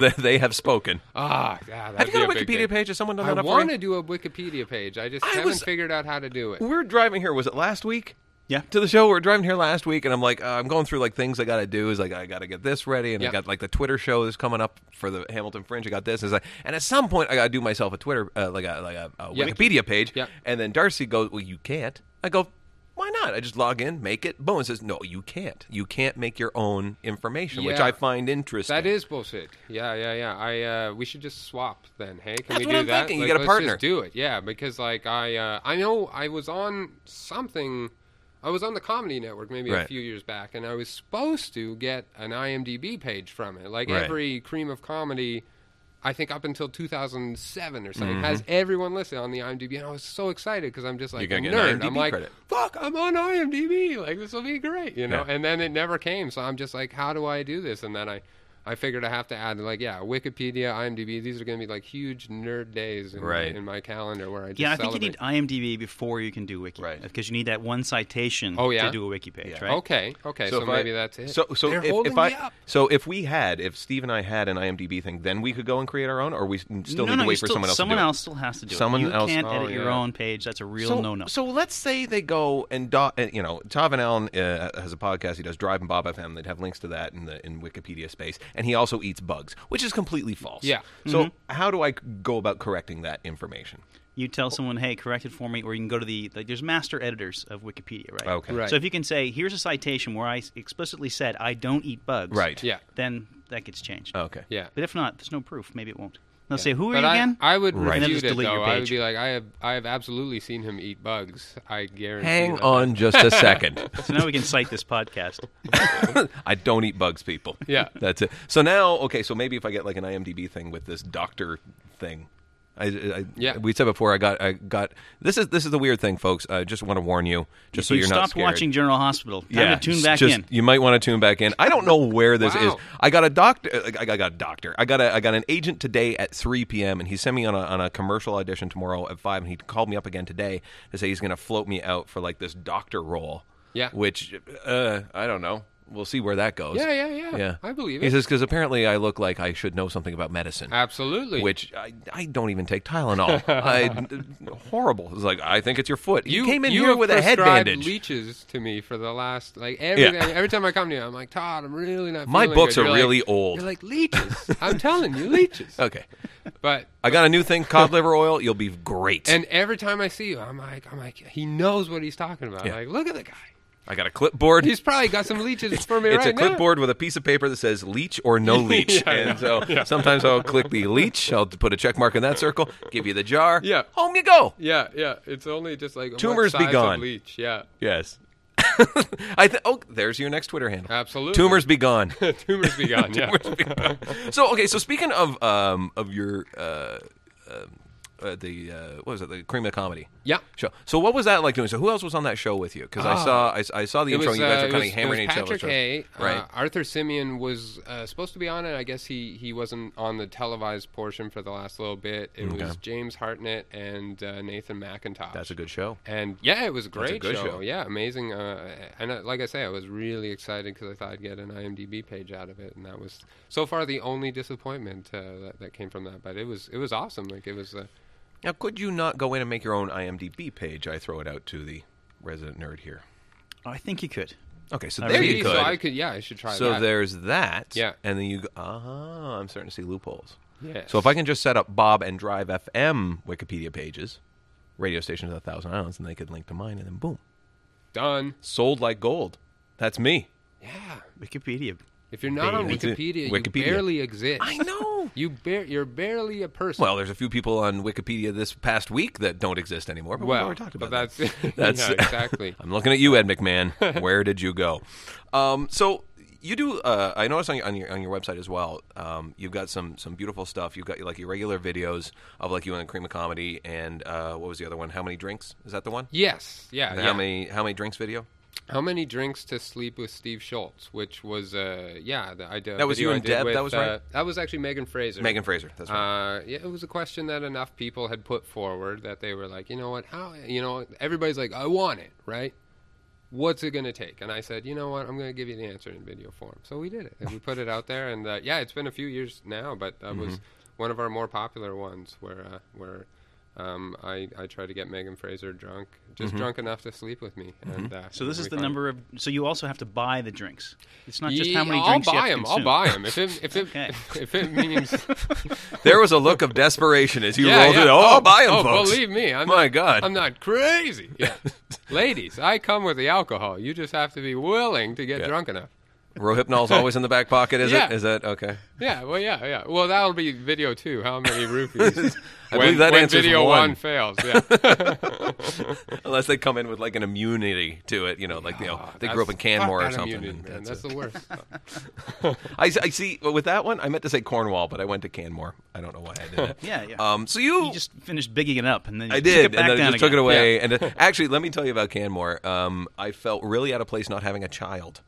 [SPEAKER 2] that they have spoken.
[SPEAKER 3] ah, yeah,
[SPEAKER 2] Have
[SPEAKER 3] that'd
[SPEAKER 2] you got
[SPEAKER 3] be
[SPEAKER 2] a
[SPEAKER 3] big
[SPEAKER 2] Wikipedia
[SPEAKER 3] thing.
[SPEAKER 2] page? Has someone done
[SPEAKER 3] I
[SPEAKER 2] that up
[SPEAKER 3] want
[SPEAKER 2] for
[SPEAKER 3] to
[SPEAKER 2] you?
[SPEAKER 3] do a Wikipedia page. I just
[SPEAKER 2] I
[SPEAKER 3] haven't
[SPEAKER 2] was-
[SPEAKER 3] figured out how to do it.
[SPEAKER 2] We We're driving here. Was it last week?
[SPEAKER 1] Yeah.
[SPEAKER 2] to the show. We are driving here last week, and I'm like, uh, I'm going through like things I got to do. Is like I got to get this ready, and I
[SPEAKER 3] Yeah.
[SPEAKER 2] got like the Twitter show is coming up for the Hamilton Fringe. I got this, is like, and at some point I got to do myself a Twitter uh, like a like a, a
[SPEAKER 3] Yeah.
[SPEAKER 2] Wikipedia page.
[SPEAKER 3] Yeah.
[SPEAKER 2] And then Darcy goes, "Well, you can't." I go, "Why not?" I just log in, make it. Boom. It says, "No, you can't. You can't make your own information," which
[SPEAKER 3] Yeah.
[SPEAKER 2] I find interesting.
[SPEAKER 3] That is bullshit. Yeah, yeah, yeah. I uh, we should just swap then. Hey, can
[SPEAKER 2] That's
[SPEAKER 3] we
[SPEAKER 2] what
[SPEAKER 3] do
[SPEAKER 2] I'm
[SPEAKER 3] that?
[SPEAKER 2] thinking. You
[SPEAKER 3] Like,
[SPEAKER 2] got a
[SPEAKER 3] let's
[SPEAKER 2] partner.
[SPEAKER 3] Just do it. Yeah, because like I uh, I know I was on something. I was on the Comedy Network maybe a
[SPEAKER 2] Right.
[SPEAKER 3] few years back, and I was supposed to get an IMDb page from it. Like
[SPEAKER 2] Right.
[SPEAKER 3] every cream of comedy. I think up until 2007 or something has everyone listed on the IMDb, and I was so excited because I'm just like
[SPEAKER 2] Mm-hmm. You're gonna get
[SPEAKER 3] a
[SPEAKER 2] an
[SPEAKER 3] nerd.
[SPEAKER 2] IMDb
[SPEAKER 3] I'm like,
[SPEAKER 2] credit.
[SPEAKER 3] fuck, I'm on IMDb. Like this will be great, you know.
[SPEAKER 2] Yeah.
[SPEAKER 3] And then it never came, so I'm just like, how do I do this? And then I, I figured I have to add like, yeah, Wikipedia, IMDb. These are going to be like huge nerd days in,
[SPEAKER 2] Right.
[SPEAKER 3] my, in my calendar where I just
[SPEAKER 1] Yeah, I think you
[SPEAKER 3] celebrate.
[SPEAKER 1] need uh, IMDb before you can do wiki,
[SPEAKER 2] Right.
[SPEAKER 1] Because you need that one citation
[SPEAKER 3] Oh, yeah?
[SPEAKER 1] to do a wiki page, right?
[SPEAKER 3] Okay, okay, so,
[SPEAKER 2] if I-
[SPEAKER 3] maybe that's it.
[SPEAKER 2] So, so
[SPEAKER 3] They're
[SPEAKER 2] if,
[SPEAKER 3] holding
[SPEAKER 2] if I,
[SPEAKER 3] me up.
[SPEAKER 2] so if we had, if Steve and I had an IMDb thing, then we could go and create our own, or we s- still
[SPEAKER 1] no,
[SPEAKER 2] need
[SPEAKER 1] no,
[SPEAKER 2] to wait
[SPEAKER 1] you
[SPEAKER 2] for
[SPEAKER 1] still,
[SPEAKER 2] someone else.
[SPEAKER 1] Someone
[SPEAKER 2] to do it?
[SPEAKER 1] else still has to do
[SPEAKER 2] Someone
[SPEAKER 1] it. You
[SPEAKER 2] else-
[SPEAKER 1] can't
[SPEAKER 3] oh,
[SPEAKER 1] edit your
[SPEAKER 3] yeah.
[SPEAKER 1] own page. That's a real
[SPEAKER 2] so,
[SPEAKER 1] no-no.
[SPEAKER 2] So let's say they go and do, and, you know Tav and Allen uh, has a podcast. He does Drive and Bob FM. They'd have links to that in the in Wikipedia space, and he also eats bugs, which is completely false.
[SPEAKER 3] Yeah.
[SPEAKER 2] So
[SPEAKER 1] Mm-hmm.
[SPEAKER 2] how do I go about correcting that information?
[SPEAKER 1] you
[SPEAKER 2] Oh.
[SPEAKER 1] tell someone, "Hey, correct it for me," or you can go to the like. There's master editors of Wikipedia, right?
[SPEAKER 2] Okay.
[SPEAKER 3] Right.
[SPEAKER 1] So if you can say, "Here's a citation where I s- explicitly said I don't eat bugs,"
[SPEAKER 2] Right. Oh.
[SPEAKER 3] Yeah.
[SPEAKER 1] Then that gets changed.
[SPEAKER 2] Okay.
[SPEAKER 3] yeah.
[SPEAKER 1] But if not, there's no proof. Maybe it won't. They'll say, "Who are
[SPEAKER 3] But
[SPEAKER 1] you
[SPEAKER 3] I,
[SPEAKER 1] again?"
[SPEAKER 3] I would
[SPEAKER 2] Right. And then
[SPEAKER 3] refute
[SPEAKER 1] just
[SPEAKER 3] it
[SPEAKER 1] delete your
[SPEAKER 3] though. I would
[SPEAKER 1] page.
[SPEAKER 3] be like, I have, I have absolutely seen him eat bugs. I guarantee.
[SPEAKER 2] Hang
[SPEAKER 3] that.
[SPEAKER 2] on just a second.
[SPEAKER 1] so now we can cite this podcast.
[SPEAKER 2] I don't eat bugs, people.
[SPEAKER 3] Yeah.
[SPEAKER 2] That's it. So now, okay, so maybe if I get like an IMDb thing with this doctor thing. I, I,
[SPEAKER 3] Yeah.
[SPEAKER 2] we said before. I got, I got. This is this is the weird thing, folks. I just want to warn you, just so
[SPEAKER 1] you
[SPEAKER 2] you're
[SPEAKER 1] stopped
[SPEAKER 2] not scared.
[SPEAKER 1] watching General Hospital. Time
[SPEAKER 2] yeah,
[SPEAKER 1] to tune
[SPEAKER 2] it's
[SPEAKER 1] back
[SPEAKER 2] just-
[SPEAKER 1] in.
[SPEAKER 2] You might want to tune back in. I don't know where this
[SPEAKER 3] Wow.
[SPEAKER 2] is. I got a doctor. I got, I got a doctor. I got a, I got an agent today at 3 p.m. and he sent me on a, on a commercial audition tomorrow at five. And he called me up again today to say he's going to float me out for like this doctor role.
[SPEAKER 3] Yeah.
[SPEAKER 2] Which uh, I don't know. We'll see where that goes.
[SPEAKER 3] Yeah, yeah, yeah.
[SPEAKER 2] Yeah,
[SPEAKER 3] I believe
[SPEAKER 2] He
[SPEAKER 3] it.
[SPEAKER 2] says because apparently I look like I should know something about medicine.
[SPEAKER 3] Absolutely.
[SPEAKER 2] Which I, I don't even take Tylenol. I, horrible. It's like I think it's your foot.
[SPEAKER 3] You
[SPEAKER 2] he came in
[SPEAKER 3] you
[SPEAKER 2] here
[SPEAKER 3] have
[SPEAKER 2] with a head
[SPEAKER 3] prescribed
[SPEAKER 2] bandage.
[SPEAKER 3] Leeches to me for the last like every
[SPEAKER 2] Yeah.
[SPEAKER 3] every time I come to you, I'm like Todd, I'm really not.
[SPEAKER 2] My
[SPEAKER 3] feeling
[SPEAKER 2] books
[SPEAKER 3] good."
[SPEAKER 2] are
[SPEAKER 3] You're like-
[SPEAKER 2] really old.
[SPEAKER 3] You're like leeches. I'm telling you, leeches.
[SPEAKER 2] okay.
[SPEAKER 3] But
[SPEAKER 2] I got a new thing, cod liver oil. You'll be great.
[SPEAKER 3] and every time I see you, I'm like, I'm like, he knows what he's talking about.
[SPEAKER 2] Yeah.
[SPEAKER 3] Like, look at the guy.
[SPEAKER 2] I got a clipboard.
[SPEAKER 3] He's probably got some leeches for me
[SPEAKER 2] it's
[SPEAKER 3] right
[SPEAKER 2] a clipboard with a piece of paper that says leech or no leech. and so sometimes I'll click the leech. I'll put a check mark in that circle. Give you the jar.
[SPEAKER 3] Yeah.
[SPEAKER 2] Home you go.
[SPEAKER 3] now. Yeah, yeah. It's only just like what
[SPEAKER 2] Tumors be
[SPEAKER 3] size of
[SPEAKER 2] gone.
[SPEAKER 3] Leech. Yeah,
[SPEAKER 2] Yes. I th- oh, there's your next Twitter handle.
[SPEAKER 3] absolutely.
[SPEAKER 2] Tumors be gone.
[SPEAKER 3] tumors be gone. Yeah.
[SPEAKER 2] so okay. So speaking of um of your uh, um, uh the uh, what was it the cream of comedy
[SPEAKER 3] Yeah.
[SPEAKER 2] show. So what was that like doing? So who else was on that show with you? Because I saw I, s- I saw the
[SPEAKER 3] Ah. It
[SPEAKER 2] intro.
[SPEAKER 3] was,
[SPEAKER 2] and you guys
[SPEAKER 3] uh,
[SPEAKER 2] were
[SPEAKER 3] it
[SPEAKER 2] kind
[SPEAKER 3] was-
[SPEAKER 2] of hammering
[SPEAKER 3] it
[SPEAKER 2] each
[SPEAKER 3] was
[SPEAKER 2] other.
[SPEAKER 3] Patrick
[SPEAKER 2] so-
[SPEAKER 3] Hay.
[SPEAKER 2] right.
[SPEAKER 3] Uh, Arthur Simeon was uh, supposed to be on it. I guess he, he wasn't on the televised portion for the last little bit. It was James Hartnett and uh, Nathan McIntosh.
[SPEAKER 2] That's a good show.
[SPEAKER 3] And yeah, it was a great
[SPEAKER 2] good
[SPEAKER 3] show.
[SPEAKER 2] show.
[SPEAKER 3] Yeah, amazing. Uh, and uh, like I say, I was really excited because I thought I'd get an IMDb page out of it, and that was so far the only disappointment uh, that, that came from that. But it was it was awesome. Like it was. Uh,
[SPEAKER 2] Now, could you not go in and make your own IMDb page? I throw it out to the resident nerd here.
[SPEAKER 1] Oh, I think you could.
[SPEAKER 2] Okay, so
[SPEAKER 1] I
[SPEAKER 2] there
[SPEAKER 1] really
[SPEAKER 2] you
[SPEAKER 3] so
[SPEAKER 2] could.
[SPEAKER 3] I could, yeah, I should try
[SPEAKER 2] so
[SPEAKER 3] that.
[SPEAKER 2] there's that.
[SPEAKER 3] Yeah.
[SPEAKER 2] And then you go, ah, I'm starting to see loopholes.
[SPEAKER 3] Yes.
[SPEAKER 2] So if I can just set up Bob and Drive FM Wikipedia pages, radio stations of a thousand islands, and they could link to mine, and then boom,
[SPEAKER 3] done,
[SPEAKER 2] sold like gold. That's me.
[SPEAKER 3] yeah.
[SPEAKER 1] Wikipedia.
[SPEAKER 3] If you're not on
[SPEAKER 2] That's it.
[SPEAKER 3] Wikipedia,
[SPEAKER 2] Wikipedia.
[SPEAKER 3] you barely exist.
[SPEAKER 2] I know.
[SPEAKER 3] You bar- you're barely a person.
[SPEAKER 2] Well, there's a few people on Wikipedia this past week that don't exist anymore. But we've
[SPEAKER 3] well,
[SPEAKER 2] already talked about
[SPEAKER 3] but
[SPEAKER 2] that.
[SPEAKER 3] that's
[SPEAKER 2] That's-
[SPEAKER 3] yeah, exactly.
[SPEAKER 2] I'm looking at you, Ed McMahon. Where did you go? Um, so you do. Uh, I noticed on your, on your on your website as well. Um, you've got some some beautiful stuff. You've got like your regular videos of like you and the Cream of Comedy, and uh, what was the other one? How many drinks? Is that the one?
[SPEAKER 3] Yes, yeah,
[SPEAKER 2] And
[SPEAKER 3] yeah.
[SPEAKER 2] How many how many drinks video?
[SPEAKER 3] How many drinks to sleep with Steve Schultz? Which was, uh, yeah, the, I did.
[SPEAKER 2] That was
[SPEAKER 3] video
[SPEAKER 2] you
[SPEAKER 3] I
[SPEAKER 2] and
[SPEAKER 3] did
[SPEAKER 2] Deb,
[SPEAKER 3] With,
[SPEAKER 2] that was
[SPEAKER 3] uh,
[SPEAKER 2] right?
[SPEAKER 3] That was actually Megan Fraser.
[SPEAKER 2] Megan Fraser. That's right.
[SPEAKER 3] Uh, yeah, it was a question that enough people had put forward that they were like, you know what, how, you know, everybody's like, I want it, right? What's it going to take? And I said, you know what, I'm going to give you the answer in video form. So we did it, and we put it out there, and uh, yeah, it's been a few years now, but that was
[SPEAKER 2] Mm-hmm.
[SPEAKER 3] one of our more popular ones where uh, where um, I I try to get Megan Fraser drunk, just
[SPEAKER 2] Mm-hmm.
[SPEAKER 3] drunk enough to sleep with me, and uh,
[SPEAKER 1] So this
[SPEAKER 3] and
[SPEAKER 1] is the
[SPEAKER 3] we found-
[SPEAKER 1] number of. So you also have to buy the drinks. It's not just how many
[SPEAKER 3] Yeah,
[SPEAKER 1] drinks
[SPEAKER 3] I'll
[SPEAKER 1] you
[SPEAKER 3] buy
[SPEAKER 1] have to
[SPEAKER 3] them. I'll
[SPEAKER 1] consume.
[SPEAKER 3] buy them if it if it
[SPEAKER 1] Okay.
[SPEAKER 3] if it means
[SPEAKER 2] there was a look of desperation as you
[SPEAKER 3] Yeah,
[SPEAKER 2] rolled
[SPEAKER 3] yeah.
[SPEAKER 2] it. Oh, I'll buy 'em,
[SPEAKER 3] oh,
[SPEAKER 2] folks.
[SPEAKER 3] Believe me, I'm
[SPEAKER 2] My
[SPEAKER 3] not,
[SPEAKER 2] God.
[SPEAKER 3] I'm not crazy. Yeah. Ladies, I come with the alcohol. You just have to be willing to get
[SPEAKER 2] Yeah.
[SPEAKER 3] drunk enough.
[SPEAKER 2] Rohypnol's always in the back pocket. Is
[SPEAKER 3] Yeah.
[SPEAKER 2] it? Is that okay?
[SPEAKER 3] Yeah, well, yeah, yeah. Well, that'll be video two. How many rupees? when,
[SPEAKER 2] believe that
[SPEAKER 3] when
[SPEAKER 2] answers
[SPEAKER 3] video
[SPEAKER 2] one.
[SPEAKER 3] fails. Yeah,
[SPEAKER 2] Unless they come in with like an immunity to it, you know, like you know, they grew up in
[SPEAKER 3] That's-
[SPEAKER 2] Canmore
[SPEAKER 3] fuck
[SPEAKER 2] or
[SPEAKER 3] that
[SPEAKER 2] something.
[SPEAKER 3] immunity,
[SPEAKER 2] and
[SPEAKER 3] man.
[SPEAKER 2] that's
[SPEAKER 3] That's
[SPEAKER 2] it.
[SPEAKER 3] the worst.
[SPEAKER 2] I, I see. well, With that one, I meant to say Cornwall, but I went to Canmore. I don't know why I did that.
[SPEAKER 1] Yeah, yeah.
[SPEAKER 2] Um, so you,
[SPEAKER 1] You just finished bigging it up, and then you
[SPEAKER 2] I
[SPEAKER 1] took
[SPEAKER 2] did,
[SPEAKER 1] it back
[SPEAKER 2] and then I
[SPEAKER 1] down
[SPEAKER 2] just took it
[SPEAKER 1] again.
[SPEAKER 2] away. And uh, actually, let me tell you about Canmore. Um, I felt really out of place not having a child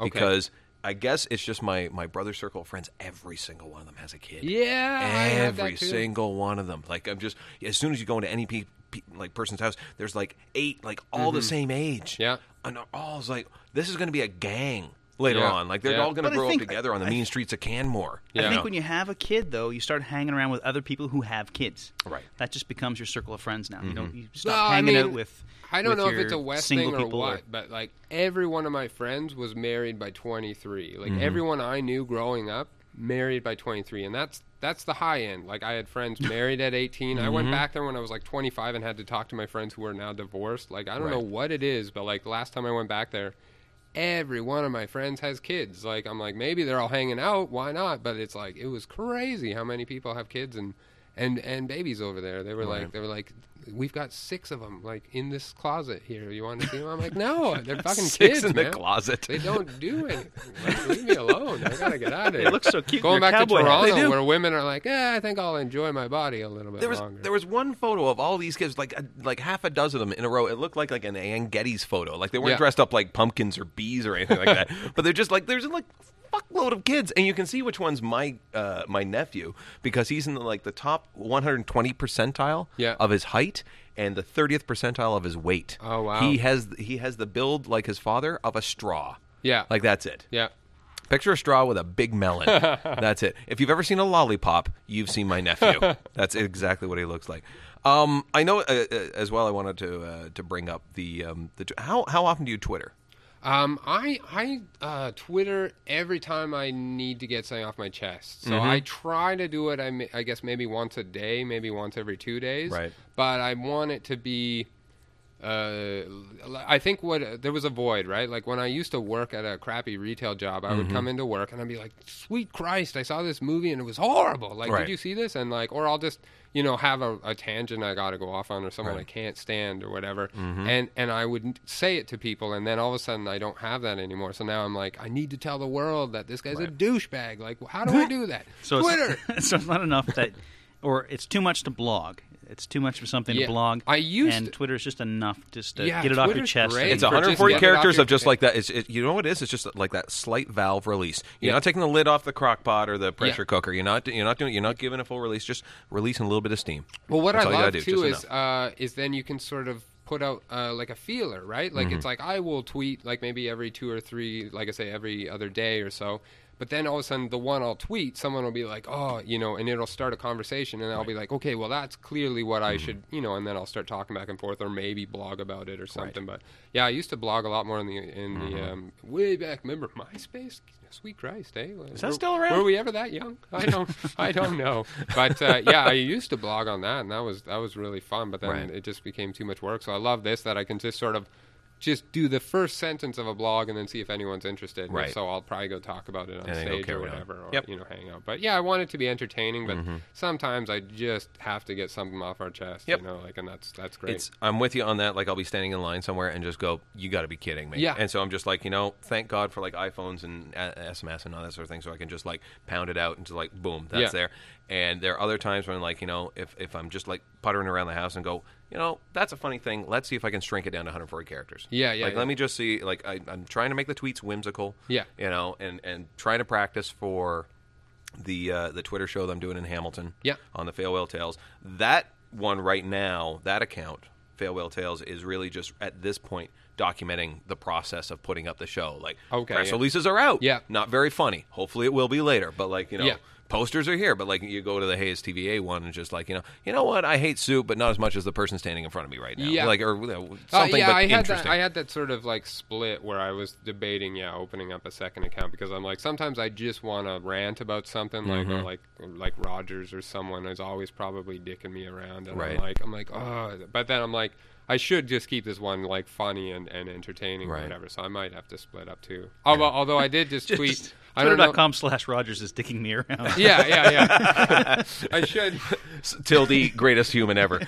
[SPEAKER 2] because I guess it's just my my brother circle of friends. Every single one of them has a kid.
[SPEAKER 3] Yeah, I had that
[SPEAKER 2] every
[SPEAKER 3] too.
[SPEAKER 2] single one of them. Like I'm just as soon as you go into any pe- pe- like person's house, there's like eight, like all the same age.
[SPEAKER 3] Mm-hmm. Yeah.
[SPEAKER 2] and they're all like this is going to be a gang later
[SPEAKER 3] Yeah.
[SPEAKER 2] on. Like they're
[SPEAKER 3] Yeah.
[SPEAKER 2] all going to
[SPEAKER 1] But I
[SPEAKER 2] grow
[SPEAKER 1] think-
[SPEAKER 2] up together on the mean streets of Canmore.
[SPEAKER 1] I
[SPEAKER 3] Yeah.
[SPEAKER 1] think when you have a kid, though, you start hanging around with other people who have kids.
[SPEAKER 2] Right. Mm-hmm.
[SPEAKER 1] That just becomes your circle of friends now. You don't you stop
[SPEAKER 3] No,
[SPEAKER 1] hanging
[SPEAKER 3] I mean,
[SPEAKER 1] out with.
[SPEAKER 3] I don't
[SPEAKER 1] with
[SPEAKER 3] know if
[SPEAKER 1] your
[SPEAKER 3] it's a West
[SPEAKER 1] single
[SPEAKER 3] thing or
[SPEAKER 1] people
[SPEAKER 3] what, but like every one of my friends was married by 23. Like
[SPEAKER 1] Mm-hmm.
[SPEAKER 3] everyone I knew growing up married by 23, and that's that's the high end. Like I had friends married at 18. I
[SPEAKER 1] Mm-hmm.
[SPEAKER 3] went back there when I was like 25 and had to talk to my friends who are now divorced. Like I don't know what it is, but like the last time I went back there. Every one of my friends has kids. Like I'm like maybe they're all hanging out. Why not? But it's like it was crazy how many people have kids and and and babies over there. They were like they were like we've got six of them like in this closet here. You want to see them? I'm like no, they're fucking
[SPEAKER 2] Six
[SPEAKER 3] kids
[SPEAKER 2] in the
[SPEAKER 3] man.
[SPEAKER 2] closet.
[SPEAKER 3] They don't do anything. Like, leave me alone. I gotta get out of here.
[SPEAKER 1] look so cute in
[SPEAKER 3] Going
[SPEAKER 1] their
[SPEAKER 3] back to
[SPEAKER 1] cowboy hats.
[SPEAKER 2] They
[SPEAKER 3] Toronto,
[SPEAKER 2] do.
[SPEAKER 3] where women are like, eh, I think I'll enjoy my body a little bit
[SPEAKER 2] There was
[SPEAKER 3] longer.
[SPEAKER 2] there was one photo of all these kids, like a, like half a dozen of them in a row. It looked like like an Ann Getty's photo. Like they weren't
[SPEAKER 3] Yeah.
[SPEAKER 2] dressed up like pumpkins or bees or anything like that. But they're just like there's like fuckload of kids, and you can see which one's my uh, my nephew because he's in the, like the top 120 percentile
[SPEAKER 3] Yeah.
[SPEAKER 2] of his height and the 30th percentile of his weight.
[SPEAKER 3] Oh, wow.
[SPEAKER 2] He has he has the build like his father of a straw.
[SPEAKER 3] Yeah.
[SPEAKER 2] like that's it.
[SPEAKER 3] yeah.
[SPEAKER 2] Picture a straw with a big melon. That's it. If you've ever seen a lollipop, you've seen my nephew. That's exactly what he looks like. Um, I know uh, uh, as well. I wanted to uh, to bring up the um, the tw- how how often do you Twitter?
[SPEAKER 3] Um, I I uh, Twitter every time I need to get something off my chest. So I try to do it. I, ma- I guess maybe once a day, maybe once every two days.
[SPEAKER 2] Right.
[SPEAKER 3] But I want it to be. Uh, l- I think what there was a void, right? Like when I used to work at a crappy retail job, I
[SPEAKER 1] Mm-hmm.
[SPEAKER 3] would come into work and I'd be like, "Sweet Christ, I saw this movie and it was horrible." Like,
[SPEAKER 2] Right.
[SPEAKER 3] did you see this? And like, or I'll just you know have a, a tangent I got to go off on or someone I can't stand or whatever.
[SPEAKER 1] Mm-hmm.
[SPEAKER 3] And and I would n- say it to people, and then all of a sudden I don't have that anymore. So now I'm like, I need to tell the world that this guy's a douchebag. Like, how do I do that?
[SPEAKER 1] So
[SPEAKER 3] Twitter.
[SPEAKER 1] It's, so it's not enough that, or it's too much to blog. It's too much for something
[SPEAKER 3] Yeah.
[SPEAKER 1] to blog.
[SPEAKER 3] I used-
[SPEAKER 1] and Twitter is just enough just to
[SPEAKER 3] Yeah,
[SPEAKER 1] get it off your
[SPEAKER 3] Twitter's
[SPEAKER 1] chest.
[SPEAKER 3] great.
[SPEAKER 2] It's
[SPEAKER 3] For
[SPEAKER 2] 140
[SPEAKER 3] just-
[SPEAKER 2] characters
[SPEAKER 3] Yeah.
[SPEAKER 2] of just like that. It's it, you know what it is. It's just like that slight valve release. You're
[SPEAKER 3] Yeah.
[SPEAKER 2] not taking the lid off the crock pot or the pressure
[SPEAKER 3] Yeah.
[SPEAKER 2] cooker. You're not you're not doing you're not giving a full release. Just releasing a little bit of steam.
[SPEAKER 3] Well, what
[SPEAKER 2] That's
[SPEAKER 3] I
[SPEAKER 2] all you gotta
[SPEAKER 3] love
[SPEAKER 2] do,
[SPEAKER 3] too
[SPEAKER 2] just
[SPEAKER 3] is
[SPEAKER 2] enough.
[SPEAKER 3] uh, is then you can sort of put out uh, like a feeler,
[SPEAKER 2] Mm-hmm.
[SPEAKER 3] right? Like it's like I will tweet like maybe every two or three, like I say, every other day or so. But then all of a sudden, the one I'll tweet, someone will be like, oh, you know, and it'll start a conversation. And I'll be like, okay, well, that's clearly what
[SPEAKER 2] Mm-hmm.
[SPEAKER 3] I should, you know, and then I'll start talking back and forth or maybe blog about it or something. But yeah, I used to blog a lot more in the, in
[SPEAKER 2] Mm-hmm.
[SPEAKER 3] the, um, way back, remember MySpace? Sweet Christ, eh? Is
[SPEAKER 1] that still around?
[SPEAKER 3] Were we ever that young? I don't, I don't know. But uh, yeah, I used to blog on that, and that was that was really fun. But then
[SPEAKER 2] Right.
[SPEAKER 3] it just became too much work. So I love this that I can just sort of just do the first sentence of a blog and then see if anyone's interested. And if
[SPEAKER 2] Right.
[SPEAKER 3] So I'll probably go talk about it on
[SPEAKER 2] And then go
[SPEAKER 3] stage or
[SPEAKER 2] carry on.
[SPEAKER 3] whatever, or
[SPEAKER 2] Yep. Mm-hmm.
[SPEAKER 3] you know, hang out. But yeah, I want it to be entertaining. But sometimes I just have to get something off our chest,
[SPEAKER 2] Yep.
[SPEAKER 3] you know, like, and that's that's great.
[SPEAKER 2] It's I'm with you on that. Like I'll be standing in line somewhere and just go, "You got to be kidding me!"
[SPEAKER 3] Yeah.
[SPEAKER 2] And so I'm just like, you know, thank God for like iPhones and uh, SMS and all that sort of thing, so I can just like pound it out and just like boom, that's
[SPEAKER 3] Yeah.
[SPEAKER 2] there. And there are other times when like you know, if if I'm just like puttering around the house and go, you know, that's a funny thing. Let's see if I can shrink it down to 140 characters.
[SPEAKER 3] Yeah, yeah,
[SPEAKER 2] Like
[SPEAKER 3] yeah.
[SPEAKER 2] let me just see. Like I, I'm trying to make the tweets whimsical.
[SPEAKER 3] Yeah.
[SPEAKER 2] You know, and and trying to practice for the uh, the Twitter show that I'm doing in Hamilton.
[SPEAKER 3] Yeah.
[SPEAKER 2] On the Fail Whale Tales. That one right now, that account, Fail Whale Tales, is really just at this point documenting the process of putting up the show. Like
[SPEAKER 3] Okay,
[SPEAKER 2] press
[SPEAKER 3] yeah.
[SPEAKER 2] releases are out.
[SPEAKER 3] Yeah.
[SPEAKER 2] Not very funny. Hopefully it will be later. But like, you know,
[SPEAKER 3] Yeah.
[SPEAKER 2] posters are here. But like you go to the Hayes TVA one and it's just like, you know, you know what, I hate soup, but not as much as the person standing in front of me right now.
[SPEAKER 3] Yeah.
[SPEAKER 2] Like or you know,
[SPEAKER 3] Uh,
[SPEAKER 2] something
[SPEAKER 3] yeah,
[SPEAKER 2] but
[SPEAKER 3] I had
[SPEAKER 2] interesting.
[SPEAKER 3] that. I had that sort of like split where I was debating, yeah, opening up a second account because I'm like, sometimes I just want to rant about something, like
[SPEAKER 2] Mm-hmm.
[SPEAKER 3] or like like Rogers or someone is always probably dicking me around, and
[SPEAKER 2] Right.
[SPEAKER 3] I'm like, I'm like, oh, but then I'm like, I should just keep this one like funny and, and entertaining
[SPEAKER 2] Right.
[SPEAKER 3] or whatever. So I might have to split up too. Although, although I did just, tweet, I don't know.
[SPEAKER 1] Twitter.com slash Rogers is dicking me around.
[SPEAKER 3] Yeah, yeah, yeah. I should.
[SPEAKER 2] Till the greatest human ever.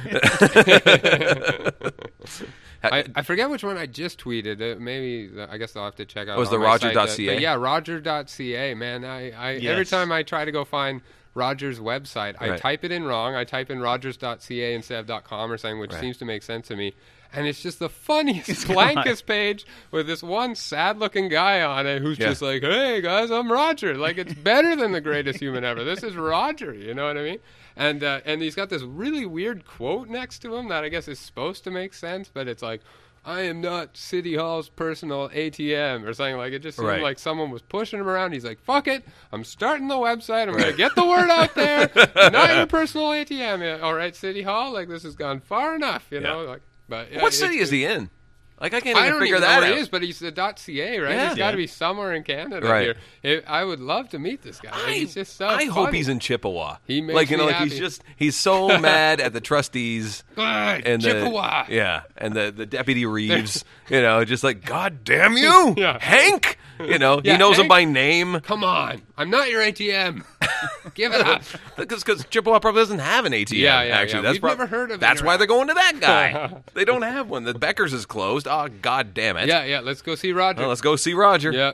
[SPEAKER 3] I, I forget which one I just tweeted. Uh, maybe the, I guess I'll have to check out.
[SPEAKER 2] Oh, it's
[SPEAKER 3] on
[SPEAKER 2] the
[SPEAKER 3] my site,
[SPEAKER 2] roger.ca?
[SPEAKER 3] but Yeah, Roger.ca. Man, I, I every
[SPEAKER 1] Yes.
[SPEAKER 3] time I try to go find Roger's website, I
[SPEAKER 2] Right.
[SPEAKER 3] type it in wrong. I type in Rogers.ca instead of dot .com or something, which seems to make sense to me. And it's just the funniest, blankest page with this one sad-looking guy on it who's
[SPEAKER 2] Yeah.
[SPEAKER 3] just like, "Hey guys, I'm Roger." Like it's better than the greatest human ever. This is Roger. You know what I mean? And uh, and he's got this really weird quote next to him that I guess is supposed to make sense, but it's like, "I am not City Hall's personal ATM" or something like. It just seemed
[SPEAKER 2] Right.
[SPEAKER 3] like someone was pushing him around. He's like, "Fuck it, I'm starting the website. I'm gonna get the word out there. not your personal ATM. Yeah, All right, City Hall. Like this has gone far enough. You
[SPEAKER 2] Yeah.
[SPEAKER 3] know, like." But yeah,
[SPEAKER 2] what
[SPEAKER 3] it's
[SPEAKER 2] city
[SPEAKER 3] just-
[SPEAKER 2] is he in? Like I can't
[SPEAKER 3] I
[SPEAKER 2] even
[SPEAKER 3] don't
[SPEAKER 2] figure that
[SPEAKER 3] even know
[SPEAKER 2] out.
[SPEAKER 3] where he is, but he's a .ca, right?
[SPEAKER 2] Yeah.
[SPEAKER 3] He's got
[SPEAKER 2] Yeah.
[SPEAKER 3] to be somewhere in Canada
[SPEAKER 2] Right.
[SPEAKER 3] here. It, I would love to meet this guy.
[SPEAKER 2] I,
[SPEAKER 3] he's just so
[SPEAKER 2] I hope
[SPEAKER 3] funny.
[SPEAKER 2] he's in Chippewa.
[SPEAKER 3] He makes
[SPEAKER 2] like you know,
[SPEAKER 3] me
[SPEAKER 2] like he's
[SPEAKER 3] happy.
[SPEAKER 2] just he's so mad at the trustees
[SPEAKER 3] Ah,
[SPEAKER 2] and
[SPEAKER 3] Chippewa.
[SPEAKER 2] the yeah, and the the deputy Reeves. you know, just like God damn you,
[SPEAKER 3] Yeah.
[SPEAKER 2] Hank. You know, he
[SPEAKER 3] Yeah,
[SPEAKER 2] knows him
[SPEAKER 3] Hank.
[SPEAKER 2] by name
[SPEAKER 3] Come on, I'm not your ATM. Give it up.
[SPEAKER 2] because Chippewa probably doesn't have an ATM.
[SPEAKER 3] Yeah, yeah,
[SPEAKER 2] actually,
[SPEAKER 3] yeah.
[SPEAKER 2] that's
[SPEAKER 3] We've
[SPEAKER 2] prob-
[SPEAKER 3] never heard of it
[SPEAKER 2] That's why
[SPEAKER 3] around.
[SPEAKER 2] they're going to that guy. they don't have one. The Becker's is closed. Oh God damn it.
[SPEAKER 3] Yeah, yeah. Let's go see Roger.
[SPEAKER 2] Well, let's go see Roger.
[SPEAKER 3] yeah.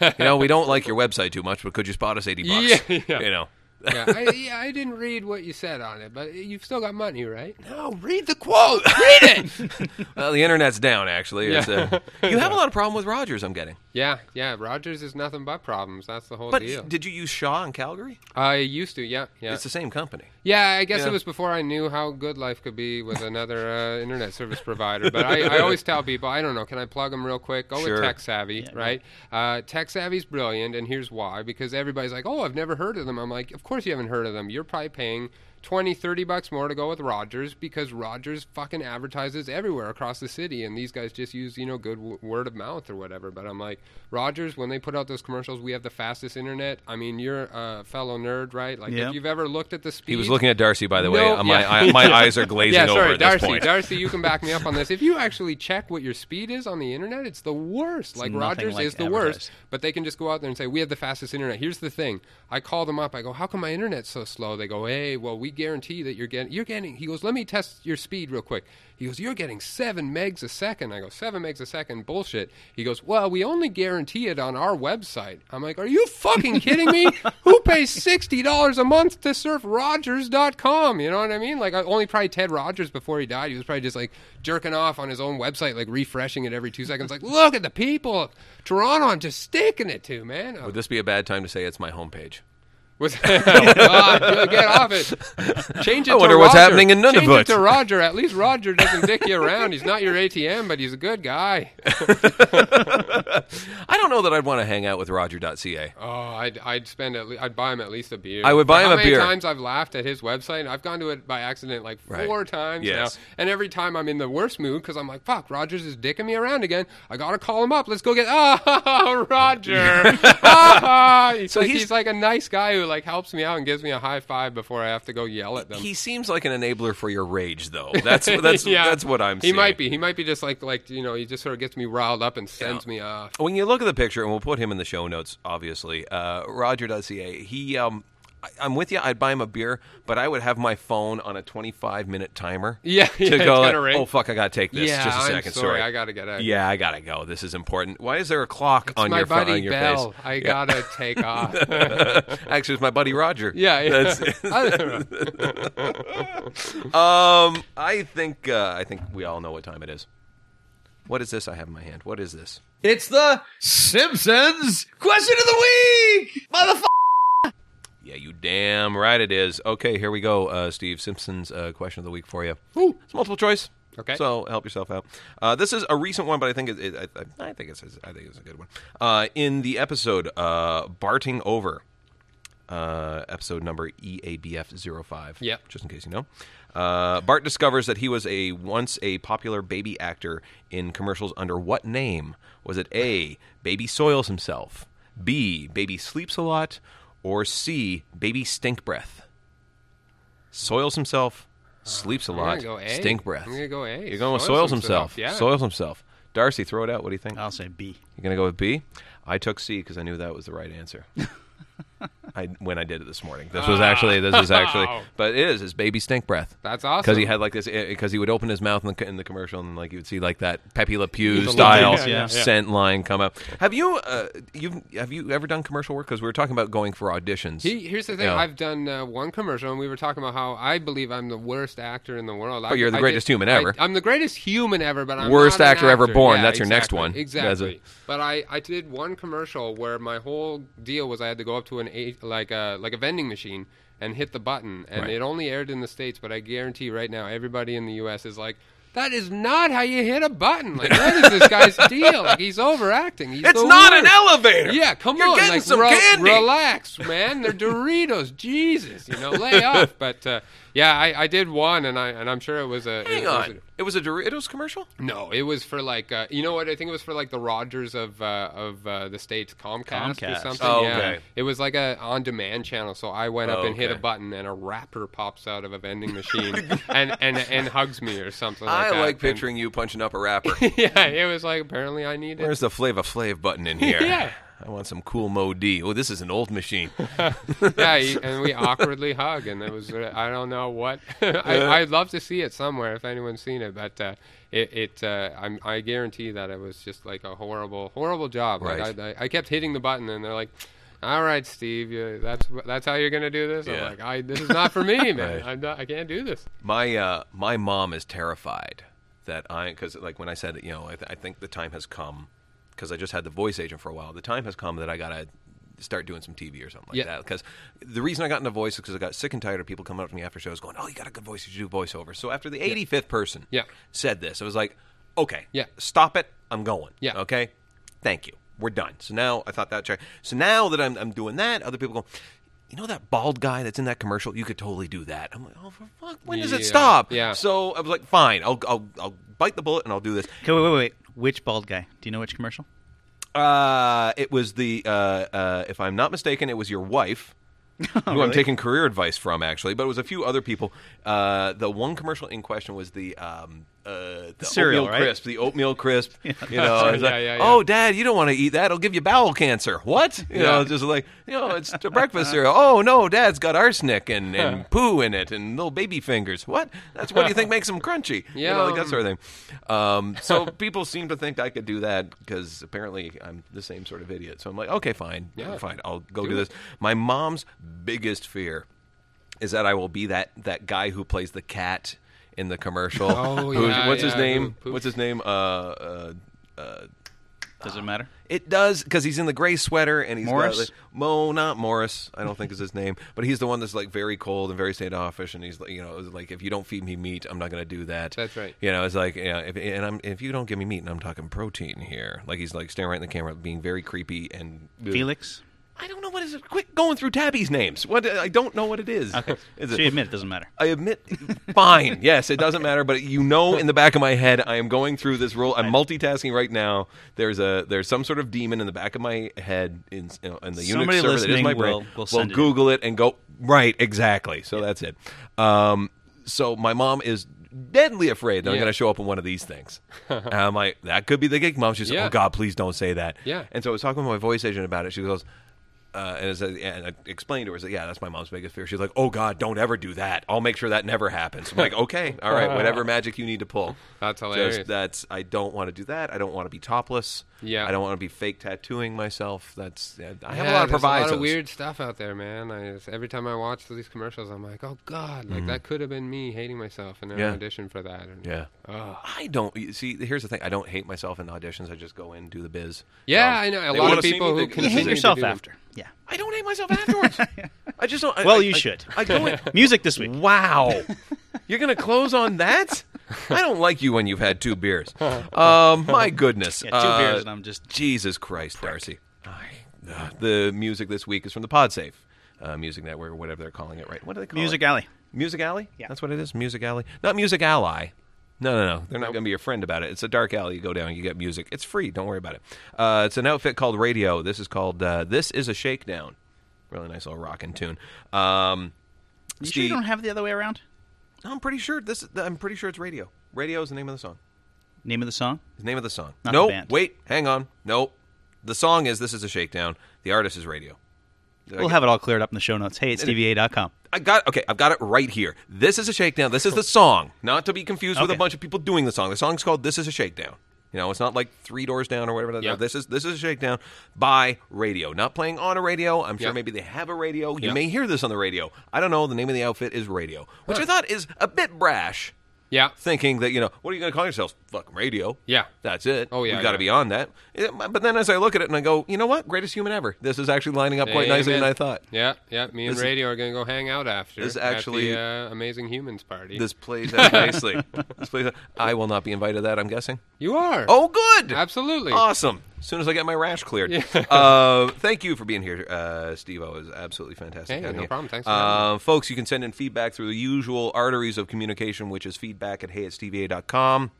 [SPEAKER 2] You know, we don't like your website too much, but could you spot us eighty bucks?
[SPEAKER 3] Yeah, yeah.
[SPEAKER 2] You know.
[SPEAKER 3] Yeah. I, yeah, I didn't read what you said on it, but you've still got money, right?
[SPEAKER 2] No, read the quote. Read it. well, the internet's down. Actually, it's, uh, you have a lot of problem with Rogers. I'm getting.
[SPEAKER 3] Yeah, yeah. Rogers is nothing but problems. That's the whole
[SPEAKER 2] But
[SPEAKER 3] deal.
[SPEAKER 2] did you use Shaw in Calgary?
[SPEAKER 3] I used to. Yeah, yeah.
[SPEAKER 2] It's the same company.
[SPEAKER 3] Yeah, I guess
[SPEAKER 2] Yeah.
[SPEAKER 3] it was before I knew how good life could be with another uh, internet service provider. But I, I always tell people, I don't know, can I plug them real quick? Go
[SPEAKER 2] Sure.
[SPEAKER 3] with Tech Savvy, right? Uh, Tech Savvy's brilliant, and here's why: because everybody's like, "Oh, I've never heard of them." I'm like, "Of course you haven't heard of them. You're probably paying." 20 30 bucks more to go with Rogers because Rogers fucking advertises everywhere across the city and these guys just use you know good w- word of mouth or whatever but I'm like Rogers when they put out those commercials we have the fastest internet I mean you're a fellow nerd right like
[SPEAKER 1] Yeah.
[SPEAKER 3] if you've ever looked at the speed
[SPEAKER 2] He was looking at Darcy, by the way.
[SPEAKER 3] No,
[SPEAKER 2] Uh, my
[SPEAKER 3] yeah.
[SPEAKER 2] I, my eyes are glazing
[SPEAKER 3] yeah, sorry,
[SPEAKER 2] over at
[SPEAKER 3] Darcy.
[SPEAKER 2] this point.
[SPEAKER 3] Darcy, you can back me up on this. If you actually check what your speed is on the internet, it's the worst. like
[SPEAKER 1] nothing
[SPEAKER 3] Rogers
[SPEAKER 1] like
[SPEAKER 3] is the
[SPEAKER 1] advertised.
[SPEAKER 3] worst, but they can just go out there and say, "We have the fastest internet." Here's the thing: I call them up. I go, "How come my internet's so slow?" They go, "Hey, well, we guarantee that you're getting you're getting." He goes, "Let me test your speed real quick." He goes, "You're getting seven megs a second. I go, seven megs a second, bullshit. He goes, "Well, we only guarantee it on our website." I'm like, "Are you fucking kidding me? Who pays sixty dollars a month to surf Rogers.com? You know what I mean? Like, I- only probably Ted Rogers before he died, he was probably just like jerking off on his own website, like refreshing it every two seconds. Like, look at the people, of Toronto. I'm just sticking it to man.
[SPEAKER 2] Would this be a bad time to say it's my homepage?
[SPEAKER 3] Was, oh, God, get off it. Change it
[SPEAKER 2] I
[SPEAKER 3] to
[SPEAKER 2] wonder what's
[SPEAKER 3] Roger.
[SPEAKER 2] happening in
[SPEAKER 3] Change
[SPEAKER 2] Nunavut.
[SPEAKER 3] it to Roger. At least Roger doesn't dick you around. He's not your ATM, but he's a good guy.
[SPEAKER 2] I don't know that I'd want to hang out with Roger.ca.
[SPEAKER 3] Oh, I'd, I'd spend at le- I'd buy him at least a beer.
[SPEAKER 2] I would buy
[SPEAKER 3] How
[SPEAKER 2] him a
[SPEAKER 3] many
[SPEAKER 2] beer.
[SPEAKER 3] times I've laughed at his website. I've gone to it by accident like
[SPEAKER 2] Right.
[SPEAKER 3] four times
[SPEAKER 2] Yes.
[SPEAKER 3] now, and every time I'm in the worst mood because I'm like, "Fuck, Rogers is dicking me around again." I gotta call him up. Let's go get oh Roger. Ah! he's
[SPEAKER 2] So
[SPEAKER 3] like,
[SPEAKER 2] he's-
[SPEAKER 3] he's, like a nice guy who like helps me out and gives me a high five before I have to go yell at them.
[SPEAKER 2] He seems like an enabler for your rage, though. That's that's
[SPEAKER 3] Yeah.
[SPEAKER 2] that's what I'm.
[SPEAKER 3] He
[SPEAKER 2] seeing.
[SPEAKER 3] might be. He might be just like like you know. He just sort of gets me riled up and sends me off.
[SPEAKER 2] When you look at the picture, and we'll put him in the show notes, obviously. Uh, Roger.ca. He, um, I, I'm with you. I'd buy him a beer, but I would have my phone on a 25 minute timer.
[SPEAKER 3] Yeah, yeah,
[SPEAKER 2] to
[SPEAKER 3] it's
[SPEAKER 2] go.
[SPEAKER 3] gonna
[SPEAKER 2] Like,
[SPEAKER 3] ring.
[SPEAKER 2] oh fuck, I gotta take this.
[SPEAKER 3] Yeah,
[SPEAKER 2] just a
[SPEAKER 3] I'm
[SPEAKER 2] 2nd
[SPEAKER 3] sorry, I gotta get out.
[SPEAKER 2] Yeah, I gotta go. This is important. Why is there a clock on
[SPEAKER 3] my
[SPEAKER 2] your phone?
[SPEAKER 3] buddy
[SPEAKER 2] on your
[SPEAKER 3] Bell.
[SPEAKER 2] face?
[SPEAKER 3] I
[SPEAKER 2] Yeah.
[SPEAKER 3] gotta take off.
[SPEAKER 2] Actually, it's my buddy Roger.
[SPEAKER 3] Yeah, yeah.
[SPEAKER 2] That's-
[SPEAKER 3] I don't know.
[SPEAKER 2] um, I think uh, I think we all know what time it is. What is this I have in my hand? What is this?
[SPEAKER 6] It's the Simpsons question of the week. Motherfucker.
[SPEAKER 2] Yeah, you damn right it is. Okay, here we go, uh, Steve Simpson's uh, question of the week for you. It's multiple choice.
[SPEAKER 3] Okay.
[SPEAKER 2] So help yourself out. Uh, this is a recent one, but I think it, it, I- I, I think it's I think it's a good one. Uh, in the episode uh, "Barting Over," uh, episode number EABF 05.
[SPEAKER 3] Yep.
[SPEAKER 2] Just in case you know. Uh, Bart discovers that he was a once a popular baby actor in commercials under what name? Was it A, Baby Soils Himself, B, Baby Sleeps a Lot, or C, Baby Stink Breath? Soils Himself, Sleeps a
[SPEAKER 3] I'm
[SPEAKER 2] Lot,
[SPEAKER 3] gonna go A.
[SPEAKER 2] Stink Breath.
[SPEAKER 3] I'm gonna go A.
[SPEAKER 2] You're going with Soils, Himself.
[SPEAKER 3] Yeah.
[SPEAKER 2] Soils Himself. Darcy, throw it out. What do you think?
[SPEAKER 1] I'll say B.
[SPEAKER 2] You're gonna go with B. I took C because I knew that was the right answer. I when I did it this morning. This was actually this was actually, but it is it's baby stink breath.
[SPEAKER 3] That's
[SPEAKER 2] Because he
[SPEAKER 3] awesome.
[SPEAKER 2] had like this, because he would open his mouth in the, in the commercial and like you would see like that Pepe Le Pew
[SPEAKER 1] The
[SPEAKER 2] style
[SPEAKER 1] lines, yeah.
[SPEAKER 2] scent line come up. Have you uh, you have you ever done commercial work? Because we were talking about going for auditions.
[SPEAKER 3] He, here's the thing.
[SPEAKER 2] Yeah.
[SPEAKER 3] I've done uh, one commercial, and we were talking about how I believe I'm the worst actor in the world. Oh,
[SPEAKER 2] you're the greatest human ever.
[SPEAKER 3] I, am the greatest human ever, but I'm
[SPEAKER 2] Worst
[SPEAKER 3] not an
[SPEAKER 2] actor ever born.
[SPEAKER 3] Yeah,
[SPEAKER 2] That's your next
[SPEAKER 3] exactly,
[SPEAKER 2] one. That's
[SPEAKER 3] Exactly.
[SPEAKER 2] it.
[SPEAKER 3] But I, I did one commercial where my whole deal was I had to go up to an eight, like a like a vending machine and hit the button, and
[SPEAKER 2] Right.
[SPEAKER 3] it only aired in the states. But I guarantee right now, everybody in the U.S. is like. That is not how you hit a button. Like, what is this guy's deal? Like, he's overacting. He's
[SPEAKER 2] it's
[SPEAKER 3] the
[SPEAKER 2] not an
[SPEAKER 3] worst.
[SPEAKER 2] elevator.
[SPEAKER 3] Yeah, come
[SPEAKER 2] You're
[SPEAKER 3] on,
[SPEAKER 2] getting
[SPEAKER 3] like,
[SPEAKER 2] some
[SPEAKER 3] re-
[SPEAKER 2] candy.
[SPEAKER 3] Relax, man. They're Doritos. Jesus, you know, lay off. But uh, yeah, I, I did one, and I and I'm sure it was a. it
[SPEAKER 2] Hang
[SPEAKER 3] was
[SPEAKER 2] on. It was a Doritos commercial.
[SPEAKER 3] a- no, it was for like uh, you know what? I think it was for like the Rogers of uh, of uh, the states, Comcast,
[SPEAKER 1] Comcast.
[SPEAKER 3] or something.
[SPEAKER 2] Oh,
[SPEAKER 3] yeah.
[SPEAKER 2] okay.
[SPEAKER 3] It was like a on-demand channel. So I went up
[SPEAKER 2] Oh,
[SPEAKER 3] and hit
[SPEAKER 2] okay. Oh
[SPEAKER 3] a button, and a rapper pops out of a vending machine and, and and hugs me or something. Like
[SPEAKER 2] I
[SPEAKER 3] that.
[SPEAKER 2] like
[SPEAKER 3] And-
[SPEAKER 2] picturing you punching up a rapper.
[SPEAKER 3] yeah, it was like apparently I needed.
[SPEAKER 2] Where's the Flava Flav button in here?
[SPEAKER 3] Yeah.
[SPEAKER 2] I want some cool Mo D. Oh, this is an old machine.
[SPEAKER 3] yeah, he- and we awkwardly hug, and it was uh, I don't know what. I, I'd love to see it somewhere if anyone's seen it, but uh, it, it uh, I'm, I guarantee that it was just like a horrible, horrible job.
[SPEAKER 2] Right.
[SPEAKER 3] Like I, I, I kept hitting the button, and they're like. All right, Steve. You, that's that's how you're gonna do this. I'm
[SPEAKER 2] Yeah.
[SPEAKER 3] like, I, this is not for me, man.
[SPEAKER 2] Right.
[SPEAKER 3] I'm not, I can't do this.
[SPEAKER 2] My uh, my mom is terrified that I because like when I said you know I, th- I think the time has come because I just had the voice agent for a while. The time has come that I gotta start doing some TV or something like
[SPEAKER 3] Yeah.
[SPEAKER 2] that. Because the reason I got into voice is because I got sick and tired of people coming up to me after shows going, "Oh, you got a good voice. You should do voiceover." So after the 85th person
[SPEAKER 3] Yeah.
[SPEAKER 2] said this, I was like, "Okay,
[SPEAKER 3] Yeah.
[SPEAKER 2] stop it. I'm going.
[SPEAKER 3] Yeah.
[SPEAKER 2] okay, thank you. We're done." So now I thought that check. So now that I'm, I'm doing that, other people go. You know that bald guy that's in that commercial? You could totally do that. I'm like, oh, for fuck, when does it
[SPEAKER 3] Yeah.
[SPEAKER 2] stop?
[SPEAKER 3] Yeah.
[SPEAKER 2] So I was like, fine, I'll, I'll, I'll bite the bullet and I'll do this.
[SPEAKER 1] Okay, wait, wait, wait. Which bald guy? Do you know which commercial?
[SPEAKER 2] Uh, it was the, uh, uh, if I'm not mistaken, it was your wife. who I'm taking career advice from, actually, but it was a few other people. Uh, the one commercial in question was the um, uh, the
[SPEAKER 1] Cereal,
[SPEAKER 2] oatmeal
[SPEAKER 1] right?
[SPEAKER 2] crisp. The oatmeal crisp. You know, it's
[SPEAKER 3] Yeah,
[SPEAKER 2] like,
[SPEAKER 3] yeah, yeah.
[SPEAKER 2] oh, Dad, you don't want to eat that; it'll give you bowel cancer. What? You know,
[SPEAKER 3] Yeah.
[SPEAKER 2] just like you know, it's a breakfast cereal. Oh no, Dad's got arsenic and, and poo in it and little baby fingers. What? That's what do you think makes them crunchy? you know, like that
[SPEAKER 3] Yum.
[SPEAKER 2] sort of thing. Um, so people seem to think I could do that because apparently I'm the same sort of idiot. So I'm like, okay, fine, yeah,
[SPEAKER 3] Yeah.
[SPEAKER 2] fine, I'll go do, this. My mom's biggest fear is that I will be that that guy who plays the cat in the commercial.
[SPEAKER 3] Oh,
[SPEAKER 2] Who's-
[SPEAKER 3] yeah,
[SPEAKER 2] what's his
[SPEAKER 3] yeah,
[SPEAKER 2] name?
[SPEAKER 3] who- who-
[SPEAKER 2] What's his name? Uh, uh, uh,
[SPEAKER 1] Does
[SPEAKER 3] Ah.
[SPEAKER 1] it matter?
[SPEAKER 2] It does because he's in the gray sweater and he's got,
[SPEAKER 1] Morris?
[SPEAKER 2] like- Mo, not Morris. I don't think is his name, but he's the one that's like very cold and very standoffish, and he's like, you know like if you don't feed me meat, I'm not going to do that.
[SPEAKER 3] That's right.
[SPEAKER 2] You know, it's like you know, if, and I'm if you don't give me meat, and I'm talking protein here, like he's like staring right in the camera, being very creepy and
[SPEAKER 1] Felix.
[SPEAKER 2] I don't know what is it. Quit going through Tabby's names. What I don't know what it is.
[SPEAKER 1] Okay.
[SPEAKER 2] Is
[SPEAKER 1] so you admit it doesn't matter.
[SPEAKER 2] I admit, fine. Yes, it doesn't matter. But you know, in the back of my head, I am going through this rule. I'm multitasking right now. There's a there's some sort of demon in the back of my head in, you know, in the Unix
[SPEAKER 1] Somebody
[SPEAKER 2] server that is
[SPEAKER 1] listening
[SPEAKER 2] my brain.
[SPEAKER 1] will- will
[SPEAKER 2] Well,
[SPEAKER 1] send it in.
[SPEAKER 2] Google it and go right. Exactly. So that's it. Um, so my mom is deadly afraid that I'm
[SPEAKER 3] Yeah.
[SPEAKER 2] going to show up in one of these things. and I'm like, that could be the gig. Mom, she's like,
[SPEAKER 3] Yeah.
[SPEAKER 2] oh God, please don't say that.
[SPEAKER 3] Yeah.
[SPEAKER 2] And so I was talking with my voice agent about it. She goes uh, and, it's, uh, and I explained to her, I said, yeah, that's my mom's biggest fear. She's like, oh God, don't ever do that. I'll make sure that never happens. I'm like, okay, all right, whatever magic you need to pull.
[SPEAKER 3] Uh-huh. That's hilarious.
[SPEAKER 2] Just, that's I don't want to do that. I don't want to be topless.
[SPEAKER 3] Yeah.
[SPEAKER 2] I don't want to be fake tattooing myself. That's yeah, I have
[SPEAKER 3] Yeah,
[SPEAKER 2] a lot of
[SPEAKER 3] there's
[SPEAKER 2] provisos.
[SPEAKER 3] A lot of weird stuff out there, man. I just, every time I watch these commercials, I'm like, oh god, like that could have been me hating myself in an
[SPEAKER 2] Mm. Yeah.
[SPEAKER 3] audition for that. And-
[SPEAKER 2] Yeah. I don't you see. Here's the thing. I don't hate myself in auditions. I just go in, do the biz.
[SPEAKER 3] Yeah,
[SPEAKER 2] Um,
[SPEAKER 3] I know. A
[SPEAKER 2] they
[SPEAKER 3] lot
[SPEAKER 2] wanna
[SPEAKER 3] of
[SPEAKER 2] see me,
[SPEAKER 3] people who
[SPEAKER 2] they-
[SPEAKER 3] can
[SPEAKER 1] You
[SPEAKER 3] Continue
[SPEAKER 1] hate
[SPEAKER 3] to
[SPEAKER 1] yourself
[SPEAKER 3] do them.
[SPEAKER 1] after. Yeah.
[SPEAKER 2] I don't hate myself afterwards. I just don't. I-
[SPEAKER 1] Well,
[SPEAKER 2] I-
[SPEAKER 1] you
[SPEAKER 2] I-
[SPEAKER 1] should.
[SPEAKER 2] I go in.
[SPEAKER 1] Music this week.
[SPEAKER 2] Wow. You're going to close on that? I don't like you when you've had two beers. Um, my goodness. Uh,
[SPEAKER 1] Yeah, two beers and I'm just-
[SPEAKER 2] Jesus Christ, Darcy. I, uh, the music this week is from the PodSafe uh, Music Network, or whatever they're calling it, right? What do they call
[SPEAKER 1] Music
[SPEAKER 2] it?
[SPEAKER 1] Alley.
[SPEAKER 2] Music Alley?
[SPEAKER 1] Yeah.
[SPEAKER 2] That's what it is? Music Alley? Not Music Ally. No, no, no. They're not going to be your friend about it. It's a dark alley. You go down, you get music. It's free. Don't worry about it. Uh, it's an outfit called Radio. This is called uh, This is a Shakedown. Really nice little rockin' tune. Um,
[SPEAKER 1] You sure you
[SPEAKER 2] Steve-
[SPEAKER 1] don't have the other way around?
[SPEAKER 2] no, I'm pretty sure this. I'm pretty sure it's Radio. Radio is the name of the song.
[SPEAKER 1] Name of the song?
[SPEAKER 2] It's the name of the song.
[SPEAKER 1] Not
[SPEAKER 2] no,
[SPEAKER 1] the band.
[SPEAKER 2] wait, hang on. No, the song is "This Is a Shakedown." The artist is Radio.
[SPEAKER 1] We'll have it all cleared up in the show notes. Hey, it's TVA.com.
[SPEAKER 2] I got okay. I've got it right here. This is a shakedown. This is the song, not to be confused with a
[SPEAKER 1] Okay.
[SPEAKER 2] bunch of people doing the song. The song's called "This Is a Shakedown." You know, it's not like Three Doors Down or whatever. That,
[SPEAKER 3] Yeah.
[SPEAKER 2] This is this is a shakedown by radio, not playing on a radio. I'm sure
[SPEAKER 3] Yeah.
[SPEAKER 2] maybe they have a radio. You
[SPEAKER 3] Yeah.
[SPEAKER 2] may hear this on the radio. I don't know. The name of the outfit is Radio, which I thought is a bit brash.
[SPEAKER 3] Yeah.
[SPEAKER 2] thinking that you know what are you going to call yourselves? Fucking radio.
[SPEAKER 3] Yeah.
[SPEAKER 2] that's it.
[SPEAKER 3] Oh, yeah,
[SPEAKER 2] we got to
[SPEAKER 3] yeah.
[SPEAKER 2] be on that. It- but then as I look at it and I go, you know what? Greatest human ever. This is actually lining up quite nicely
[SPEAKER 3] Amen.
[SPEAKER 2] than I thought.
[SPEAKER 3] Yeah, yeah. Me and
[SPEAKER 2] This-
[SPEAKER 3] Radio are gonna go hang out after
[SPEAKER 2] This
[SPEAKER 3] at
[SPEAKER 2] actually-
[SPEAKER 3] the, uh, Amazing Humans party.
[SPEAKER 2] This plays out nicely. this plays. Out. I will not be invited to that. I'm guessing.
[SPEAKER 3] you are.
[SPEAKER 2] Oh, ah. good.
[SPEAKER 3] absolutely.
[SPEAKER 2] Awesome. As soon as I get my rash cleared. uh, thank you for being here, uh, Steve. O. It was absolutely fantastic.
[SPEAKER 3] Hey,
[SPEAKER 2] having
[SPEAKER 3] no
[SPEAKER 2] you.
[SPEAKER 3] problem. Thanks for having
[SPEAKER 2] Uh, folks, you can send in feedback through the usual arteries of communication, which is feedback at heyatstva.com.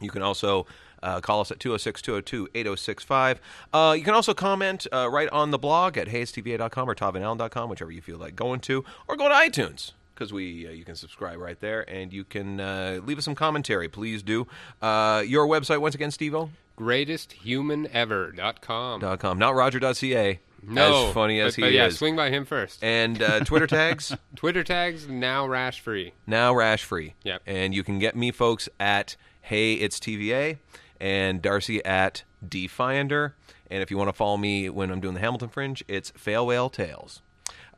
[SPEAKER 2] You can also uh, call us at 206 202 8065. You can also comment uh, right on the blog at heyatstva.com or tavinallen.com, whichever you feel like going to, or go to iTunes. Because we, uh, you can subscribe right there, and you can uh, leave us some commentary. Please do. Uh, your website once again, Steve-O?
[SPEAKER 3] Greatesthumanever.com.
[SPEAKER 2] dot com, not Roger.ca.
[SPEAKER 3] No,
[SPEAKER 2] as funny as
[SPEAKER 3] but,
[SPEAKER 2] he
[SPEAKER 3] but yeah,
[SPEAKER 2] is.
[SPEAKER 3] swing by him first.
[SPEAKER 2] And uh, Twitter tags
[SPEAKER 3] Twitter tags now rash free.
[SPEAKER 2] now rash free.
[SPEAKER 3] Yep.
[SPEAKER 2] And you can get me folks at Hey It's TVA and Darcy at Defiander. And if you want to follow me when I'm doing the Hamilton Fringe, it's Fail Whale Tales.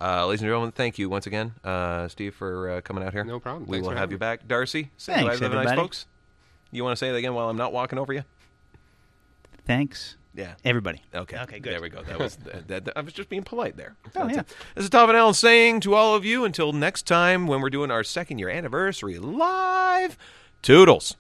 [SPEAKER 2] Uh, ladies and gentlemen, thank you once again, uh, Steve, for uh, coming out here.
[SPEAKER 3] No problem.
[SPEAKER 2] We
[SPEAKER 3] Thanks
[SPEAKER 2] will
[SPEAKER 3] for
[SPEAKER 2] have
[SPEAKER 3] having
[SPEAKER 2] you
[SPEAKER 3] me.
[SPEAKER 2] back, Darcy. Say
[SPEAKER 1] Thanks,
[SPEAKER 2] goodbye to the nice
[SPEAKER 1] everybody.
[SPEAKER 2] folks. You want to say it again while I'm not walking over you?
[SPEAKER 1] Thanks,
[SPEAKER 2] Yeah.
[SPEAKER 1] everybody.
[SPEAKER 2] Okay.
[SPEAKER 1] Okay, good.
[SPEAKER 2] There we go. That was that, that- I was just being polite there.
[SPEAKER 1] Oh,
[SPEAKER 2] That's
[SPEAKER 1] yeah.
[SPEAKER 2] it. This is Tom and Alan saying to all of you until next time when we're doing our second year anniversary live. Toodles.